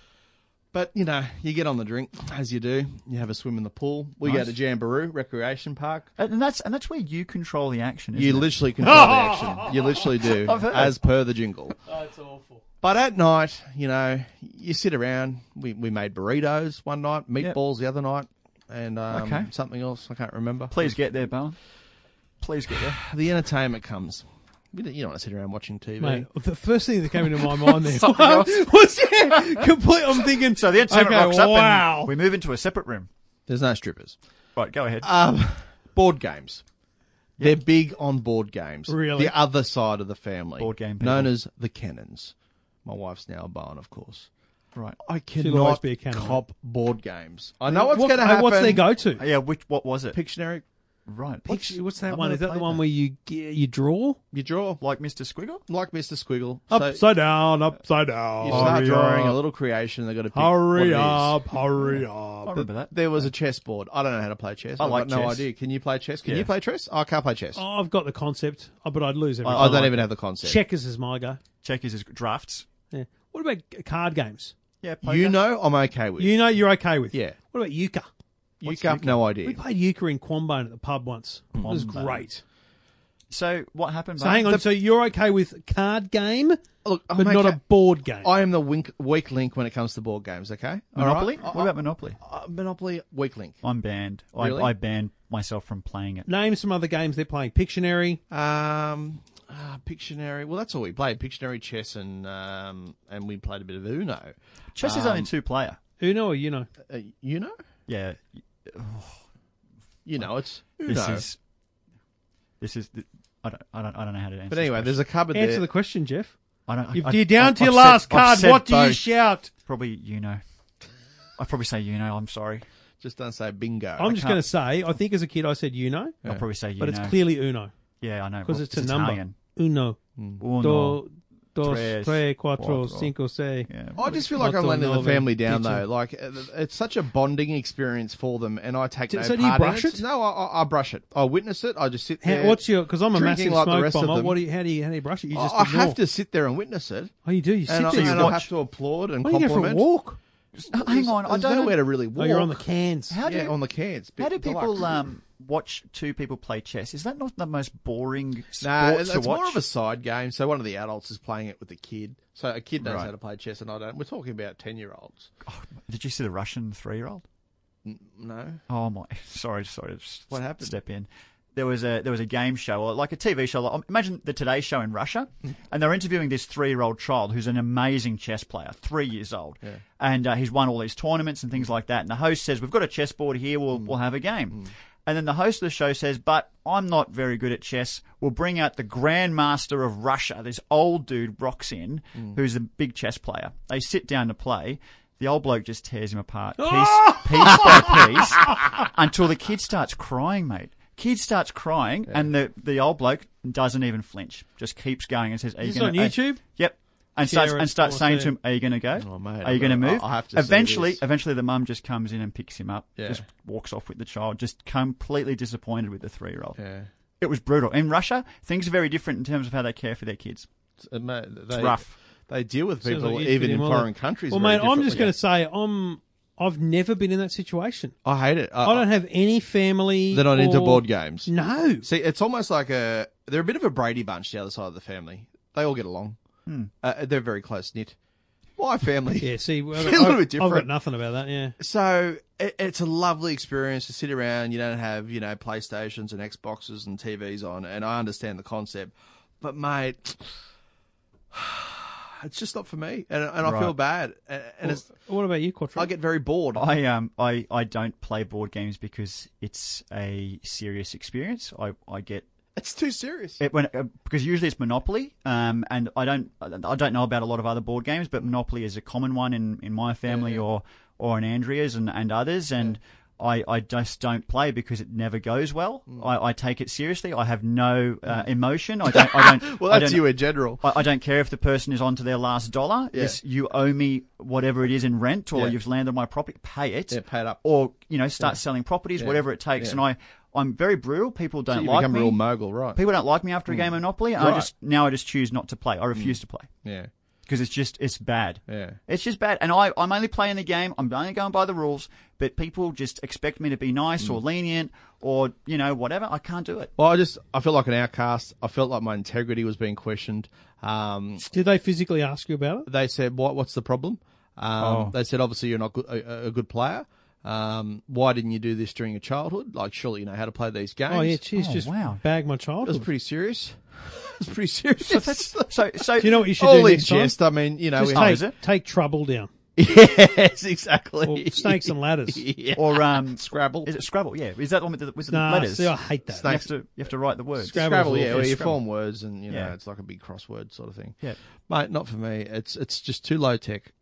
[SPEAKER 2] But you know, you get on the drink as you do. You have a swim in the pool. We
[SPEAKER 7] Nice.
[SPEAKER 2] go to Jamboree Recreation Park.
[SPEAKER 7] And that's and that's where you control the action. Isn't
[SPEAKER 2] You
[SPEAKER 7] it?
[SPEAKER 2] literally control the action. You literally do,
[SPEAKER 7] I've heard.
[SPEAKER 2] as per the jingle.
[SPEAKER 5] That's awful.
[SPEAKER 2] But at night, you know, you sit around. We we made burritos one night, meatballs the other night, and um,
[SPEAKER 7] Okay.
[SPEAKER 2] something else I can't remember.
[SPEAKER 7] Please get there, Bowen. Please get there.
[SPEAKER 2] The entertainment comes. You don't, you don't want to sit around watching TV.
[SPEAKER 5] Mate, the first thing that came into my mind there was yeah, complete. I'm thinking.
[SPEAKER 7] So the entertainment
[SPEAKER 5] okay,
[SPEAKER 7] rocks up.
[SPEAKER 5] Wow.
[SPEAKER 7] And we move into a separate room.
[SPEAKER 2] There's no strippers.
[SPEAKER 7] Right, go ahead.
[SPEAKER 2] Um, board games. They're big on board games.
[SPEAKER 5] Really?
[SPEAKER 2] The other side of the family.
[SPEAKER 7] Board game
[SPEAKER 2] Known
[SPEAKER 7] people.
[SPEAKER 2] as the Cannons. My wife's now a barn, of course.
[SPEAKER 7] right.
[SPEAKER 2] I
[SPEAKER 5] always
[SPEAKER 2] cannot
[SPEAKER 5] be a Cannon,
[SPEAKER 2] cop board games. I know what's
[SPEAKER 5] What-
[SPEAKER 2] going to
[SPEAKER 5] hey,
[SPEAKER 2] happen.
[SPEAKER 5] What's their go-to?
[SPEAKER 7] Yeah. Which what was it?
[SPEAKER 2] Pictionary.
[SPEAKER 7] right.
[SPEAKER 5] What's, what's that
[SPEAKER 7] I've
[SPEAKER 5] one?
[SPEAKER 7] never
[SPEAKER 5] Is that the
[SPEAKER 7] played
[SPEAKER 5] one where you g- you draw
[SPEAKER 2] You draw
[SPEAKER 7] Like Mr. Squiggle.
[SPEAKER 2] like Mr. Squiggle.
[SPEAKER 5] upside
[SPEAKER 2] so
[SPEAKER 5] down, upside down?
[SPEAKER 2] you start
[SPEAKER 5] Hurry
[SPEAKER 2] drawing
[SPEAKER 5] up.
[SPEAKER 2] a little creation. They've got to pick what it
[SPEAKER 5] Hurry
[SPEAKER 2] is.
[SPEAKER 5] up! Hurry
[SPEAKER 7] I
[SPEAKER 5] up!
[SPEAKER 7] remember that.
[SPEAKER 2] There was a chessboard. I don't know how to play chess.
[SPEAKER 7] I
[SPEAKER 2] I've
[SPEAKER 7] like
[SPEAKER 2] got no
[SPEAKER 7] chess.
[SPEAKER 2] idea. Can you play chess? Can
[SPEAKER 7] Yeah.
[SPEAKER 2] you play chess? I can't play chess.
[SPEAKER 5] Oh, I've got the concept, oh, but I'd lose every
[SPEAKER 2] I,
[SPEAKER 5] time.
[SPEAKER 2] don't even have the concept.
[SPEAKER 5] Checkers is my go.
[SPEAKER 7] Checkers is drafts.
[SPEAKER 5] Yeah. What about g- card games?
[SPEAKER 7] Yeah.
[SPEAKER 2] You know I'm okay with.
[SPEAKER 5] You know you're okay with.
[SPEAKER 2] Yeah.
[SPEAKER 5] What about euchre?
[SPEAKER 2] You got no idea.
[SPEAKER 5] We played euchre in Quambone at the pub once. It was
[SPEAKER 7] Quambone.
[SPEAKER 5] great.
[SPEAKER 7] So what happened?
[SPEAKER 5] So
[SPEAKER 7] Bowen?
[SPEAKER 5] hang on.
[SPEAKER 7] The-
[SPEAKER 5] so you're okay with card game,
[SPEAKER 2] Look, I'm
[SPEAKER 5] but not
[SPEAKER 2] okay-
[SPEAKER 5] a board game.
[SPEAKER 2] I am the wink, weak link when it comes to board games. Okay, All right?
[SPEAKER 7] Monopoly. What about Monopoly?
[SPEAKER 2] Uh, Monopoly weak link.
[SPEAKER 7] I'm banned.
[SPEAKER 2] Really?
[SPEAKER 7] I, I banned myself from playing it.
[SPEAKER 5] Name some other games they're playing. Pictionary.
[SPEAKER 2] Um, uh, Pictionary. Well, that's all we played: Pictionary, chess, and um, and we played a bit of Uno.
[SPEAKER 7] Chess is only two player.
[SPEAKER 5] Uno or you know.
[SPEAKER 2] Uh, you know,
[SPEAKER 7] Um, Yeah.
[SPEAKER 2] you know, it's Uno.
[SPEAKER 7] This is. This is. The, I don't. I don't. I don't know how to answer.
[SPEAKER 2] but
[SPEAKER 7] this
[SPEAKER 2] anyway,
[SPEAKER 7] question.
[SPEAKER 2] there's a cupboard
[SPEAKER 5] Answer
[SPEAKER 2] there.
[SPEAKER 5] the question, Jeff.
[SPEAKER 7] I don't.
[SPEAKER 5] If
[SPEAKER 7] I,
[SPEAKER 5] you're down
[SPEAKER 7] I-
[SPEAKER 5] to your
[SPEAKER 7] I've
[SPEAKER 5] last
[SPEAKER 7] said- I've
[SPEAKER 5] card,
[SPEAKER 7] said
[SPEAKER 5] what do you
[SPEAKER 7] both.
[SPEAKER 5] shout?
[SPEAKER 7] Probably you know. I probably say you know. I'm sorry.
[SPEAKER 2] Just don't say bingo.
[SPEAKER 5] I'm just
[SPEAKER 7] can't-
[SPEAKER 5] going to say, I think as a kid I said Uno,
[SPEAKER 7] I'll probably say you
[SPEAKER 5] but
[SPEAKER 7] know.
[SPEAKER 5] it's clearly Uno
[SPEAKER 7] yeah, I know.
[SPEAKER 5] because
[SPEAKER 7] Well,
[SPEAKER 5] it's, a number. Uno,
[SPEAKER 7] Uno.
[SPEAKER 5] do, dos,
[SPEAKER 7] tres,
[SPEAKER 5] tres, cuatro,
[SPEAKER 7] cuatro.
[SPEAKER 5] cinco, seis.
[SPEAKER 7] Yeah.
[SPEAKER 2] I just feel like I'm
[SPEAKER 5] Lotto,
[SPEAKER 2] letting the
[SPEAKER 5] Melbourne,
[SPEAKER 2] family down
[SPEAKER 5] pizza.
[SPEAKER 2] though. Like uh, it's such a bonding experience for them, and I take
[SPEAKER 5] So-
[SPEAKER 2] no
[SPEAKER 5] so do you
[SPEAKER 2] part in
[SPEAKER 5] brush it?
[SPEAKER 2] No, I, I, I brush it. I witness it. I just sit
[SPEAKER 5] How,
[SPEAKER 2] there.
[SPEAKER 5] What's your? Because I'm a
[SPEAKER 2] drinking
[SPEAKER 5] massive
[SPEAKER 2] like the
[SPEAKER 5] smoke
[SPEAKER 2] rest of
[SPEAKER 5] bomber.
[SPEAKER 2] them. Oh,
[SPEAKER 5] What do you? How do you? How do you brush it? You just
[SPEAKER 2] I, I
[SPEAKER 5] ignore.
[SPEAKER 2] have to sit there and witness it.
[SPEAKER 5] Oh, you do. You sit
[SPEAKER 2] and I,
[SPEAKER 5] there.
[SPEAKER 7] you
[SPEAKER 2] and
[SPEAKER 5] watch.
[SPEAKER 2] I have to applaud and
[SPEAKER 5] Why don't you go for a
[SPEAKER 2] compliment.
[SPEAKER 5] walk?
[SPEAKER 7] Hang on. I
[SPEAKER 2] There's
[SPEAKER 7] don't.
[SPEAKER 2] nowhere to really walk.
[SPEAKER 5] Oh, you're on the cans.
[SPEAKER 7] How do
[SPEAKER 2] yeah,
[SPEAKER 7] you-
[SPEAKER 2] on the cans.
[SPEAKER 7] How do
[SPEAKER 2] Bit
[SPEAKER 7] people
[SPEAKER 2] deluxe.
[SPEAKER 7] um, watch two people play chess? Is that not the most boring sport
[SPEAKER 2] Nah, it's
[SPEAKER 7] to watch?
[SPEAKER 2] more of a side game. So one of the adults is playing it with the kid. So a kid knows
[SPEAKER 7] Right.
[SPEAKER 2] how to play chess, and I don't. We're talking about ten-year-olds.
[SPEAKER 7] Oh, Did you see the Russian three-year-old?
[SPEAKER 2] No,
[SPEAKER 7] Oh my! Sorry, sorry. just
[SPEAKER 2] What happened?
[SPEAKER 7] Step in. There was a there was a game show or like a TV show. Like, imagine the Today Show in Russia, and they're interviewing this three year old child who's an amazing chess player, three years old, and uh, he's won all these tournaments and
[SPEAKER 2] Mm.
[SPEAKER 7] things like that. And the host says, "We've got a chessboard here. We'll we'll have a game." And then the host of the show says, "But I'm not very good at chess. We'll bring out the grandmaster of Russia, this old dude Roxin,
[SPEAKER 2] Mm.
[SPEAKER 7] who's a big chess player." They sit down to play. The old bloke just tears him apart, piece, piece by piece until the kid starts crying, mate. Kid starts crying, and the, the old bloke doesn't even flinch. Just keeps going and says, "Are you
[SPEAKER 5] Is this
[SPEAKER 7] gonna,
[SPEAKER 5] on
[SPEAKER 7] are-
[SPEAKER 5] YouTube?
[SPEAKER 7] yep, and starts
[SPEAKER 5] Sarah
[SPEAKER 7] and starts
[SPEAKER 5] Sports,
[SPEAKER 7] saying
[SPEAKER 5] yeah.
[SPEAKER 7] to him, "Are you going to go?
[SPEAKER 2] Oh, mate,
[SPEAKER 7] are you
[SPEAKER 2] I've
[SPEAKER 7] going to
[SPEAKER 2] got-
[SPEAKER 7] move?"
[SPEAKER 2] I- I have to see
[SPEAKER 7] eventually,
[SPEAKER 2] this.
[SPEAKER 7] eventually, the mum just comes in and picks him up.
[SPEAKER 2] Yeah.
[SPEAKER 7] Just walks off with the child. Just completely disappointed with the three year old.
[SPEAKER 2] yeah.
[SPEAKER 7] It was brutal. In Russia, things are very different in terms of how they care for their kids.
[SPEAKER 2] it ma- they,
[SPEAKER 7] rough.
[SPEAKER 2] They deal with
[SPEAKER 5] Sounds
[SPEAKER 2] people
[SPEAKER 5] like you'd
[SPEAKER 2] even
[SPEAKER 5] fit
[SPEAKER 2] in
[SPEAKER 5] well
[SPEAKER 2] foreign
[SPEAKER 5] there.
[SPEAKER 2] countries.
[SPEAKER 5] Well,
[SPEAKER 2] very
[SPEAKER 5] mate, I'm just
[SPEAKER 2] differently.
[SPEAKER 5] going to say I'm. I've never been in that situation.
[SPEAKER 2] I hate it. I,
[SPEAKER 5] I don't have any family.
[SPEAKER 2] They're not into
[SPEAKER 5] or-
[SPEAKER 2] board games.
[SPEAKER 5] No.
[SPEAKER 2] See, it's almost like a they're a bit of a Brady bunch. The other side of the family, they all get along.
[SPEAKER 5] Hmm.
[SPEAKER 2] Uh, they're very close knit. My family,
[SPEAKER 5] Yeah. See, well,
[SPEAKER 2] Feel a little
[SPEAKER 5] I've,
[SPEAKER 2] bit
[SPEAKER 5] I've got
[SPEAKER 2] different.
[SPEAKER 5] nothing about that. Yeah.
[SPEAKER 2] So it, it's a lovely experience to sit around. You don't have you know PlayStations and Xboxes and TVs on, and I understand the concept, but mate, it's just not for me, and, and I feel
[SPEAKER 7] Right.
[SPEAKER 2] bad, and, and it's,
[SPEAKER 5] What about you, Quattro?
[SPEAKER 2] I get very bored.
[SPEAKER 7] I um I, I don't play board games because it's a serious experience. I, I get
[SPEAKER 2] It's too serious.
[SPEAKER 7] it when uh, because usually it's Monopoly. Um, and I don't I don't know about a lot of other board games, but Monopoly is a common one in, in my family or or in Andrea's and, and others. And I, I just don't play because it never goes well.
[SPEAKER 2] Hmm.
[SPEAKER 7] I, I take it seriously. I have no uh, emotion. I don't. I don't
[SPEAKER 2] well,
[SPEAKER 7] I
[SPEAKER 2] that's
[SPEAKER 7] don't-
[SPEAKER 2] you in general.
[SPEAKER 7] I, I don't care if the person is on to their last dollar.
[SPEAKER 2] Yeah.
[SPEAKER 7] This- you owe me whatever it is in rent, or
[SPEAKER 2] Yeah.
[SPEAKER 7] you've landed my property. Pay it.
[SPEAKER 2] Yeah, pay it up.
[SPEAKER 7] Or you know, start selling properties, whatever it takes.
[SPEAKER 2] Yeah.
[SPEAKER 7] And I, I'm very brutal. People don't
[SPEAKER 2] You
[SPEAKER 7] like
[SPEAKER 2] become
[SPEAKER 7] me.
[SPEAKER 2] a real mogul, right?
[SPEAKER 7] People don't like me after a
[SPEAKER 5] Hmm.
[SPEAKER 7] game of Monopoly. And
[SPEAKER 2] Right.
[SPEAKER 7] I just now I just choose not to play. I refuse to play
[SPEAKER 2] yeah,
[SPEAKER 7] because it's just it's bad.
[SPEAKER 2] yeah.
[SPEAKER 7] It's just bad. And I, I'm only playing the game. I'm only going by the rules. But people just expect me to be nice
[SPEAKER 5] Hmm.
[SPEAKER 7] or lenient or you know whatever. I can't do it.
[SPEAKER 2] Well, I just I feel like an outcast. I felt like my integrity was being questioned. Um,
[SPEAKER 5] Did they physically ask you about it?
[SPEAKER 2] they said, "What? What's the problem?" Um,
[SPEAKER 7] Oh.
[SPEAKER 2] They said, "Obviously, you're not good, a, a good player. Um, why didn't you do this during your childhood? Like, surely you know how to play these games."
[SPEAKER 5] Oh yeah, she's
[SPEAKER 7] Oh,
[SPEAKER 5] just
[SPEAKER 7] wow.
[SPEAKER 5] bag my
[SPEAKER 2] it was
[SPEAKER 5] childhood.
[SPEAKER 2] pretty serious. it's pretty serious.
[SPEAKER 7] So so
[SPEAKER 5] Do you know what you should do
[SPEAKER 2] All in
[SPEAKER 5] next time?
[SPEAKER 2] jest. I mean, you know,
[SPEAKER 5] Just
[SPEAKER 2] we
[SPEAKER 5] take,
[SPEAKER 7] Oh, is it?
[SPEAKER 5] take trouble down.
[SPEAKER 2] yes, exactly.
[SPEAKER 5] Or snakes and ladders.
[SPEAKER 2] yeah.
[SPEAKER 7] or um
[SPEAKER 2] Scrabble.
[SPEAKER 7] Is it Scrabble? Yeah. Is that the one with the, with the
[SPEAKER 5] Nah,
[SPEAKER 7] letters?
[SPEAKER 5] see, I hate that.
[SPEAKER 7] You have to you have to write the words.
[SPEAKER 5] Scrabble.
[SPEAKER 2] Scrabble,
[SPEAKER 5] Scrabble's
[SPEAKER 2] yeah,
[SPEAKER 5] awful.
[SPEAKER 2] where
[SPEAKER 5] Yeah,
[SPEAKER 2] you
[SPEAKER 5] Scrabble.
[SPEAKER 2] form words and you know
[SPEAKER 7] Yeah.
[SPEAKER 2] it's like a big crossword sort of thing.
[SPEAKER 7] Yeah.
[SPEAKER 2] Mate, not for me. It's it's just too low tech.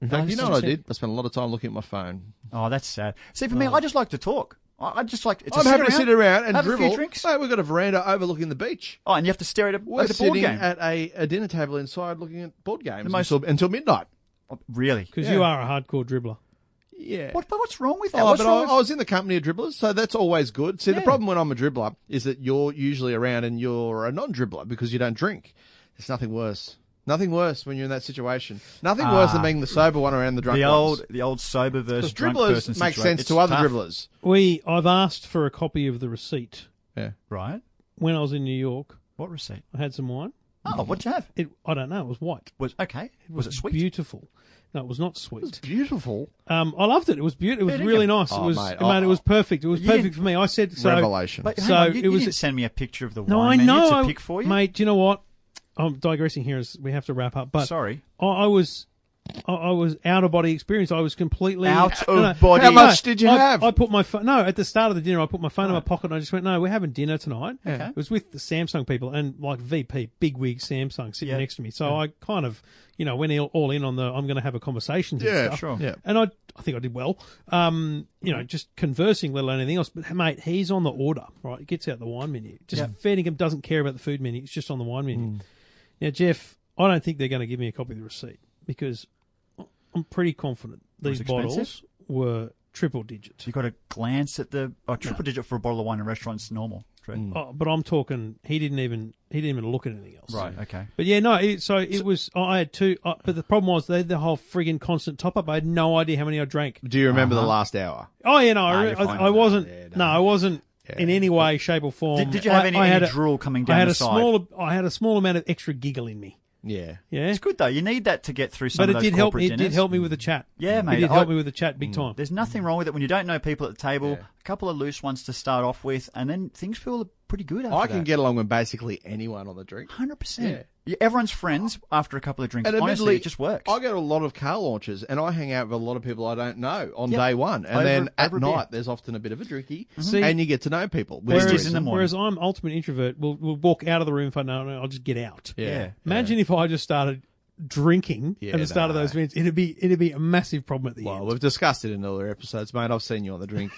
[SPEAKER 2] In fact, you know what I did? I spent a lot of time looking at my phone.
[SPEAKER 7] Oh, that's sad. See, for me, I just like to talk. I, I just like. It's
[SPEAKER 2] I'm
[SPEAKER 7] a
[SPEAKER 2] happy to sit around and
[SPEAKER 7] have
[SPEAKER 2] dribble.
[SPEAKER 7] a few drinks.
[SPEAKER 2] Mate, we've got a veranda overlooking the beach.
[SPEAKER 7] Oh, and you have to stare at a,
[SPEAKER 2] We're
[SPEAKER 7] at a board
[SPEAKER 2] sitting
[SPEAKER 7] game.
[SPEAKER 2] at a, a dinner table inside looking at board games
[SPEAKER 7] most-
[SPEAKER 2] until, until midnight.
[SPEAKER 7] Oh, really?
[SPEAKER 5] Because
[SPEAKER 2] Yeah.
[SPEAKER 5] you are a hardcore dribbler.
[SPEAKER 2] Yeah.
[SPEAKER 7] What? But what's wrong with that?
[SPEAKER 2] Oh,
[SPEAKER 7] what's
[SPEAKER 2] but
[SPEAKER 7] wrong
[SPEAKER 2] I,
[SPEAKER 7] with-
[SPEAKER 2] I was in the company of dribblers, so that's always good. See, the
[SPEAKER 7] Yeah.
[SPEAKER 2] problem when I'm a dribbler is that you're usually around and you're a non-dribbler because you don't drink. There's nothing worse. Nothing worse when you're in that situation. Nothing worse than being the sober one around the drunk
[SPEAKER 7] the
[SPEAKER 2] ones.
[SPEAKER 7] old the old sober
[SPEAKER 2] Because
[SPEAKER 7] versus drunk
[SPEAKER 2] dribblers
[SPEAKER 7] person
[SPEAKER 2] make
[SPEAKER 7] situation.
[SPEAKER 2] sense
[SPEAKER 7] It's
[SPEAKER 2] to other
[SPEAKER 7] tough.
[SPEAKER 2] dribblers.
[SPEAKER 5] We, I've asked for a copy of the receipt
[SPEAKER 2] Yeah.
[SPEAKER 7] right?
[SPEAKER 5] when I was in New York.
[SPEAKER 7] What receipt?
[SPEAKER 5] I had some wine.
[SPEAKER 7] Oh, what'd you have?
[SPEAKER 5] It, I don't know. It was white.
[SPEAKER 7] Was okay. Was it sweet?
[SPEAKER 5] Beautiful. No, it was not
[SPEAKER 2] It's
[SPEAKER 5] sweet.
[SPEAKER 2] beautiful.
[SPEAKER 5] Um, I loved it. It was beautiful. It was
[SPEAKER 7] Yeah,
[SPEAKER 5] really
[SPEAKER 7] didn't you?
[SPEAKER 5] nice.
[SPEAKER 2] Oh,
[SPEAKER 5] it was,
[SPEAKER 2] mate,
[SPEAKER 5] mate,
[SPEAKER 2] I-
[SPEAKER 5] it was perfect. It was
[SPEAKER 7] You
[SPEAKER 5] perfect
[SPEAKER 7] didn't-
[SPEAKER 5] for me. I said so.
[SPEAKER 2] Revelation.
[SPEAKER 7] But hang
[SPEAKER 5] So
[SPEAKER 7] on, you,
[SPEAKER 5] it
[SPEAKER 7] you
[SPEAKER 5] was-
[SPEAKER 7] didn't send me a picture of the
[SPEAKER 5] No, I
[SPEAKER 7] wine menu
[SPEAKER 5] know.
[SPEAKER 7] to
[SPEAKER 5] I-
[SPEAKER 7] pick for you,
[SPEAKER 5] mate. Do you know what? I'm digressing here as we have to wrap up. But
[SPEAKER 7] Sorry.
[SPEAKER 5] I, I was, I, I was out of body experience. I was completely
[SPEAKER 7] Out
[SPEAKER 5] No, no.
[SPEAKER 7] of body.
[SPEAKER 2] How much did you
[SPEAKER 5] I,
[SPEAKER 2] have?
[SPEAKER 5] I put my phone. No, at the start of the dinner, I put my phone in my pocket and I just went, "No, we're having dinner tonight." Okay. It was with the Samsung people and like VP, big wig Samsung sitting
[SPEAKER 7] Yeah.
[SPEAKER 5] next to me. So I kind of, you know, went all- all in on the. I'm going to have a conversation. and stuff.
[SPEAKER 7] sure.
[SPEAKER 2] Yeah.
[SPEAKER 5] And I, I think I did well. Um, you know, just conversing, let alone anything else. But mate, he's on the order, right? He gets out the wine menu. Just feeding him doesn't care about the food menu. It's just on the wine menu.
[SPEAKER 7] Mm.
[SPEAKER 5] Now, Jeff, I don't think they're going to give me a copy of the receipt because I'm pretty confident these
[SPEAKER 7] was expensive?
[SPEAKER 5] bottles were triple digit.
[SPEAKER 7] You got to glance at the oh, triple digit for a bottle of wine in restaurants normal. True.
[SPEAKER 2] Mm.
[SPEAKER 5] Oh, but I'm talking. He didn't even. He didn't even look at anything else.
[SPEAKER 7] Right. Okay.
[SPEAKER 5] But yeah, no. It, so it was. I had two. Uh, but the problem was they had the whole friggin' constant top up. I had no idea how many I drank.
[SPEAKER 2] Do you remember the last hour?
[SPEAKER 5] Oh yeah, no,
[SPEAKER 7] Ah,
[SPEAKER 5] I,
[SPEAKER 7] you're fine.
[SPEAKER 5] I, I wasn't.
[SPEAKER 2] Yeah,
[SPEAKER 5] no. I wasn't in any way, shape, or form.
[SPEAKER 7] Did- did you have
[SPEAKER 5] I-
[SPEAKER 7] any-
[SPEAKER 5] I
[SPEAKER 7] any
[SPEAKER 5] had a-
[SPEAKER 7] drool coming down
[SPEAKER 5] I had
[SPEAKER 7] the
[SPEAKER 5] a
[SPEAKER 7] side?
[SPEAKER 5] small. I had a small amount of extra giggle in me.
[SPEAKER 2] Yeah.
[SPEAKER 5] Yeah,
[SPEAKER 7] It's good though. You need that to get through some
[SPEAKER 5] but
[SPEAKER 7] of
[SPEAKER 5] it
[SPEAKER 7] those
[SPEAKER 5] did help.
[SPEAKER 7] corporate
[SPEAKER 5] It did
[SPEAKER 7] dinners.
[SPEAKER 5] help me with the chat.
[SPEAKER 7] Yeah, mate,
[SPEAKER 5] It did
[SPEAKER 7] I- Mm.
[SPEAKER 5] help me with the chat big time.
[SPEAKER 7] There's nothing wrong with it when you don't know people at the table. A couple of loose ones to start off with, and then things feel pretty good after
[SPEAKER 2] I can get along with basically anyone on the drink.
[SPEAKER 7] hundred percent. Everyone's friends after a couple of drinks.
[SPEAKER 2] And
[SPEAKER 7] Honestly,
[SPEAKER 2] admittedly,
[SPEAKER 7] it just works.
[SPEAKER 2] I go to a lot of car launches, and I hang out with a lot of people I don't know on
[SPEAKER 7] Yep.
[SPEAKER 2] day one, and
[SPEAKER 7] Over-
[SPEAKER 2] then at
[SPEAKER 7] over Mm-hmm. a beer.
[SPEAKER 2] night there's often a bit of a drinky,
[SPEAKER 5] See-
[SPEAKER 2] and you get to know people. which
[SPEAKER 7] Whereas-
[SPEAKER 2] is-
[SPEAKER 7] Wednesdays in the morning.
[SPEAKER 5] Whereas I'm ultimate introvert. We'll, we'll walk out of the room for no, no. I'll just get out.
[SPEAKER 7] Yeah.
[SPEAKER 5] Imagine if I just started drinking
[SPEAKER 2] Yeah,
[SPEAKER 5] at the start
[SPEAKER 2] no.
[SPEAKER 5] of those events. It'd be it'd be a massive problem at the
[SPEAKER 2] Well,
[SPEAKER 5] end.
[SPEAKER 2] we've discussed it in other episodes, mate. I've seen you on the drink.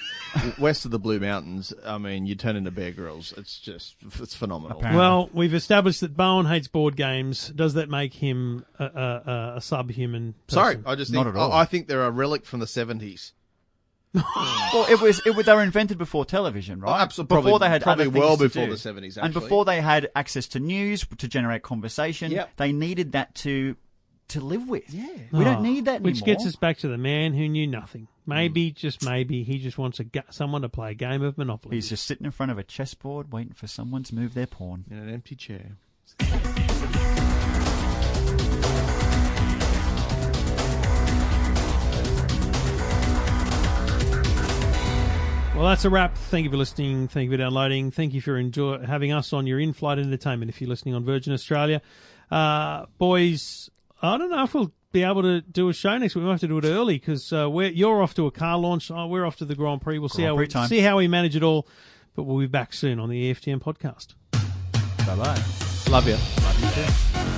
[SPEAKER 2] West of the Blue Mountains, I mean, you turn into Bear Grylls. It's just, it's phenomenal.
[SPEAKER 7] Apparently.
[SPEAKER 5] Well, we've established that Bowen hates board games. Does that make him a, a, a, a subhuman?
[SPEAKER 2] Sorry,
[SPEAKER 5] person?
[SPEAKER 2] I just
[SPEAKER 7] Not
[SPEAKER 2] think,
[SPEAKER 7] at all.
[SPEAKER 2] I, I think they're a relic from the 70s.
[SPEAKER 7] well, it was. It, was- they were invented before television, right?
[SPEAKER 2] Oh, abso-
[SPEAKER 7] Before
[SPEAKER 2] probably-
[SPEAKER 7] they had
[SPEAKER 2] probably
[SPEAKER 7] other things
[SPEAKER 2] well
[SPEAKER 7] to
[SPEAKER 2] before
[SPEAKER 7] do.
[SPEAKER 2] the 70s,
[SPEAKER 7] and
[SPEAKER 2] actually.
[SPEAKER 7] before they had access to news to generate conversation.
[SPEAKER 2] Yep.
[SPEAKER 7] They needed that to to live with. Yeah, we don't
[SPEAKER 5] Ah,
[SPEAKER 7] need that
[SPEAKER 5] Which
[SPEAKER 7] anymore.
[SPEAKER 5] gets us back to the man who knew nothing. Maybe, just maybe, he just wants a gu- someone to play a game of Monopoly.
[SPEAKER 7] He's just sitting in front of a chessboard waiting for someone to move their pawn.
[SPEAKER 2] in an empty chair.
[SPEAKER 5] Well, that's a wrap. Thank you for listening. Thank you for downloading. Thank you for enjoy- having us on your in flight entertainment if you're listening on Virgin Australia. Uh, boys, I don't know if we'll be able to do a show next week. We might have to do it early because uh, we're- you're off to a car launch. Oh, we're off to the Grand Prix. We'll see,
[SPEAKER 7] Grand
[SPEAKER 5] how
[SPEAKER 7] Prix
[SPEAKER 5] we,
[SPEAKER 7] time.
[SPEAKER 5] see how we manage it all. E But we'll be back soon on the EFTM podcast.
[SPEAKER 7] Bye bye.
[SPEAKER 2] Love you.
[SPEAKER 7] Love you too.